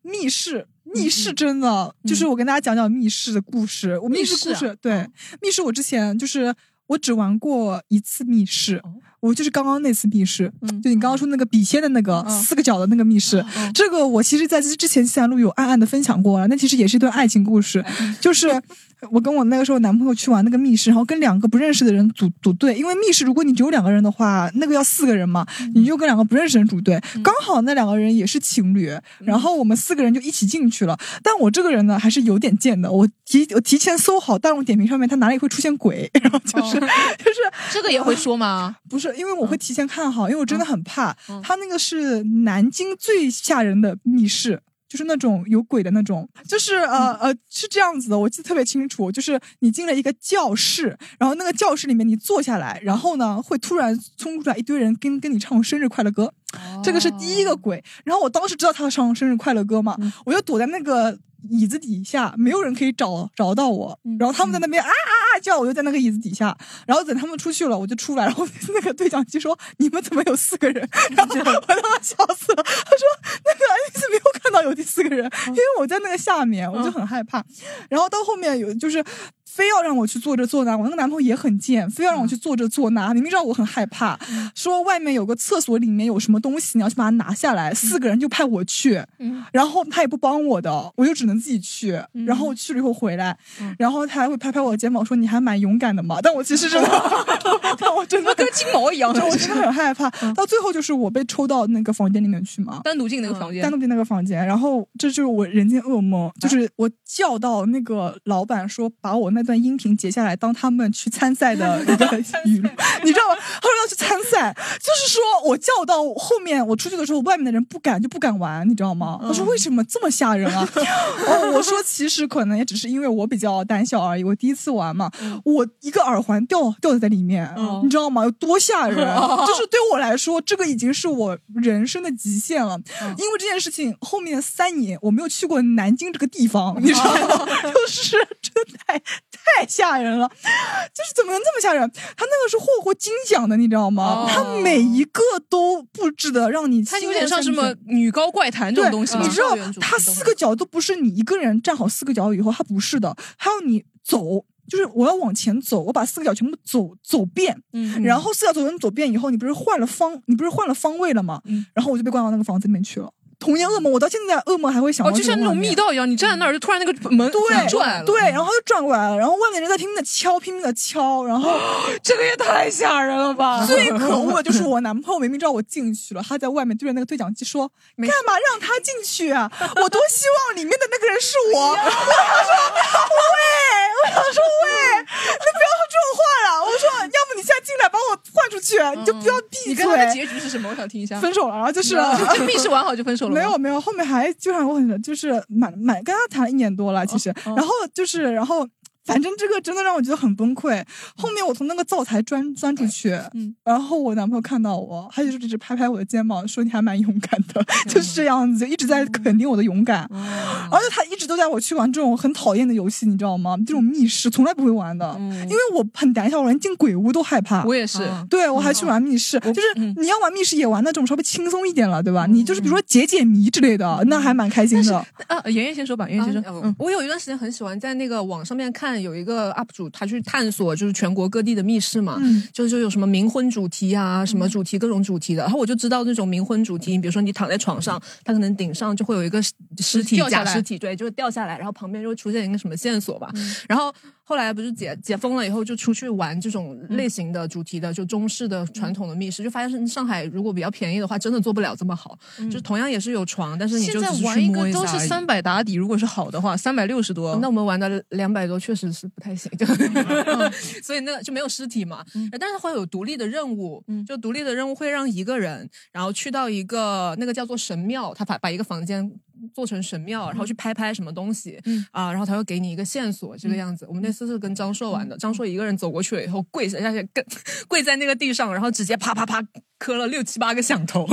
S3: 密室。密室真的、就是我跟大家讲讲密室的故事。嗯我密室哦故
S2: 密室
S3: 事，
S2: 啊
S3: 对、密室，我之前就是我只玩过一次密室，我就是刚刚那次密室，就你刚刚说那个笔仙的那个、四个角的那个密室。这个我其实在之前西南路有暗暗的分享过了，那其实也是一段爱情故事，就是我跟我那个时候男朋友去玩那个密室，然后跟两个不认识的人组组队，因为密室如果你只有两个人的话，那个要四个人嘛，你就跟两个不认识的人组队，刚好那两个人也是情侣，然后我们四个人就一起进去了。但我这个人呢，还是有点贱的，我提我提前搜好大众点评上面它哪里会出现鬼，然后就是、就是
S2: [LAUGHS] 这个也会说吗？
S3: [LAUGHS]
S2: 嗯
S3: 不是，因为我会提前看好，因为我真的很怕。它那个是南京最吓人的密室。就是那种有鬼的那种，就是呃
S2: 嗯
S3: 呃是这样子的，我记得特别清楚，就是你进了一个教室，然后那个教室里面你坐下来，然后呢会突然冲出来一堆人跟跟你唱生日快乐歌，这个是第一
S2: 哦
S3: 个鬼。然后我当时知道他要唱生日快乐歌
S2: 嗯
S3: 嘛，我就躲在那个椅子底下，没有人可以找找到我。然后他们在那边啊啊啊大叫，我就在那个椅子底下，然后等他们出去了，我就出来，然后那个对讲机说你们怎么有四个人？然后我他妈笑死了，他说那个爱丽丝没有看到有第四个人，因为我在那个下面，我就很害怕。然后到后面有就是。非要让我去坐这坐那，我那个男朋友也很贱，非要让我去坐这坐那。明明知道我很害怕，说外面有个厕所，里面有什么东西，你要去把它拿下来。四个人就派我去，
S2: 嗯
S3: 然后他也不帮我的，我就只能自己去。
S2: 嗯
S3: 然后我去了以后回来，然后他还会拍拍我的肩膀说：“你还蛮勇敢的嘛。”但我其实真的，但我哦真的
S2: [LAUGHS] 跟金
S3: [LAUGHS]
S2: 毛一样嗯
S3: 对我真的很害怕。到最后就是我被抽到那个房间里面去嘛，
S2: 单独进那个房间
S3: 嗯单独进那个房间，然后这就是我人间噩梦，
S2: 嗯
S3: 就是我叫到那个老板说把我那段音频截下来当他们去参赛
S2: [LAUGHS]
S3: 的一个语录，你知道吗？他说要去参赛，就是说我叫到后面我出去的时候，外面的人不敢就不敢玩，你知道吗？我说为什么这么吓人啊？ [LAUGHS] 哦，我说其实可能也只是因为我比较胆小而已，我第一次玩嘛，我一个耳环掉掉在里面，
S2: 哦
S3: 你知道吗？有多吓人？啊
S2: 哦
S3: 就是对我来说，这个已经是我人生的极限了。因为这件事情，后面三年我没有去过南京这个地方，你知道吗？就是真的太太吓人了，就是怎么能这么吓人？他那个是霍霍金奖的，你知道吗？
S2: 哦
S3: 他每一个都布置的让你
S2: 它
S3: 心
S2: 有
S3: 旷
S2: 点像
S3: 神
S2: 什么
S3: 怡
S2: 女高怪谈这种东西
S3: 对
S2: 吗，
S3: 你知道
S2: 校园主题
S3: 它四个角都不是你一个人站好四个角以后，它不是的，还有你走。就是我要往前走，我把四个角全部走走遍，
S2: 嗯
S3: 然后四个角走走遍以后，你不是换了方，你不是换了方位了吗？
S2: 嗯
S3: 然后我就被关到那个房子里面去了。童年噩梦，我到现在噩梦还会想到
S2: 哦，就像那种密
S3: 道。
S2: 道一样，你站在那儿就突然那个 [LAUGHS] 门
S3: 对
S2: 转了，嗯
S3: 对，然后他就转过来了，然后外面人在拼命的敲，拼命的敲，然
S2: [GASPS]
S3: 后
S2: 这个也太吓人了吧
S3: 最可恶的就是我男朋友明明知道我进去了，他在外面对着那个对讲机
S2: [LAUGHS]
S3: 说：“干嘛让他进去啊？我多希望里面的那个人是我。”
S2: 哎
S3: 我想说，喂，我想说，喂，你不要说这种话了。我说，要不你现在进来把我换出去，你就不要闭嘴。
S2: 嗯你跟他的结局是什么？我想听一下。
S3: 分手了，然后就是
S2: [LAUGHS] 就密室玩好就分手了
S3: [LAUGHS]
S2: 吗。
S3: 没有没有，后面还纠缠我很，就是蛮蛮跟他谈了一年多了，其实，
S2: 哦
S3: 然后就是然后。反正这个真的让我觉得很崩溃。
S2: 嗯
S3: 后面我从那个灶台钻钻出去，然后我男朋友看到我，他就是只是拍拍我的肩膀，说你还蛮勇敢的，[LAUGHS]
S2: 嗯
S3: 就是这样子，就一直在肯定我的勇敢。
S2: 哦
S3: 而且他一直都带我去玩这种很讨厌的游戏，你知道吗？
S2: 嗯
S3: 这种密室从来不会玩的，因为我很胆小，我连进鬼屋都害怕。
S2: 我也是啊
S3: 对我还去玩密室，
S2: 嗯
S3: 就是你要玩密室也玩那种稍微轻松一点了，对吧？你就是比如说解解谜之类
S2: 嗯
S3: 的，那还蛮开心的。
S2: 啊，圆圆先说吧，圆圆先
S6: 啊
S2: 说。嗯
S6: 呃我有一段时间很喜欢在那个网上面看，有一个 UP 主他去探索就是全国各地的密室嘛，
S2: 嗯
S6: 就是就有什么冥婚主题啊，什么主题各种主题的。然后我就知道那种冥婚主题，比如说你躺在床上，它可能顶嗯上就会有一个尸尸体
S2: 掉下
S6: 假
S2: 来嗯
S6: 尸体，对，就是掉下来，然后旁边就会出现一个什么线索吧。然后后来不是解解封了以后，就出去玩这种
S2: 嗯
S6: 类型的主题的，就中式的传统的密室，就发现上海如果比较便宜的话，真的做不了这么好。就同样也是有床，但是你
S2: 嗯现
S6: 就
S2: 在
S6: 只是去
S2: 玩一
S6: 摸
S2: 个
S6: 下
S2: 都是
S6: 而已
S2: 三百打底，如果是好的话，三百六十多。
S6: 那我们玩的两百多确实是不太行，就
S2: [LAUGHS]
S6: 所以那个就没有尸体嘛。呃但是会有独立的任务，就独立的任务会让一个人，然后去到一个那个叫做神庙，他把把一个房间做成神庙，然后去拍拍什么东西，啊，然后他会给你一个线索，这个样子。我们那次是跟张硕玩的，张硕一个人走过去了以后，跪下下去跟跪在那个地上，然后直接啪啪啪磕了六七八个响头，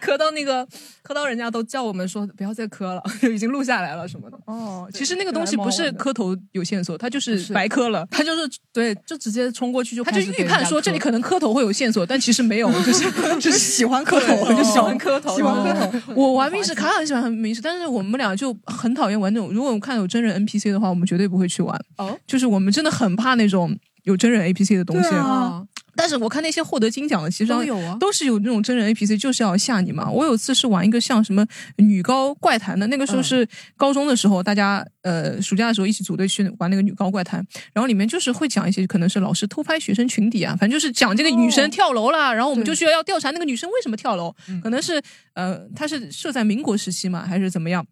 S6: 磕到那个磕到人家都叫我们说不要再磕了， [LAUGHS] 就已经录下来了什么的。
S2: 哦，其实那个东西不是磕头有线索，它就
S6: 不
S2: 是白磕了。
S6: 他就是对，就直接冲过去就
S2: 他
S6: 开
S2: 就
S6: 始给
S2: 预
S6: 人家
S2: 判说
S6: 磕
S2: 这里可能磕头会有线索，但其
S6: [LAUGHS]
S2: 实没有， [LAUGHS] 就是
S3: [LAUGHS]
S2: 就是喜欢磕头
S6: 就喜
S3: 哦
S6: 欢磕头嗯
S2: 喜欢
S6: 然后
S2: 磕头。我玩密室，卡卡很喜欢玩密室，但是我们俩就很讨厌玩那种。如果我们看有真人 NPC 的话，我们绝对不会去玩。
S6: 哦，
S2: 就是我们真的很怕那种有真人 APC 的东西
S6: 对啊。
S2: 但是我看那些获得金奖的，其实
S6: 都有啊
S2: 都是有那种真人 APC，就是要吓你嘛。我有次是玩一个像什么女高怪谈的，那个
S6: 嗯
S2: 时候是高中的时候，大家呃暑假的时候一起组队去玩那个女高怪谈，然后里面就是会讲一些可能是老师偷拍学生群体啊，反正就是讲这个女
S6: 哦
S2: 生跳楼啦，然后我们就需要要调查那个女生为什么跳楼，
S6: 嗯
S2: 可能是呃她是设在民国时期嘛，还是怎么样？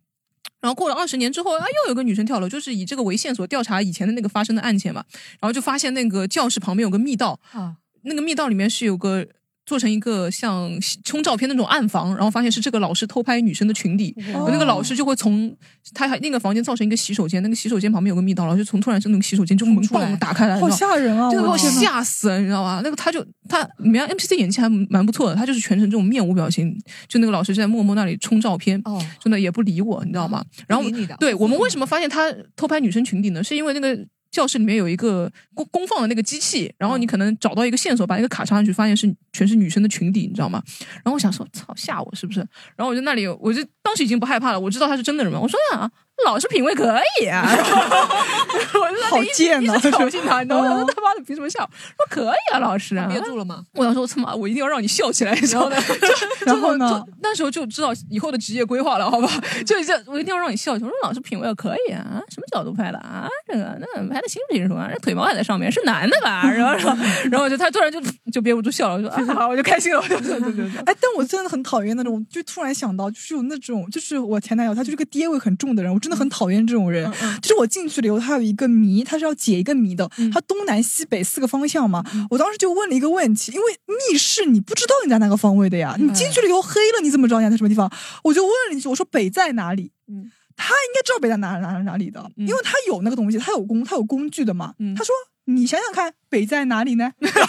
S2: 然后过了二十年之后，啊，又有个女生跳楼，就是以这个为线索调查以前的那个发生的案件嘛，然后就发现那个教室旁边有个密道，
S6: 啊，
S2: 那个密道里面是有个做成一个像胸照片那种暗房，然后发现是这个老师偷拍女生的裙底，
S6: 哇
S2: 那个老师就会从他还那个房间造成一个洗手间，那个洗手间旁边有个密道，然后就从突然是那个洗手间就门蹦打开来，
S3: 好吓人啊
S2: 这个给我
S3: 我的天哪
S2: 吓死了，你知道吧？那个他就他里面 NPC 演技还蛮不错的，他就是全程这种面无表情，就那个老师就在默默那里冲照片，
S6: 哦，
S2: 真的也不理我，你知道吗？然后
S6: 不理你的
S2: 对我们为什么发现他偷拍女生裙底呢？是因为那个教室里面有一个公公放的那个机器，然
S3: 嗯
S2: 后你可能找到一个线索，把那个卡插上去，发现是全是女生的裙底，你知道吗？然后我想说，操，吓我是不是？然后我就那里，我就当时已经不害怕了，我知道他是真的人嘛。我说啊，老师品味可以啊， [LAUGHS] 然后我就
S3: 好贱
S2: 呢
S3: 啊， [LAUGHS]
S2: 挑衅他，你知道吗？
S3: 嗯
S2: 我说他妈的凭什么笑？说可以啊，老师啊，
S6: 憋住了吗？
S2: 我想说，我他妈，我一定要让你笑起来，然后呢？ [LAUGHS]
S3: [LAUGHS]
S2: 然后呢？就那时候就知道以后的职业规划了，好吧？ [LAUGHS] 就这，我一定要让你笑起来。我说老师品味可以啊，什么角度拍的啊？这个那拍的清不清楚啊？这腿毛还在上面，是男的吧？然后，然后，然后就他突然就就憋不住笑了，我说啊，我就开心了，我就对对 [LAUGHS] 对。
S3: 哎，但我真的很讨厌那种，就突然想到，就是有那种，就是我前男友，他就是个爹味很重的人，我真的很讨厌这种人。就是我进去了以后，他有一个谜，他是要解一个谜的，他东南西北四个方向嘛。我当时就问了一个问题，因为密室你不知道你在哪个方位的呀，你进去了以后黑了，你怎么知道你在什么地方？我就问了一句，我说北在哪里？
S2: 嗯
S3: 他应该知道北在哪哪哪里的，因为他有那个东西，他有工，他有工具的嘛。他说：“你想想看，北在哪里呢？”北在哪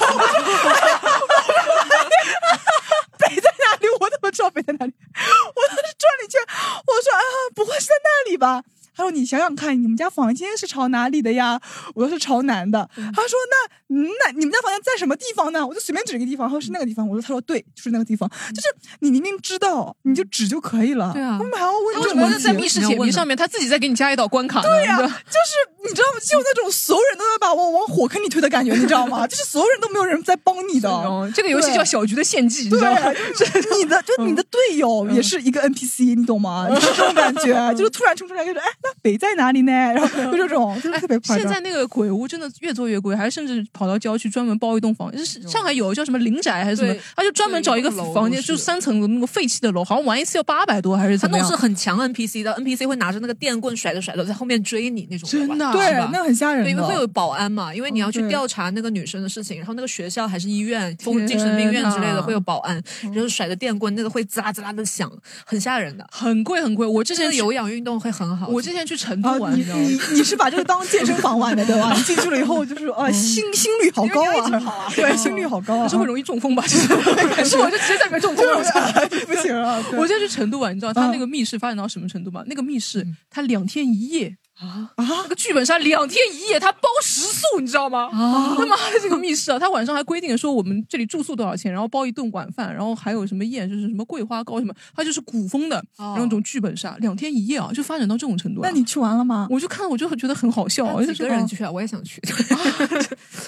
S3: 里？我怎么知道北在哪里？ [LAUGHS] 我当时转了一圈，我说：“啊，不会是在那里吧？”他说：“你想想看，你们家房间是朝哪里的呀？”我说：“是朝南的。他说：“那嗯那你们家房间在什么地方呢？”我就随便指了一个地方，他说：“是那个地方。”我说：“他说对，就是那个地方。就是你明明知道，你就指就可以了。
S2: 嗯对啊
S3: 我们还要问
S2: 他
S3: 这
S2: 为什
S3: 种
S2: 么
S3: 问
S2: 要
S3: 题
S2: 在密室解谜上面，他自己再给你加一道关卡呢？
S3: 对呀、
S2: 你知道
S3: 就是你知道吗？就有那种所有人都在把我往火坑里推的感觉，你知道吗？ [LAUGHS] 就是所有人都没有人在帮你的。
S2: 这个游戏
S3: 对
S2: 叫小局的献祭，你知
S3: 对
S2: 道吗？， [LAUGHS] 嗯
S3: 就是你的，就你的队友也是一个 NPC，你懂吗？就是这种感
S2: [LAUGHS]
S3: 觉，就是突然冲出来就是，哎，那北在哪里呢？然后就这种，就是特别夸张。
S2: 哎现在那个鬼屋真的越做越贵，还甚至跑到郊区专门包一栋房，就是上海有叫什么林宅还是什么
S6: 对，
S2: 他就专门找一个
S6: 对一栋楼
S2: 房间，
S6: 都是
S2: 就三层的那个废弃的楼，好像玩一次要八百多还是
S6: 他
S2: 怎么
S6: 那
S2: 样？
S6: 种是很强 NPC 的，NPC 会拿着那个电棍甩着甩着在后面追你那种的吧，
S2: 真的啊
S6: 是吧
S2: 对那很吓人的
S6: 对，因为会有保安嘛，因为你要
S2: 嗯
S6: 去
S2: 对
S6: 调查那个女生的事情，然后那个学校还是医院、疯
S2: 天
S6: 精神病院之类
S2: 哪哦
S6: 的会有保安，然后甩着电棍，那个会滋啦滋啦的响，很吓人的，
S2: 很贵很贵。我之前
S6: 那个
S2: 去
S6: 有氧运动会很好，
S2: 我之前去成都玩，
S3: 啊你
S2: 知道吗
S3: 你你是把这个当健身房玩的对
S2: [LAUGHS]
S3: 吧？你进去了以后就是
S2: 嗯
S3: 呃，心心率好高啊，对，心率好高啊，
S2: 可是会嗯容易中风吧？就是， [LAUGHS] 可是我就直接在里面中风了，
S3: [LAUGHS] 不行
S2: [LAUGHS]
S3: 啊！对嗯
S2: 我就去成都玩，你知道他那个密室发展到什么程度吗？那个密室他两天一夜。啊啊！那个剧本杀两天一夜，他包食宿，你知道吗？
S6: 啊
S2: 他妈的这个密室啊，他晚上还规定说我们这里住宿多少钱，然后包一顿晚饭，然后还有什么宴，就是什么桂花糕什么，他就是古风的，
S6: 哦
S2: 然后那种剧本杀，两天一夜啊，就发展到这种程度、
S3: [LAUGHS] 那你去玩了吗？
S2: 我就看，我就觉得很好笑啊，我就
S6: 几
S2: 觉
S6: 个
S2: 得
S6: 人
S2: 哦
S6: 去啊，我也想去，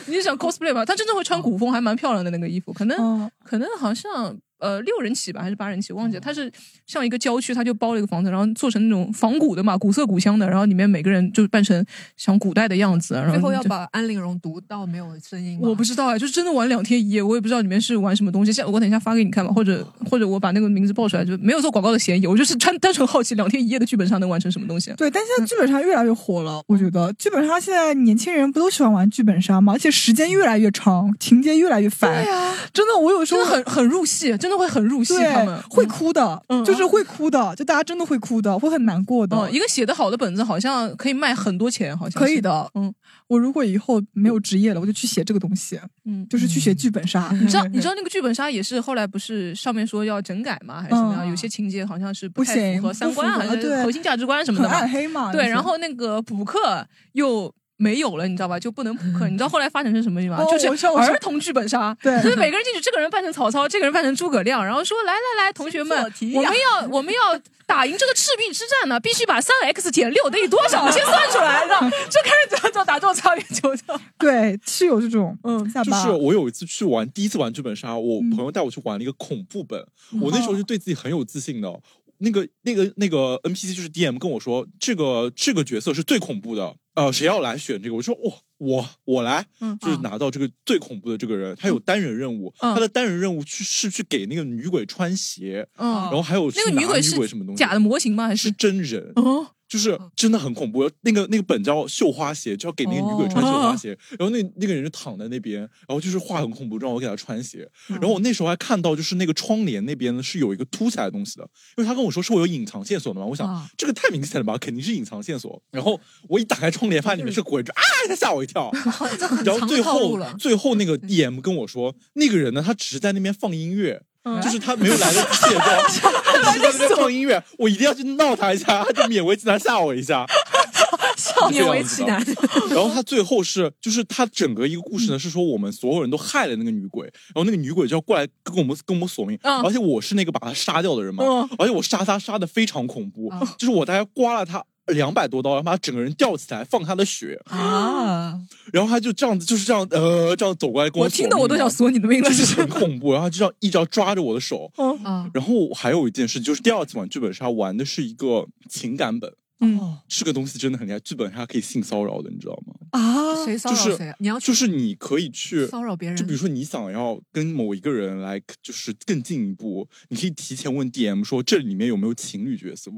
S2: 你就想 cosplay 吧，她真正会穿古风，还蛮漂亮的那个衣服，可能、可能好像呃六人起吧，还是八人起，忘记了。她是像一个郊区，她就包了一个房子，然后做成那种仿古的嘛，古色古香的，然后里面每个人就扮成像古代的样子，啊然后
S6: 最后要
S2: 就
S6: 把安陵容读到没有声音吗，
S2: 我不知道
S3: 啊
S2: 哎，就是真的玩两天一夜，我也不知道里面是玩什么东西。下我等一下发给你看吧，或者或者我把那个名字报出来，就没有做广告的嫌疑。我就是单单纯好奇，两天一夜的剧本上能完成什么东西。啊
S3: 对，但现在剧本杀越来越火了，我
S2: 嗯
S3: 觉得剧本杀现在年轻人不都喜欢玩剧本杀吗？而且时间越来越长，情节越来越烦。
S2: 对啊
S3: 真的，我有时候
S2: 真的很很入戏，真的会很入戏
S3: 对
S2: 他们嗯
S3: 会哭的，就是会哭的，就大家真的会哭的，会很难过的。
S2: 哦，一个写的好的本子好像可以卖很多钱，好像
S3: 可以
S2: 是
S3: 的，嗯，我如果以后没有职业了，我就去写这个东西，
S2: 嗯，
S3: 就是去写剧本杀。
S2: 你知
S3: [LAUGHS]
S2: 道，你知道那个剧本杀也是后来不是上面说要整改吗？还是怎么样？有些情节好像是
S3: 嗯不
S2: 太
S3: 行
S2: 符合三
S3: 不符
S2: 观啊，
S3: 合
S2: 还是
S3: 对
S2: 核心价值观什么的
S3: 很暗黑嘛
S2: 对，
S3: 就是
S2: 然后那个补课又。没有了，你知道吧？就不能补课。你知道后来发展成什么吗？
S3: 哦我
S2: 就是
S3: 知道我知道
S2: 儿童剧本杀，
S3: 对
S2: 就是每个人进去，这个人扮成曹操，这个人扮成诸葛亮，然后说来来来，同学们，
S6: 题呀
S2: 我们要我们要打赢这个赤壁之战呢，必须把三 x 减六等于多少先算出来，让 [LAUGHS] 就开始打打这种擦边球的。
S3: 对，是有这种，嗯，下
S8: 就
S3: 巴
S8: 是我有一次去玩，第一次玩剧本杀，我
S2: 嗯
S8: 朋友带我去玩了一个恐怖本，
S3: 嗯
S8: 我那时
S2: 哦
S8: 候就对自己很有自信的。那个、那个、那个 NPC 就是 DM 跟我说，这个这个角色是最恐怖的，呃，谁要来选这个？我说我我我来，
S2: 嗯
S8: 就是拿到这个最恐怖的这个人，他有单人任务，
S2: 嗯
S8: 他的单人任务去是去给那个女鬼穿鞋，
S2: 嗯
S8: 然后还有去
S2: 那个
S8: 拿
S2: 女鬼是
S8: 什么东西，
S2: 假的模型吗？还是
S8: 真人
S2: 哦，
S8: 就是真的很恐怖。那个那个本叫绣花鞋，就要给那个女鬼穿绣
S2: 哦
S8: 花鞋，然后那那个人就躺在那边，然后就是话很恐怖，让我给他穿鞋。
S6: 嗯
S8: 然后我那时候还看到，就是那个窗帘那边呢是有一个凸起来的东西的，因为他跟我说是我有隐藏线索的嘛，我想、
S6: 嗯
S12: 啊
S8: 这个太明显了吧，肯定是隐藏线索。然后我一打开窗帘，发现里面是鬼，就啊一下吓我一跳。
S6: 嗯 [LAUGHS]
S8: [LAUGHS]
S6: 这很
S8: 然后
S6: 长
S8: 最
S6: 的套路
S8: 后
S6: 了，嗯
S8: 最后那个 DM 跟我说，那个人呢，他只是在那边放音乐。
S6: 嗯
S8: 就是他没有来得及
S6: [LAUGHS]
S8: 卸妆，他只是在那边放音乐，我一定要去闹他一下，他就勉为其难吓我一下。
S2: [LAUGHS]
S3: 吓
S8: 是这样子的。
S10: [LAUGHS]
S8: [LAUGHS] 然后他最后是，就是他整个一个故事呢，
S2: 嗯
S8: 是说我们所有人都害了那个女鬼，然后那个女鬼就要过来跟我们跟我们索命，
S12: 嗯
S8: 而且我是那个把她杀掉的人嘛，
S12: 嗯
S8: 而且我杀她杀的非常恐怖，
S2: 嗯
S8: 就是我大概刮了她两百多刀，然后把她整个人吊起来放她的血，
S2: 啊！
S8: 然后他就这样子，就是这样，呃，这样走过来跟
S2: 我
S8: 我
S2: 听得我都想
S8: 索
S2: 索你的命
S8: 命
S2: 了
S8: 嘛，就是很恐怖。然后他就这样一直要抓着我的手。
S14: 嗯
S2: 啊，
S8: 嗯然后还有一件事，就是第二次玩剧本杀玩的是一个情感本，
S2: 嗯
S8: 这个东西真的很厉害。剧本杀可以性骚扰的，你知道吗？
S2: 啊，谁骚
S8: 就
S2: 扰
S8: 是
S2: 谁啊？你要
S8: 就是你可以去
S6: 骚扰别人
S8: 就比如说你想要跟某一个人来，就是更进一步，你可以提前问 DM 说这里面有没有情侣角色，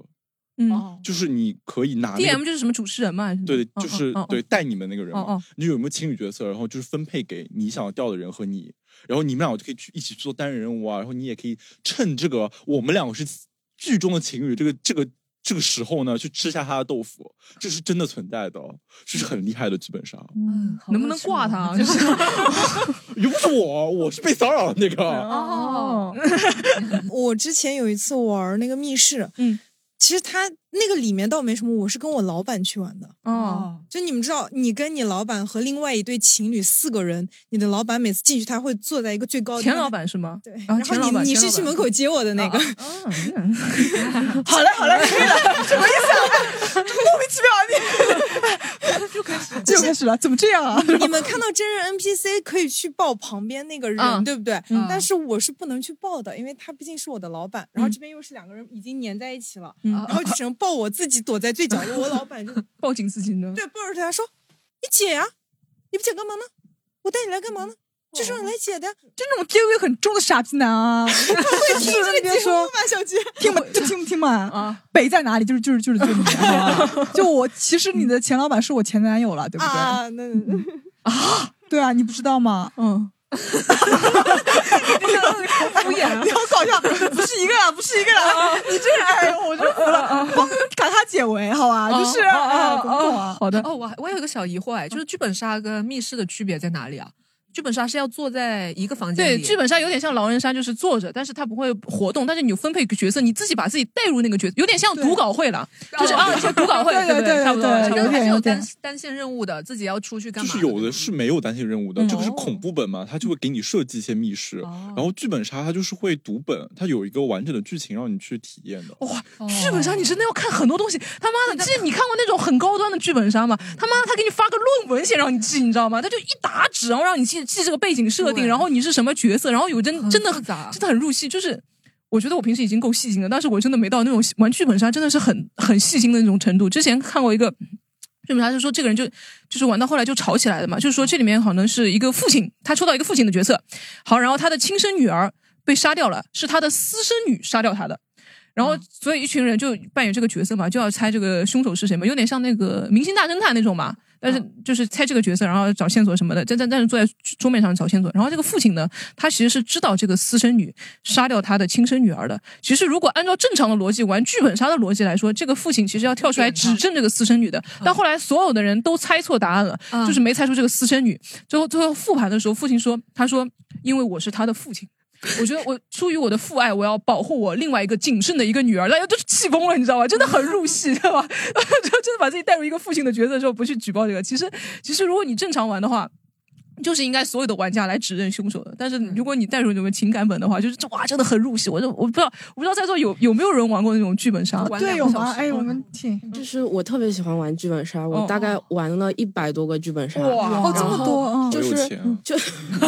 S2: 嗯
S8: 就是你可以拿那个
S2: ，DM 就是什么主持人嘛？还是什么
S8: 对，
S2: 哦
S8: 就是
S2: 哦哦
S8: 对带你们那个人
S2: 哦
S8: 嘛
S2: 哦，
S8: 你有没有情侣角色，然后就是分配给你想要钓的人和你，然后你们俩就可以去一起去做单人任务啊，然后你也可以趁这个我们两个是剧中的情侣这个这个这个时候呢，去吃下他的豆腐，这是真的存在的，哦这是很厉害的剧本杀。
S2: 嗯，能不能挂他？
S14: [LAUGHS]
S2: 啊？就是
S8: 又不是我，我是被骚扰的那
S3: 嗯
S8: 个。
S14: 哦， [LAUGHS] 我之前有一次玩那个密室，
S2: 嗯，
S14: 其实它那个里面倒没什么，我是跟我老板去玩的。
S2: 哦，
S14: 就你们知道，你跟你老板和另外一对情侣四个人，你的老板每次进去他会坐在一个最高的地
S2: 钱
S14: 方
S2: 老板是吗？对，
S14: 然
S2: 钱老
S14: 后
S2: 板，
S14: 你你
S2: 钱
S14: 是去
S2: 老板嗯
S14: 门口接我的那个。
S2: 好
S14: 了 [LAUGHS]
S2: [LAUGHS]
S14: 好了，可以了，什么意
S3: 思
S14: 啊？莫名其妙，你
S3: 就开始了，怎么这样啊？
S14: 你们看到真人 NPC 可以去报旁边那个人，
S3: 嗯
S14: 对不对？
S3: 嗯
S14: 但是我是不能去报的，因为他毕竟是我的老板，然后这边又是两个人已经粘在一起了，
S2: 嗯
S14: 啊然
S2: [LAUGHS]
S14: 后就只能报我自己躲在最角落，我老板
S3: [LAUGHS]
S14: 就
S2: 抱紧自己呢。
S14: 对抱着他说：“你解呀、你不解干嘛
S2: [LAUGHS]
S14: 呢？我带你来干嘛呢？”这是让你来解的，
S3: 就那种 PUA 很重的傻逼男啊！他
S14: 会听这个节
S3: 别
S14: 目
S3: 说
S14: 吗小菊
S3: 听不就听不听嘛啊！北在哪里？就是就是就是就是你，好吧就我其实你的前老板是我前男友了，对不对？
S14: 啊，那
S2: 嗯
S14: [LAUGHS]
S3: 对啊，你不知道吗？嗯。
S2: 敷衍啊
S3: 你好搞笑，不是一个人，不是一个人
S2: [LAUGHS] 啊，
S3: 你这人，哎呦，我真服
S14: 嗯
S3: 了，帮卡卡解围，好吧，就是，哎，懂不懂啊？
S2: 好的
S6: 哦，我还我有一个小疑惑，
S3: 嗯
S6: 哎，就是剧本杀跟密室的区别在哪里啊？剧本杀是要坐在一个房间
S2: 对，
S6: 里，
S2: 剧本杀有点像狼人杀，就是坐着，但是他不会活动，但是你有分配角色，你自己把自己带入那个角色，有点像读稿会了，就是啊，像读稿会，
S3: 哦对
S2: 不
S3: 对对
S2: 差不多
S3: 对
S2: 差不
S3: 有
S2: 多
S3: 点
S6: 还是有
S3: 有点
S6: 单单线任务的，自己要出去干
S8: 就
S6: 嘛？
S8: 是有的是没有单线任务的，这个是恐怖本嘛，它就会给你设计一些密室，然后剧本杀它就是会读本，它有一个完整的剧情让你去体验的。
S2: 哇，剧本杀你真的要看很多东西。哦他妈的，记得你看过那种很高端的剧本杀吗？他妈他给你发个论文先让你记，你知道吗？他就一沓纸，然后让你记记这个背景设定，然后你是什么角色，然后有真真的很真的很入戏，就是。我觉得我平时已经够细心了，但是我真的没到那种玩剧本杀真的是很很细心的那种程度。之前看过一个剧本杀，就说这个人就就是玩到后来就吵起来了嘛，就是说这里面好像是一个父亲，他抽到一个父亲的角色，好，然后他的亲生女儿被杀掉了，是他的私生女杀掉他的。然后，所以一群人就扮演这个角色嘛，就要猜这个凶手是谁嘛，有点像那个明星大侦探那种嘛。但是就是猜这个角色，然后找线索什么的，但但但是坐在桌面上找线索。然后这个父亲呢，他其实是知道这个私生女杀掉他的亲生女儿的。其实如果按照正常的逻辑玩剧本杀的逻辑来说，这个父亲其实要跳出来指证这个私生女的。但后来所有的人都猜错答案了，
S6: 嗯
S2: 就是没猜出这个私生女。最后最后复盘的时候，父亲说：“他说因为我是他的父亲。”我觉得我出于我的父爱，我要保护我另外一个仅剩的一个女儿，大家都气疯了，你知道吧？真的很入戏，知道吧？ [LAUGHS] 就真的把自己带入一个父亲的角色之后，不去举报这个。其实，其实如果你正常玩的话。就是应该所有的玩家来指认凶手的，但是
S15: 嗯
S2: 如果你带入你们情感本的话，就是这哇，真的很入戏。我就我不知道，我不知道在座有有没有人玩过那种剧本杀？
S3: 对，有吗？哎，
S6: 嗯
S3: 我们挺
S15: [LAUGHS] 就是我特别喜欢玩剧本杀，我大概玩了一百多个剧本杀，
S3: 哇哦这么
S15: 然后
S3: 多嗯
S15: 就
S3: 好有
S15: 是
S3: 钱啊 [LAUGHS]
S15: 就 [LAUGHS]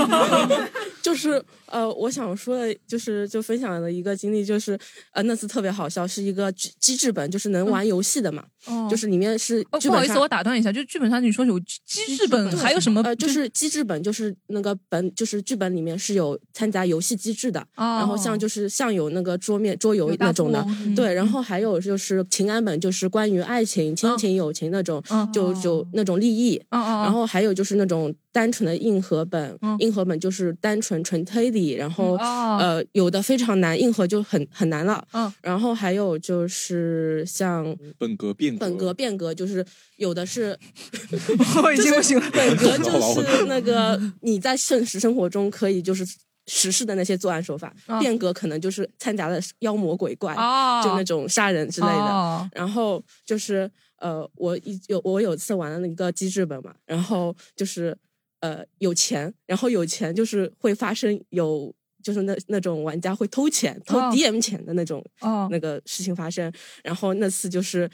S15: 就是呃，我想说的，就是就分享的一个经历，就是呃那次特别好笑，是一个机机制本，就是能
S3: 嗯
S15: 玩游戏的嘛，
S2: 哦
S15: 就是里面是
S2: 哦，
S15: 剧
S2: 不
S15: 本
S2: 好意思，
S15: 杀
S2: 我打断一下，就剧本杀你说有机制本，
S15: 对
S2: 还有什么？
S15: 呃，就是机制本，就是那个本，就是剧本里面是有掺杂游戏机制的。然后像就是像有那个桌面桌游
S2: 哦有大
S15: 那种的
S2: 富翁，嗯嗯
S15: 对。然后还有就是情感本，就是关于爱情、亲情、友情那种，
S2: 哦
S15: 就就那种利益。然后还有就是那种单纯的硬核本，硬核本就是单纯纯推理，然后、
S2: 嗯嗯哦
S15: 呃有的非常难，硬核就很很难了。
S2: 嗯
S15: 然后还有就是像
S8: 本格变革，
S15: 本格变革，就是有的是
S2: [LAUGHS] 我已经不行了
S15: 本格
S8: 我懂了我
S15: 就
S8: 懂
S15: 是那个你在现实生活中可以就是实施的那些作案手法，
S2: 啊
S15: 变革可能就是掺杂了妖魔鬼怪，
S2: 哦
S15: 就那种杀人之类的。
S2: 哦
S15: 然后就是。呃，我一有我有次玩了那个机制本嘛，然后就是呃有钱，然后有钱就是会发生有。就是那那种玩家会偷钱、偷
S11: 哦
S15: DM 钱的那种、
S2: 哦
S15: 那个事情发生。然后那次就是，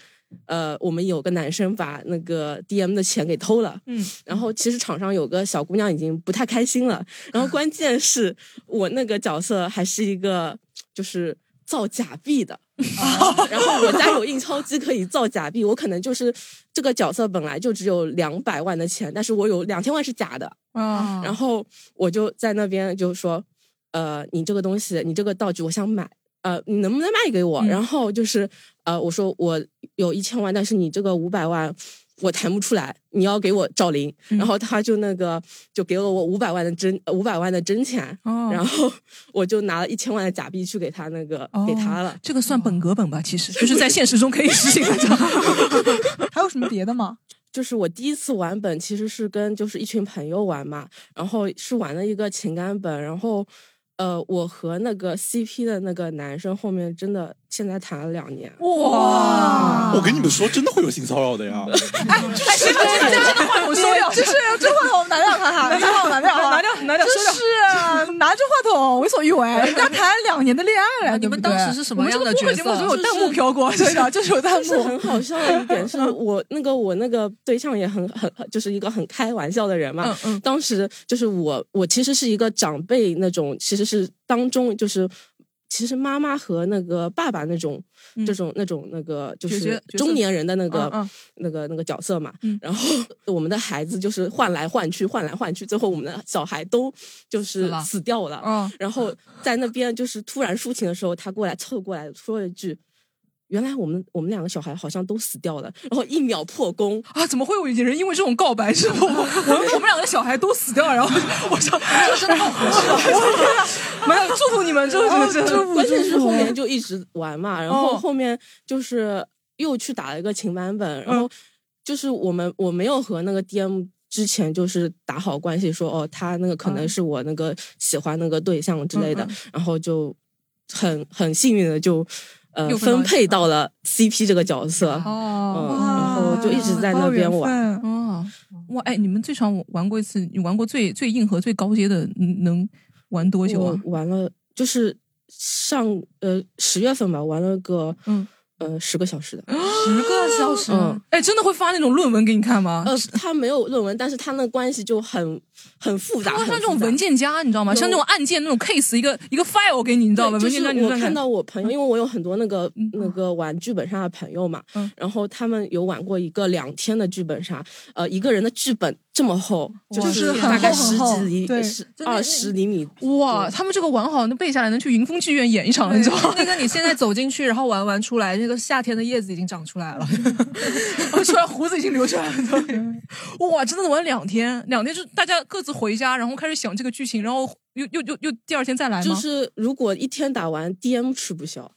S15: 呃，我们有个男生把那个 DM 的钱给偷了，
S2: 嗯，
S4: [LAUGHS]
S15: 然后其实场上有个小姑娘已经不太开心了，然后关键是我那个角色还是一个就是造假币的。 [LAUGHS] 然后我家有印钞机可以造假币，我可能就是这个角色本来就只有两百万的钱，但是我有两千万是假的，
S5: 嗯
S6: 嗯
S2: 啊
S15: 然后我就在那边就说，呃，你这个东西，你这个道具我想买，呃，你能不能卖给我？然后就是呃，我说我有一千万，但是你这个五百万。我谈不出来，你要给我找零，然后他就那个就给了我五百万的真五百万的真钱，
S2: 哦
S15: 然后我就拿了一千万的假币去给他那个、给他了。
S2: 哦这个算本格本吧，其实就是在现实中可以实行的。这样
S15: [LAUGHS] 还有什么别的吗？就是我第一次玩本，其实是跟就是一群朋友玩嘛，然后是玩了一个情感本，然后呃，我和那个 CP 的那个男生后面真的现在谈了两年。
S2: 哇！
S8: 我跟你们说，真的会有性骚扰的呀！
S2: 哎，真的真的真的话筒收掉，
S3: 这是这话筒拿掉它哈，拿掉话筒拿掉哈，
S2: 拿掉拿掉收掉
S3: 是啊拿着话筒为所
S2: [LAUGHS]
S3: 欲为，人家谈两年的恋爱了，啊你们
S15: 啊当时是什么样的
S3: 这个
S15: 角
S3: 播客节
S15: 色
S3: 目就有弹幕飘过，
S15: 就是
S3: 对
S15: [LAUGHS]
S3: 的，就是有弹
S15: 就
S3: 幕，
S15: 是很好笑的一点
S3: [LAUGHS]
S15: 是我那个我那个对象也很很很就是一个很开玩笑的人嘛。
S2: 嗯嗯
S15: 当时就是我我其实是一个长辈那种，其实是当中就是。其实妈妈和那个爸爸那种、
S3: 嗯
S15: 这种、那种、那个，就
S2: 角
S15: 是
S2: 色角色
S15: 中年人的那个、
S2: 嗯嗯
S15: 那个、那个角色嘛。
S2: 嗯
S15: 然后我们的孩子就是换来换去，换来换去，最后我们的小孩都就是
S2: 了
S15: 死掉了。
S2: 嗯
S15: 然后在那边就是突然抒情的时候，他过来凑过来说了一句：“原来我们我们两个小孩好像都死掉了，然后一秒破功
S2: 啊！怎么会有人因为这种告白之后，我我我们两个小孩都死掉，
S15: [LAUGHS]
S2: 然后我说这真的好合适啊！没有祝福你们，祝
S15: 哦
S2: 福祝福，
S15: 关键是后面就一直玩嘛，然后
S2: 哦
S15: 后面就是又去打了一个情版本，然
S2: 嗯
S15: 后就是我们我没有和那个 DM 之前就是打好关系说，哦，他那个可能是我那个喜欢那个对象之类的，
S2: 嗯嗯嗯
S15: 然后就很很幸运的就。呃
S2: 又，分到
S15: 分配到了 CP 这个角色，
S2: 哦
S15: 嗯，然后就一直
S2: 啊
S15: 在那边玩，
S2: 哦，哇！哎，你们最长玩过一次，你玩过最最硬核、最高阶的，嗯能玩多久啊？
S15: 我玩了，就是上呃十月份吧，玩了个
S2: 嗯啊
S15: 呃十个小时的，
S2: 十个
S15: 小时
S2: 嗯，哎，真的会发那种论文给你看吗？
S15: 呃，他没有论文，但是他那关系就很很复杂，
S2: 哇，像
S15: 很
S2: 这
S15: 复
S2: 种
S15: 杂
S2: 文件夹，你知道吗？
S15: 有
S2: 像这种案件那种 case，一个一个 file 给你，你知道吗？
S15: 对
S2: 文
S15: 就
S2: 件
S15: 是
S2: 夹你
S15: 我
S2: 乱
S15: 看到我朋
S2: 嗯
S15: 友，因为我有很多那个、那个玩剧本杀的朋友嘛，
S2: 嗯
S15: 然后他们有玩过一个两天的剧本杀，呃，一个人的剧本这么厚，
S2: 哇
S15: 就是
S2: 是
S15: 大
S2: 很
S15: 概
S2: 厚
S15: 十
S2: 很
S15: 几
S2: 厚对
S15: 厘、十
S2: 真的
S15: 二十厘米
S2: 哇，他们这个玩好，能背下来能去云峰剧院演一场了，你知道吗？
S6: 那个你现在走进去，然后玩完出来，那个夏天的叶子已经长出
S2: [LAUGHS]
S6: 来了。
S2: 我 [LAUGHS] 出来胡子已经流出来了。哇，真的玩两天，两天就大家各自回家，然后开始想这个剧情，然后又又又又第二天再来吗？
S15: [LAUGHS] 就是如果一天打完，DM 吃不消。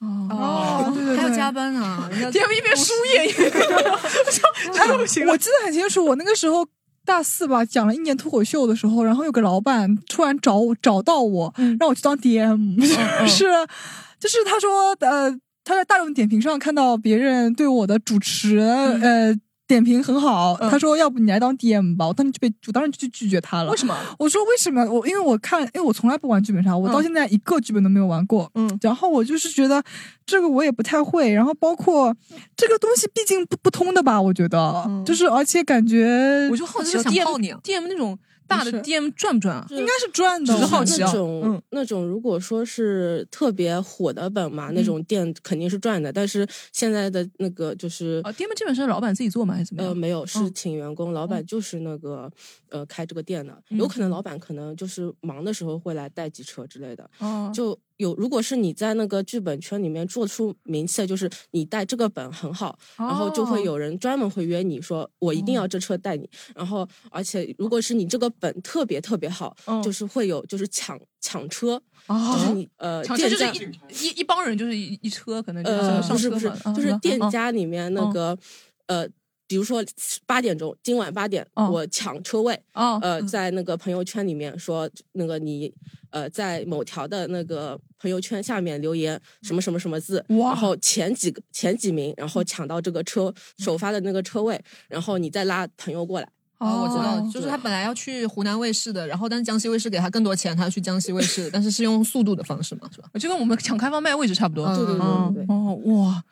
S6: 哦
S3: 对对对
S6: 还要加班
S2: [LAUGHS]
S6: 啊！人家
S2: DM 一边输液一边 [LAUGHS]
S3: 我我记得很清楚，我那个时候大四吧，讲了一年脱口秀的时候，然后有个老板突然找我找到我，
S2: 嗯
S3: 让我去当 DM，是 [LAUGHS] 就是他说呃他在大众点评上看到别人对我的主持、
S2: 嗯
S3: 呃。点评很好，他说要不你来当 DM 吧，我当时就被我当时就拒绝他了。
S2: 为什么？
S3: 我说为什么？我因为我看，因为我从来不玩剧本杀，我到
S2: 嗯
S3: 现在一个剧本都没有玩过。嗯，然后我就是觉得这个我也不太会，然后包括这个东西毕竟不不通的吧，我觉得，就是而且感觉
S2: 嗯我就好奇
S3: 这个
S2: DM
S3: 泡你
S2: DM 啊那种大的
S3: 没事
S2: DM 转不转啊？
S15: 应
S3: 该是赚的
S2: 只是好奇啊
S15: 那种、
S2: 嗯
S15: 那种如果说是特别火的本嘛，那
S2: 嗯
S15: 种店肯定是赚的。但是现在的那个就是
S2: 啊，DM 基本是老板自己做吗？还是怎么样？嗯
S15: 呃，没有，是请员工，老板就是那个呃开这个店的，有
S2: 嗯
S15: 可能老板可能就是忙的时候会来带几车之类的。
S2: 哦
S15: 就有，如果是你在那个剧本圈里面做出名气的，就是你带这个本很好，然后就会
S2: 哦嗯
S15: 有人专门会约你说，我一定要这车带你。然后，而且如果是你这个本特别特别好，
S2: 嗯
S15: 就是会有就是抢抢车，就是你呃
S2: 哦抢
S15: 店
S2: 就是
S15: 家
S2: 一一一帮人，就是一一车，可能就是
S15: 呃，
S6: 嗯
S2: 上
S15: 不是
S2: 车
S15: 不是
S2: 嘛啊，
S15: 就是店家里面那
S2: 嗯
S15: 个呃比如说八点钟，今晚八点、我抢车位，呃，在那个朋友圈里面说那个你呃在某条的那个朋友圈下面留言什么什么什么字，然后前几个前几名，然后抢到这个车首发的那个车位，然后你再拉朋友过来。
S6: 哦，我知道，
S15: 对
S6: 就是他本来要去湖南卫视的，然后但是江西卫视给他更多钱，他要去江西卫视，但是是用速度的方式嘛，是吧？嗯
S2: 就跟我们抢开放麦位置差不多。
S6: 对对对对
S2: 哦哇，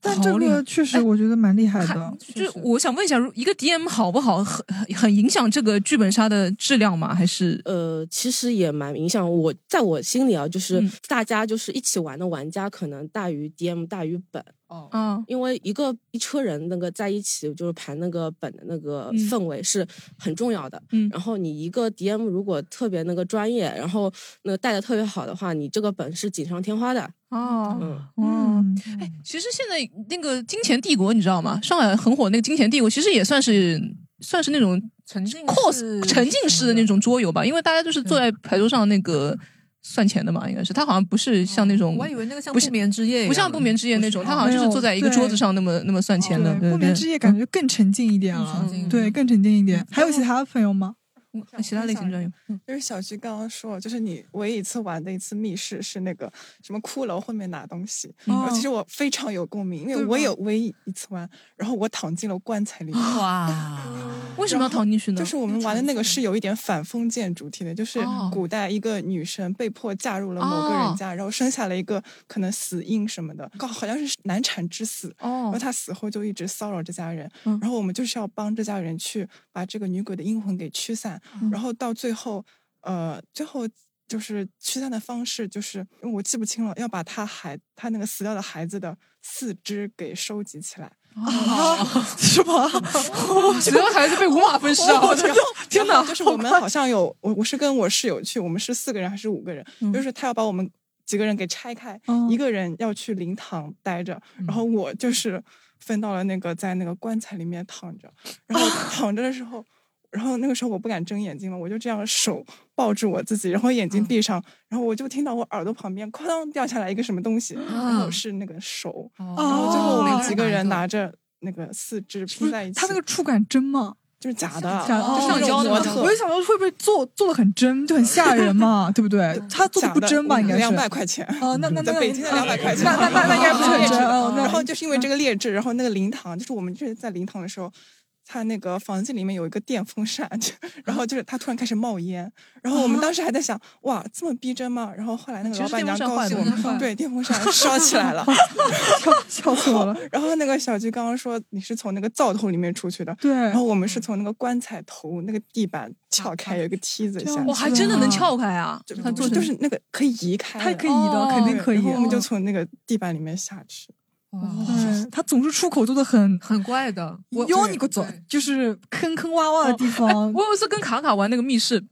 S16: 但这
S2: 好厉害哎
S16: 个确实我觉得蛮厉害的。
S2: 就是我想问一下，如一个 DM 好不好，很很很影响这个剧本杀的质量吗？还是
S15: 呃，其实也蛮影响我，在我心里啊，就是大家就是一起玩的玩家，可能大于 DM 大于本。
S6: 哦，
S15: 嗯，因为一个一车人那个在一起就是盘那个本的那个
S6: 嗯
S15: 氛围是很重要的。
S6: 嗯
S15: 然后你一个 DM 如果特别那个专业，然后那个带的特别好的话，你这个本是锦上添花的。
S2: 哦，
S15: 嗯
S2: 嗯，哎，其实现在那个金钱帝国，你知道吗？上海很火那个金钱帝国，其实也算是算是那种
S6: 沉浸
S2: cos 沉浸式的那种桌游吧，因为大家就是坐在牌桌上那个算钱的嘛，应该是。它好像不是像那
S15: 哦
S2: 种，
S6: 我还以为那个像
S2: 不是
S6: 不眠之夜一样
S2: 不像不眠之夜那种，
S16: 不是
S2: 它好像就是
S16: 没有
S2: 坐在一个
S16: 对
S2: 桌子上那么那么算钱的。
S16: 对，
S2: 对嗯
S16: 不眠之夜感觉更沉浸一点了，对，更沉浸一点。还有其他的朋友吗？
S2: 嗯其他类型专有，
S13: 就是小徐刚刚说，就是你唯一一次玩的一次密室是那个什么骷髅后面拿东西，
S16: 嗯
S13: 然后其
S2: 哦
S13: 实我非常有共鸣，因为
S16: 对
S13: 我
S16: 吧
S13: 有唯一一次玩，然后我躺进了棺材里面。
S2: 哇！为什么要躺进去呢？
S13: 就是我们玩的那个是有一点反封建主题的，就是
S2: 哦
S13: 古代一个女神被迫嫁入了某个人家，然后生下了一个可能死婴什么的，告好像是难产之死。
S2: 哦
S13: 然后她死后就一直骚扰这家人，
S2: 嗯
S13: 然后我们就是要帮这家人去把这个女鬼的阴魂给驱散，
S2: 嗯
S13: 然后到最后，呃，最后。就是驱散的方式，就是我记不清了，要把她孩她那个死掉的孩子的四肢给收集起来，
S2: 哦
S13: [LAUGHS]
S16: 什么？
S13: 只
S2: 要孩子被五马分尸啊我的
S13: 天哪！就是我们好像有我，我是跟我室友去，我们是四个人还是五个人？
S2: 嗯
S13: 就是他要把我们几个人给拆开，一个人要去灵堂待着，
S2: 嗯
S13: 然后我就是分到了那个在那个棺材里面躺着，然
S2: [LAUGHS]
S13: 后躺着的时候。然后那个时候我不敢睁眼睛了，我就这样手抱住我自己，然后眼睛
S2: 嗯
S13: 闭上，然后我就听到我耳朵旁边哐当掉下来一个什么东
S2: 啊
S13: 西，然后是那个手，
S2: 哦
S13: 然后最后我们几个人拿着那个四肢拼在一起，
S16: 它那个触感真吗？
S13: 就是假啊的，
S16: 假的
S13: 就是
S16: 哦
S13: 那种模特，
S16: 我就想到会不会做做的很真，就很吓人嘛，对不
S13: [LAUGHS]
S16: 对？他做的不真吧，应该是
S13: 嗯两百块钱。
S16: 哦，那那那
S13: 在北京的两百块钱，
S16: 那那那那应该不是很
S13: 劣质
S16: 真
S13: 的
S16: 哦。那
S13: 然后就是因为这个劣质，然后那个灵堂，就是我们这在灵堂的时候，他那个房间里面有一个电风扇，就然后就是他突然开始冒烟，然后我们当时还在想，哇，这么逼真吗？然后后来那个
S16: 其实
S13: 老板
S16: 电风
S13: 娘
S16: 扇
S13: 告
S16: 坏
S13: 诉
S16: 的
S13: 我
S16: 电风
S13: 们，
S16: 扇
S13: 对，电风扇烧起来
S16: [LAUGHS]
S13: 了，
S16: 笑笑死我了。
S13: 然后那个小菊刚刚说你是从那个灶头里面出去的，
S16: 对
S13: 然后我们是从那个棺材头那个地板撬
S16: 啊
S13: 开，有一个梯子下去，
S2: 我还真的能撬开啊！它做成
S13: 就是那个可以移开的，
S16: 它可以移的
S13: 哦
S16: 肯定可以
S13: 然后我们
S2: 啊
S16: 哦
S13: 就从那个地板里面下去。
S16: 对他总是出口做的很
S6: 很怪的，
S16: 我有你个做就是坑坑洼洼的地
S2: 哎 [LAUGHS]
S16: 方。
S2: 我有一次跟卡卡玩那个密室。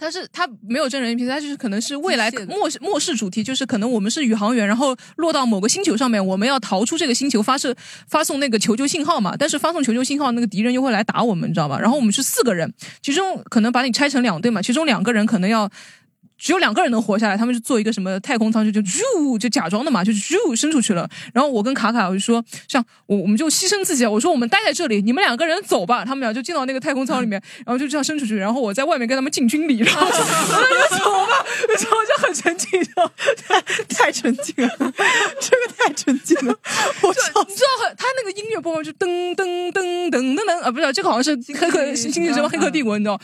S2: 但是它没有真人 NPC，它就是可能是未来末世末世主题，就是可能我们是宇航员，然后落到某个星球上面，我们要逃出这个星球，发射发送那个求救信号嘛。但是发送求救信号，那个敌人又会来打我们，你知道吧？然后我们是四个人，其中可能把你拆成两队嘛，其中两个人可能要只有两个人能活下来，他们就做一个什么太空舱，就就啾就假装的嘛，就啾伸出去了。然后我跟卡卡我就说，像我我们就牺牲自己，啊，我说我们待在这里，你们两个人走吧。他们俩就进到那个太空舱里面，然后就这样伸出去，然后我在外面跟他们进军 [LAUGHS] 礼，然后就走 [LAUGHS] 吧，然后就很沉浸，太太沉浸了，这个太沉浸了。我你知道他那个音乐播放就噔噔噔噔噔噔啊，不是这个好像是黑客星际什么黑客帝国，你知道？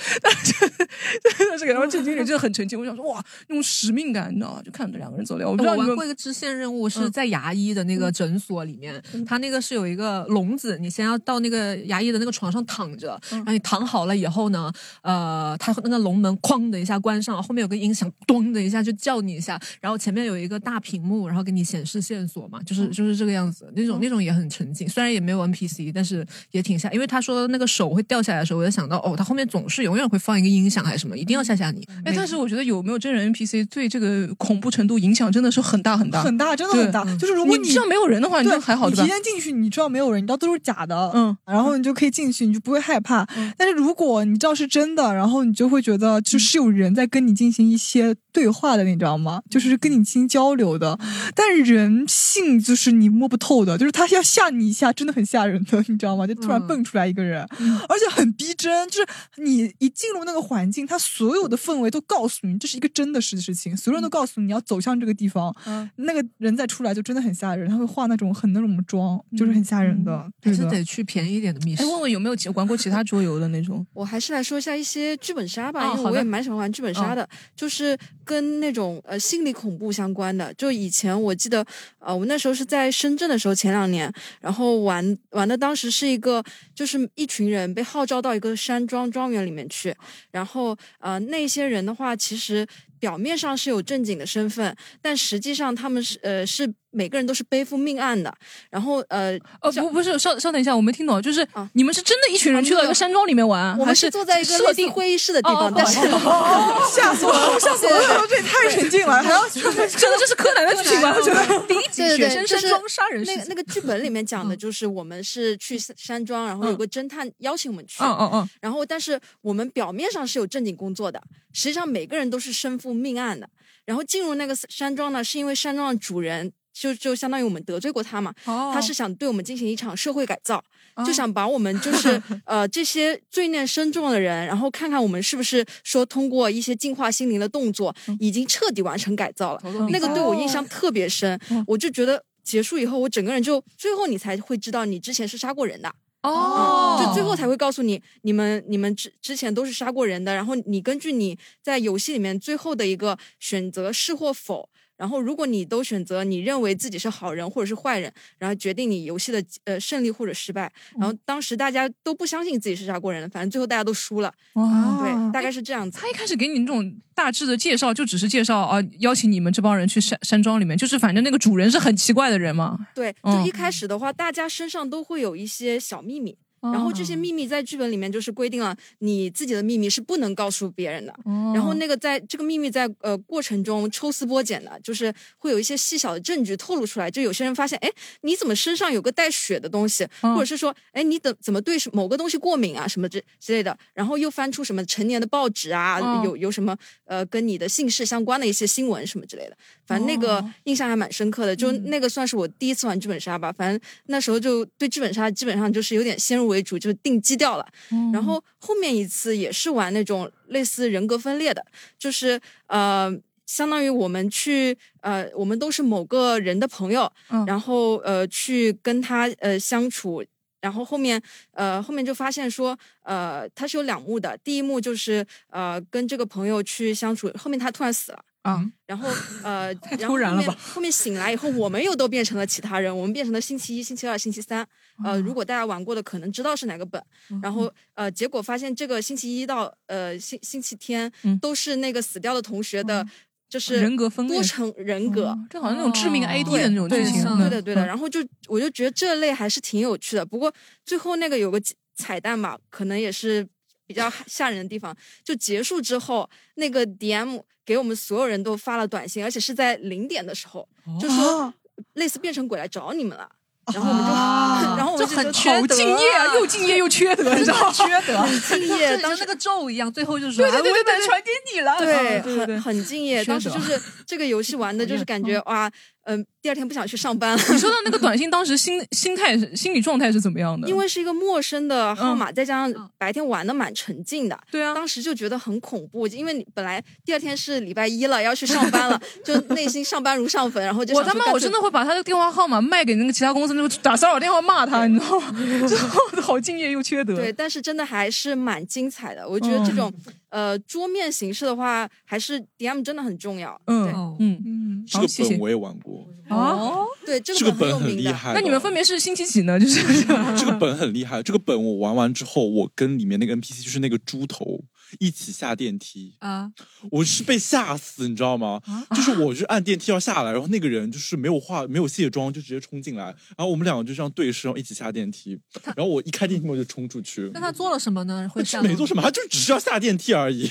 S2: 这个，然后这经理就很沉浸，我想说哇，那种使命感，你知道吗？就看着两个人走掉，我不知道
S6: 我玩
S2: 你们嗯
S6: 过一个支线任务，是在牙医的那个诊所里面，他那个是有一个笼子，你先要到那个牙医的那个床上躺着，然后你躺好了以后呢，呃，他那个笼门哐的一下关上，后面有个音响咚的一下就叫你一下，然后前面有一个大屏幕，然后给你显示线索嘛，
S2: 嗯
S6: 就是就是这个样子，那种那种也很沉浸，虽然也没有 NPC，但是也挺吓，因为他说那个手会掉下来的时候，我就想到哦，他后面总是永远会放一个音响还是什么，一定要吓吓你。
S2: 哎，但是我觉得有没有有真人 NPC 对这个恐怖程度影响真的是很大很大
S16: 很大，真的很大。
S2: 对嗯
S16: 就是如果
S2: 你知道没有人的话，你
S16: 对
S2: 就还好，
S16: 你
S2: 对吧
S16: 提？前进去，你知道没有人，你知道都是假的，嗯，然后你就可以进去，你就不会害怕。
S2: 嗯
S16: 但是如果你知道是真的，然后你就会觉得就是有人在跟你进行一些对话的，你知道吗？就是跟你进行交流的。
S2: 嗯
S16: 但是人性就是你摸不透的，就是他要吓你一下，真的很吓人的，你知道吗？就突
S2: 嗯
S16: 然蹦出来一个人，而且很逼真，就是你一进入那个环境，他所有的氛围都告诉你这是一个真的事事情，所有人都告诉你要走向这个地方，
S2: 嗯
S16: 那个人再出来就真的很吓人，他会化那种很那种妆，就是很吓人的，
S2: 嗯还
S16: 对
S2: 是
S16: 的。
S2: 得去便宜一点的密室。哎，问问有没有玩过其他桌游的那种？
S11: 我还是来说一下一些剧本杀吧，
S2: 哦
S11: 因为
S2: 好的嗯
S11: 我也蛮喜欢玩剧本杀的，就是跟那种呃心理恐怖相关的。就以前我记得，呃，我那时候是在深圳的时候，前两年，然后玩玩的当时是一个，就是一群人被号召到一个山庄庄园里面去，然后呃那些人的话，其实表面上是有正经的身份，但实际上他们是呃是每个人都是背负命案的，然后呃啊
S2: 哦，不，不是，稍稍等一下，我没听懂，就是你们是真的一群人去到一个山庄里面玩，
S11: 我
S2: 还
S11: 们
S2: 是
S11: 是坐在一个
S2: 设
S11: 类似
S2: 定
S11: 会议室的地
S2: 哦哦
S11: 方，但是
S2: 哦哦哦吓死我了吓死我了
S11: 对对对
S2: 这也太沉浸了还要真的这是柯南的剧情吧我觉得第一集
S11: 对对对
S2: 学生
S11: 就是
S2: 山庄杀人事嗯
S11: 那个
S2: 件
S11: 那个剧本里面讲的就是我们是去山山庄，然后有个侦探邀请我们去，
S2: 嗯嗯嗯
S11: 然后但是我们表面上是有正经工作的，实际上每个人都是身负命案的。然后进入那个山庄呢，是因为山庄的主人。就就相当于我们得罪过他嘛，
S2: 哦
S11: 他是想对我们进行一场社会改造，就想把我
S2: [LAUGHS]
S11: 们就是呃这些罪孽深重的人，然后看看我们是不是说通过一些净化心灵的动作，
S2: 嗯
S11: 已经彻底完成改造了
S2: 动。
S11: 那个对我印象
S2: 哦
S11: 特别深，我就觉得结束以后，我整个人就最后你才会知道你之前是杀过人的。
S2: 哦
S11: 嗯就最后才会告诉你，你们你们之之前都是杀过人的，然后你根据你在游戏里面最后的一个选择是或否，然后如果你都选择你认为自己是好人或者是坏人，然后决定你游戏的呃胜利或者失败。
S2: 嗯
S11: 然后当时大家都不相信自己是杀过人的，反正最后大家都输了。嗯
S2: 哇
S11: 对，大概是这样子。
S2: 他一开始给你那种大致的介绍，就只是介绍啊，邀请你们这帮人去山山庄里面，就是反正那个主人是很奇怪的人嘛。
S11: 对，就
S2: 嗯
S11: 一开始的话，大家身上都会有一些小秘密。然后
S2: 哦
S11: 这些秘密在剧本里面就是规定了，你自己的秘密是不能告诉别人的。
S2: 哦
S11: 然后那个在这个秘密在呃过程中抽丝剥茧的，就是会有一些细小的证据透露出来。就有些人发现，哎，你怎么身上有个带血的东西，
S2: 嗯
S11: 或者是说，哎，你怎怎么对什某个东西过敏啊，什么之之类的。然后又翻出什么成年的报纸啊，
S2: 嗯
S11: 有有什么呃跟你的姓氏相关的一些新闻什么之类的。反正那个印象还蛮深刻的，就
S2: 嗯
S11: 那个算是我第一次玩剧本杀吧。反正那时候就对剧本杀基本上就是有点先入为主，就是定基调了。
S2: 嗯
S11: 然后后面一次也是玩那种类似人格分裂的，就是呃。相当于我们去，呃，我们都是某个人的朋友，
S2: 嗯
S11: 然后呃，去跟他呃相处，然后后面呃后面就发现说，呃，他是有两幕的，第一幕就是呃跟这个朋友去相处，后面他突然死了，
S6: 嗯
S2: 啊，
S11: 然后呃，
S2: [LAUGHS] 太
S11: 然后
S2: 突然
S11: 后
S2: 了
S11: 面
S2: 吧
S11: 后面醒来以后，我们又都变成了其他人，我们变成了星期一、星期二、星期三。
S2: 哦
S11: 呃，如果大家玩过的，可能知道是哪个本。
S2: 嗯
S11: 然后呃，结果发现这个星期一到呃星星期天、
S2: 嗯哦
S11: 都是那个死掉的同学的。就是
S2: 人格分裂
S11: 多重人格，
S2: 这好像那种致命
S11: 哦
S2: AD
S11: 对
S2: 的那种
S11: 对
S2: 剧情
S11: 像
S2: 嗯
S11: 对的，对的。
S2: 嗯
S11: 然后就我就觉得这类还是挺有趣的，不过最后那个有个彩蛋吧，可能也是比较吓人的地方。就结束之后，那个 DM 给我们所有人都发了短信，而且是在零点的时候，就说类似变成鬼来找你们了。然后我们就， [LAUGHS]
S13: [LAUGHS]
S2: 啊
S11: 然后我们
S2: 就
S11: 就
S2: 很
S11: 觉得
S2: 缺德啊好敬业啊又敬业又缺德你知道吗缺德 [LAUGHS]
S11: 很敬业。当时
S6: 那个咒一样，最后就是说，
S11: [LAUGHS]
S2: 啊
S11: 对对对
S6: 哎我
S11: 对对
S6: 本传给你了，
S11: 对，
S6: 嗯
S11: 很很敬业。
S6: 缺
S11: 当时
S6: 德
S11: 就是这个游戏玩的，就是感觉哇，嗯，第二天不想去上班了。
S2: 你收到那个短信，当时心心态是心理状态是怎么样的？嗯
S11: 因为是一个陌生的号码，再加上白天玩的蛮沉浸的，
S2: 对啊，
S11: 当时就觉得很恐怖，因为你本来第二天是礼拜一了，要去上班了，就内心上班如上坟，然后就
S2: 我
S11: 想
S2: 他
S11: 说
S2: 妈
S11: 干
S2: 我
S11: 脆
S2: 真的会把他的电话号码啊卖给那个其他公司，那个打骚扰电话骂他，你知道吗？就好敬业又缺德。嗯
S11: 对，但是真的还是蛮精彩的。我觉得这种、呃桌面形式的话，还是 DM 真的很重要。
S2: 嗯嗯嗯，
S8: 这
S2: 好，谢
S8: 个
S2: 谢
S8: 本我也玩过，
S11: 嗯
S2: 啊，
S11: 对这
S8: 这个本很厉害的
S2: 那你们分别是星期几呢？就是
S8: 这个本很厉害。这个本我玩完之后，我跟里面那个 NPC 就是那个猪头，一起下电梯，
S4: 啊，
S3: 嗯
S8: 我是被吓死，你知道吗？就是我就按电梯要下来，然后那个人就是没有化没有卸妆就直接冲进来，然后我们两个就这样对视，然后一起下电梯，然后我一开电梯门我就冲出去
S4: 那，他做了什么呢？会吓
S8: 是
S4: 到
S8: 没做什么，他就只是要下电梯而已，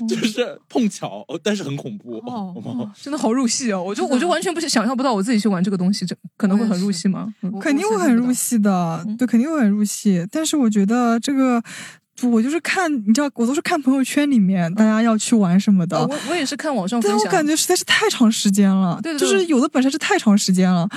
S4: 嗯
S8: [LAUGHS] 就是碰巧，哦但是很恐怖。
S2: 哦
S8: 好吗
S2: [LAUGHS] 真的好入戏哦！我就我就完全不是想象不到我自己去玩这个东西，这可能会很入戏吗？嗯
S3: 肯定会很入戏的，对，肯定会很入戏。但是我觉得这个，我就是看，你知道，我都是看朋友圈里面大家要去玩什么的。
S2: 哦我我也是看网上分
S3: 但
S2: 享，
S3: 啊我感觉实在是太长时间了，
S2: 对对
S3: 就
S2: 对
S3: 是有的本身是太长时间了。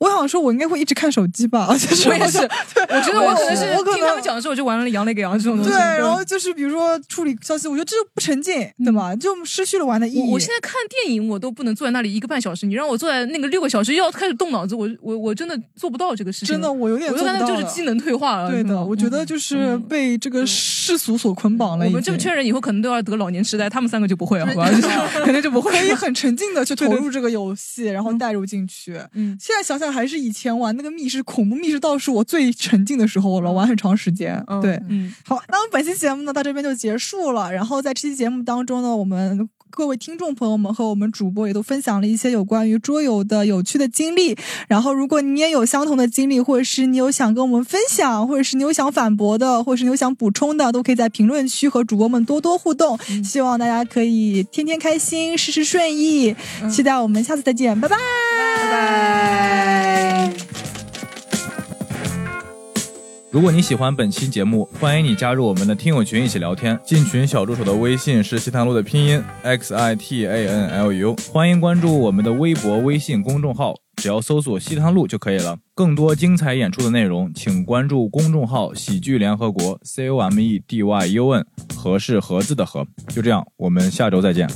S3: 我想说，我应该会一直看手机
S2: [LAUGHS]
S3: 吧。就是
S2: 我也是，
S3: 想对
S2: 我觉得我可能是
S3: 我可
S2: 听他
S3: 能
S2: 们讲的时候，我就玩了杨磊给杨这种东西。
S3: 对，然后就是比如说处理消息，我觉得这就不沉浸，对吧？就失去了玩的意义。
S2: 嗯我我现在看电影，我都不能坐在那里一个半小时。你让我坐在那个六个小时，又要开始动脑子，我我我真的做不到这个事情。
S3: 真的我有点
S2: 我就
S3: 做
S2: 感
S3: 不
S2: 觉
S3: 到
S2: 就是
S3: 了
S2: 机能退化了。
S3: 对
S2: 是
S3: 的，
S2: 吗嗯
S3: 我觉得就是被这个世俗所捆绑了已
S2: 我
S3: 经。
S2: 们这圈人以后可能都要得老年痴呆，他们三个就不会了，好吧？ [LAUGHS]
S3: [LAUGHS] 肯定就不会可以很沉浸的去投
S2: 对
S3: 入这个游戏，然后带入进去。嗯，现在想想还是以前玩那个密室恐怖密室道是我最沉浸的时候了，玩很长时间。对，
S2: 嗯，
S3: 好，那我们本期节目呢到这边就结束了。然后在这期节目当中呢，我们各位听众朋友们和我们主播也都分享了一些有关于桌游的有趣的经历。然后，如果你也有相同的经历，或者是你有想跟我们分享，或者是你有想反驳的，或者是你有想补充的，都可以在评论区和主播们多多互动。希望大家可以天天开心，事事顺意。期待我们下次再见，拜拜，拜拜。
S1: 如果你喜欢本期节目，欢迎你加入我们的听友群一起聊天。进群小助手的微信是西塘路的拼音 x i t a n l u，欢迎关注我们的微博、微信公众号，只要搜索“西塘路”就可以了。更多精彩演出的内容，请关注公众号“喜剧联合 E 国 ”（C O M E D Y U N），和是盒子的和。就这样，我们下周再见。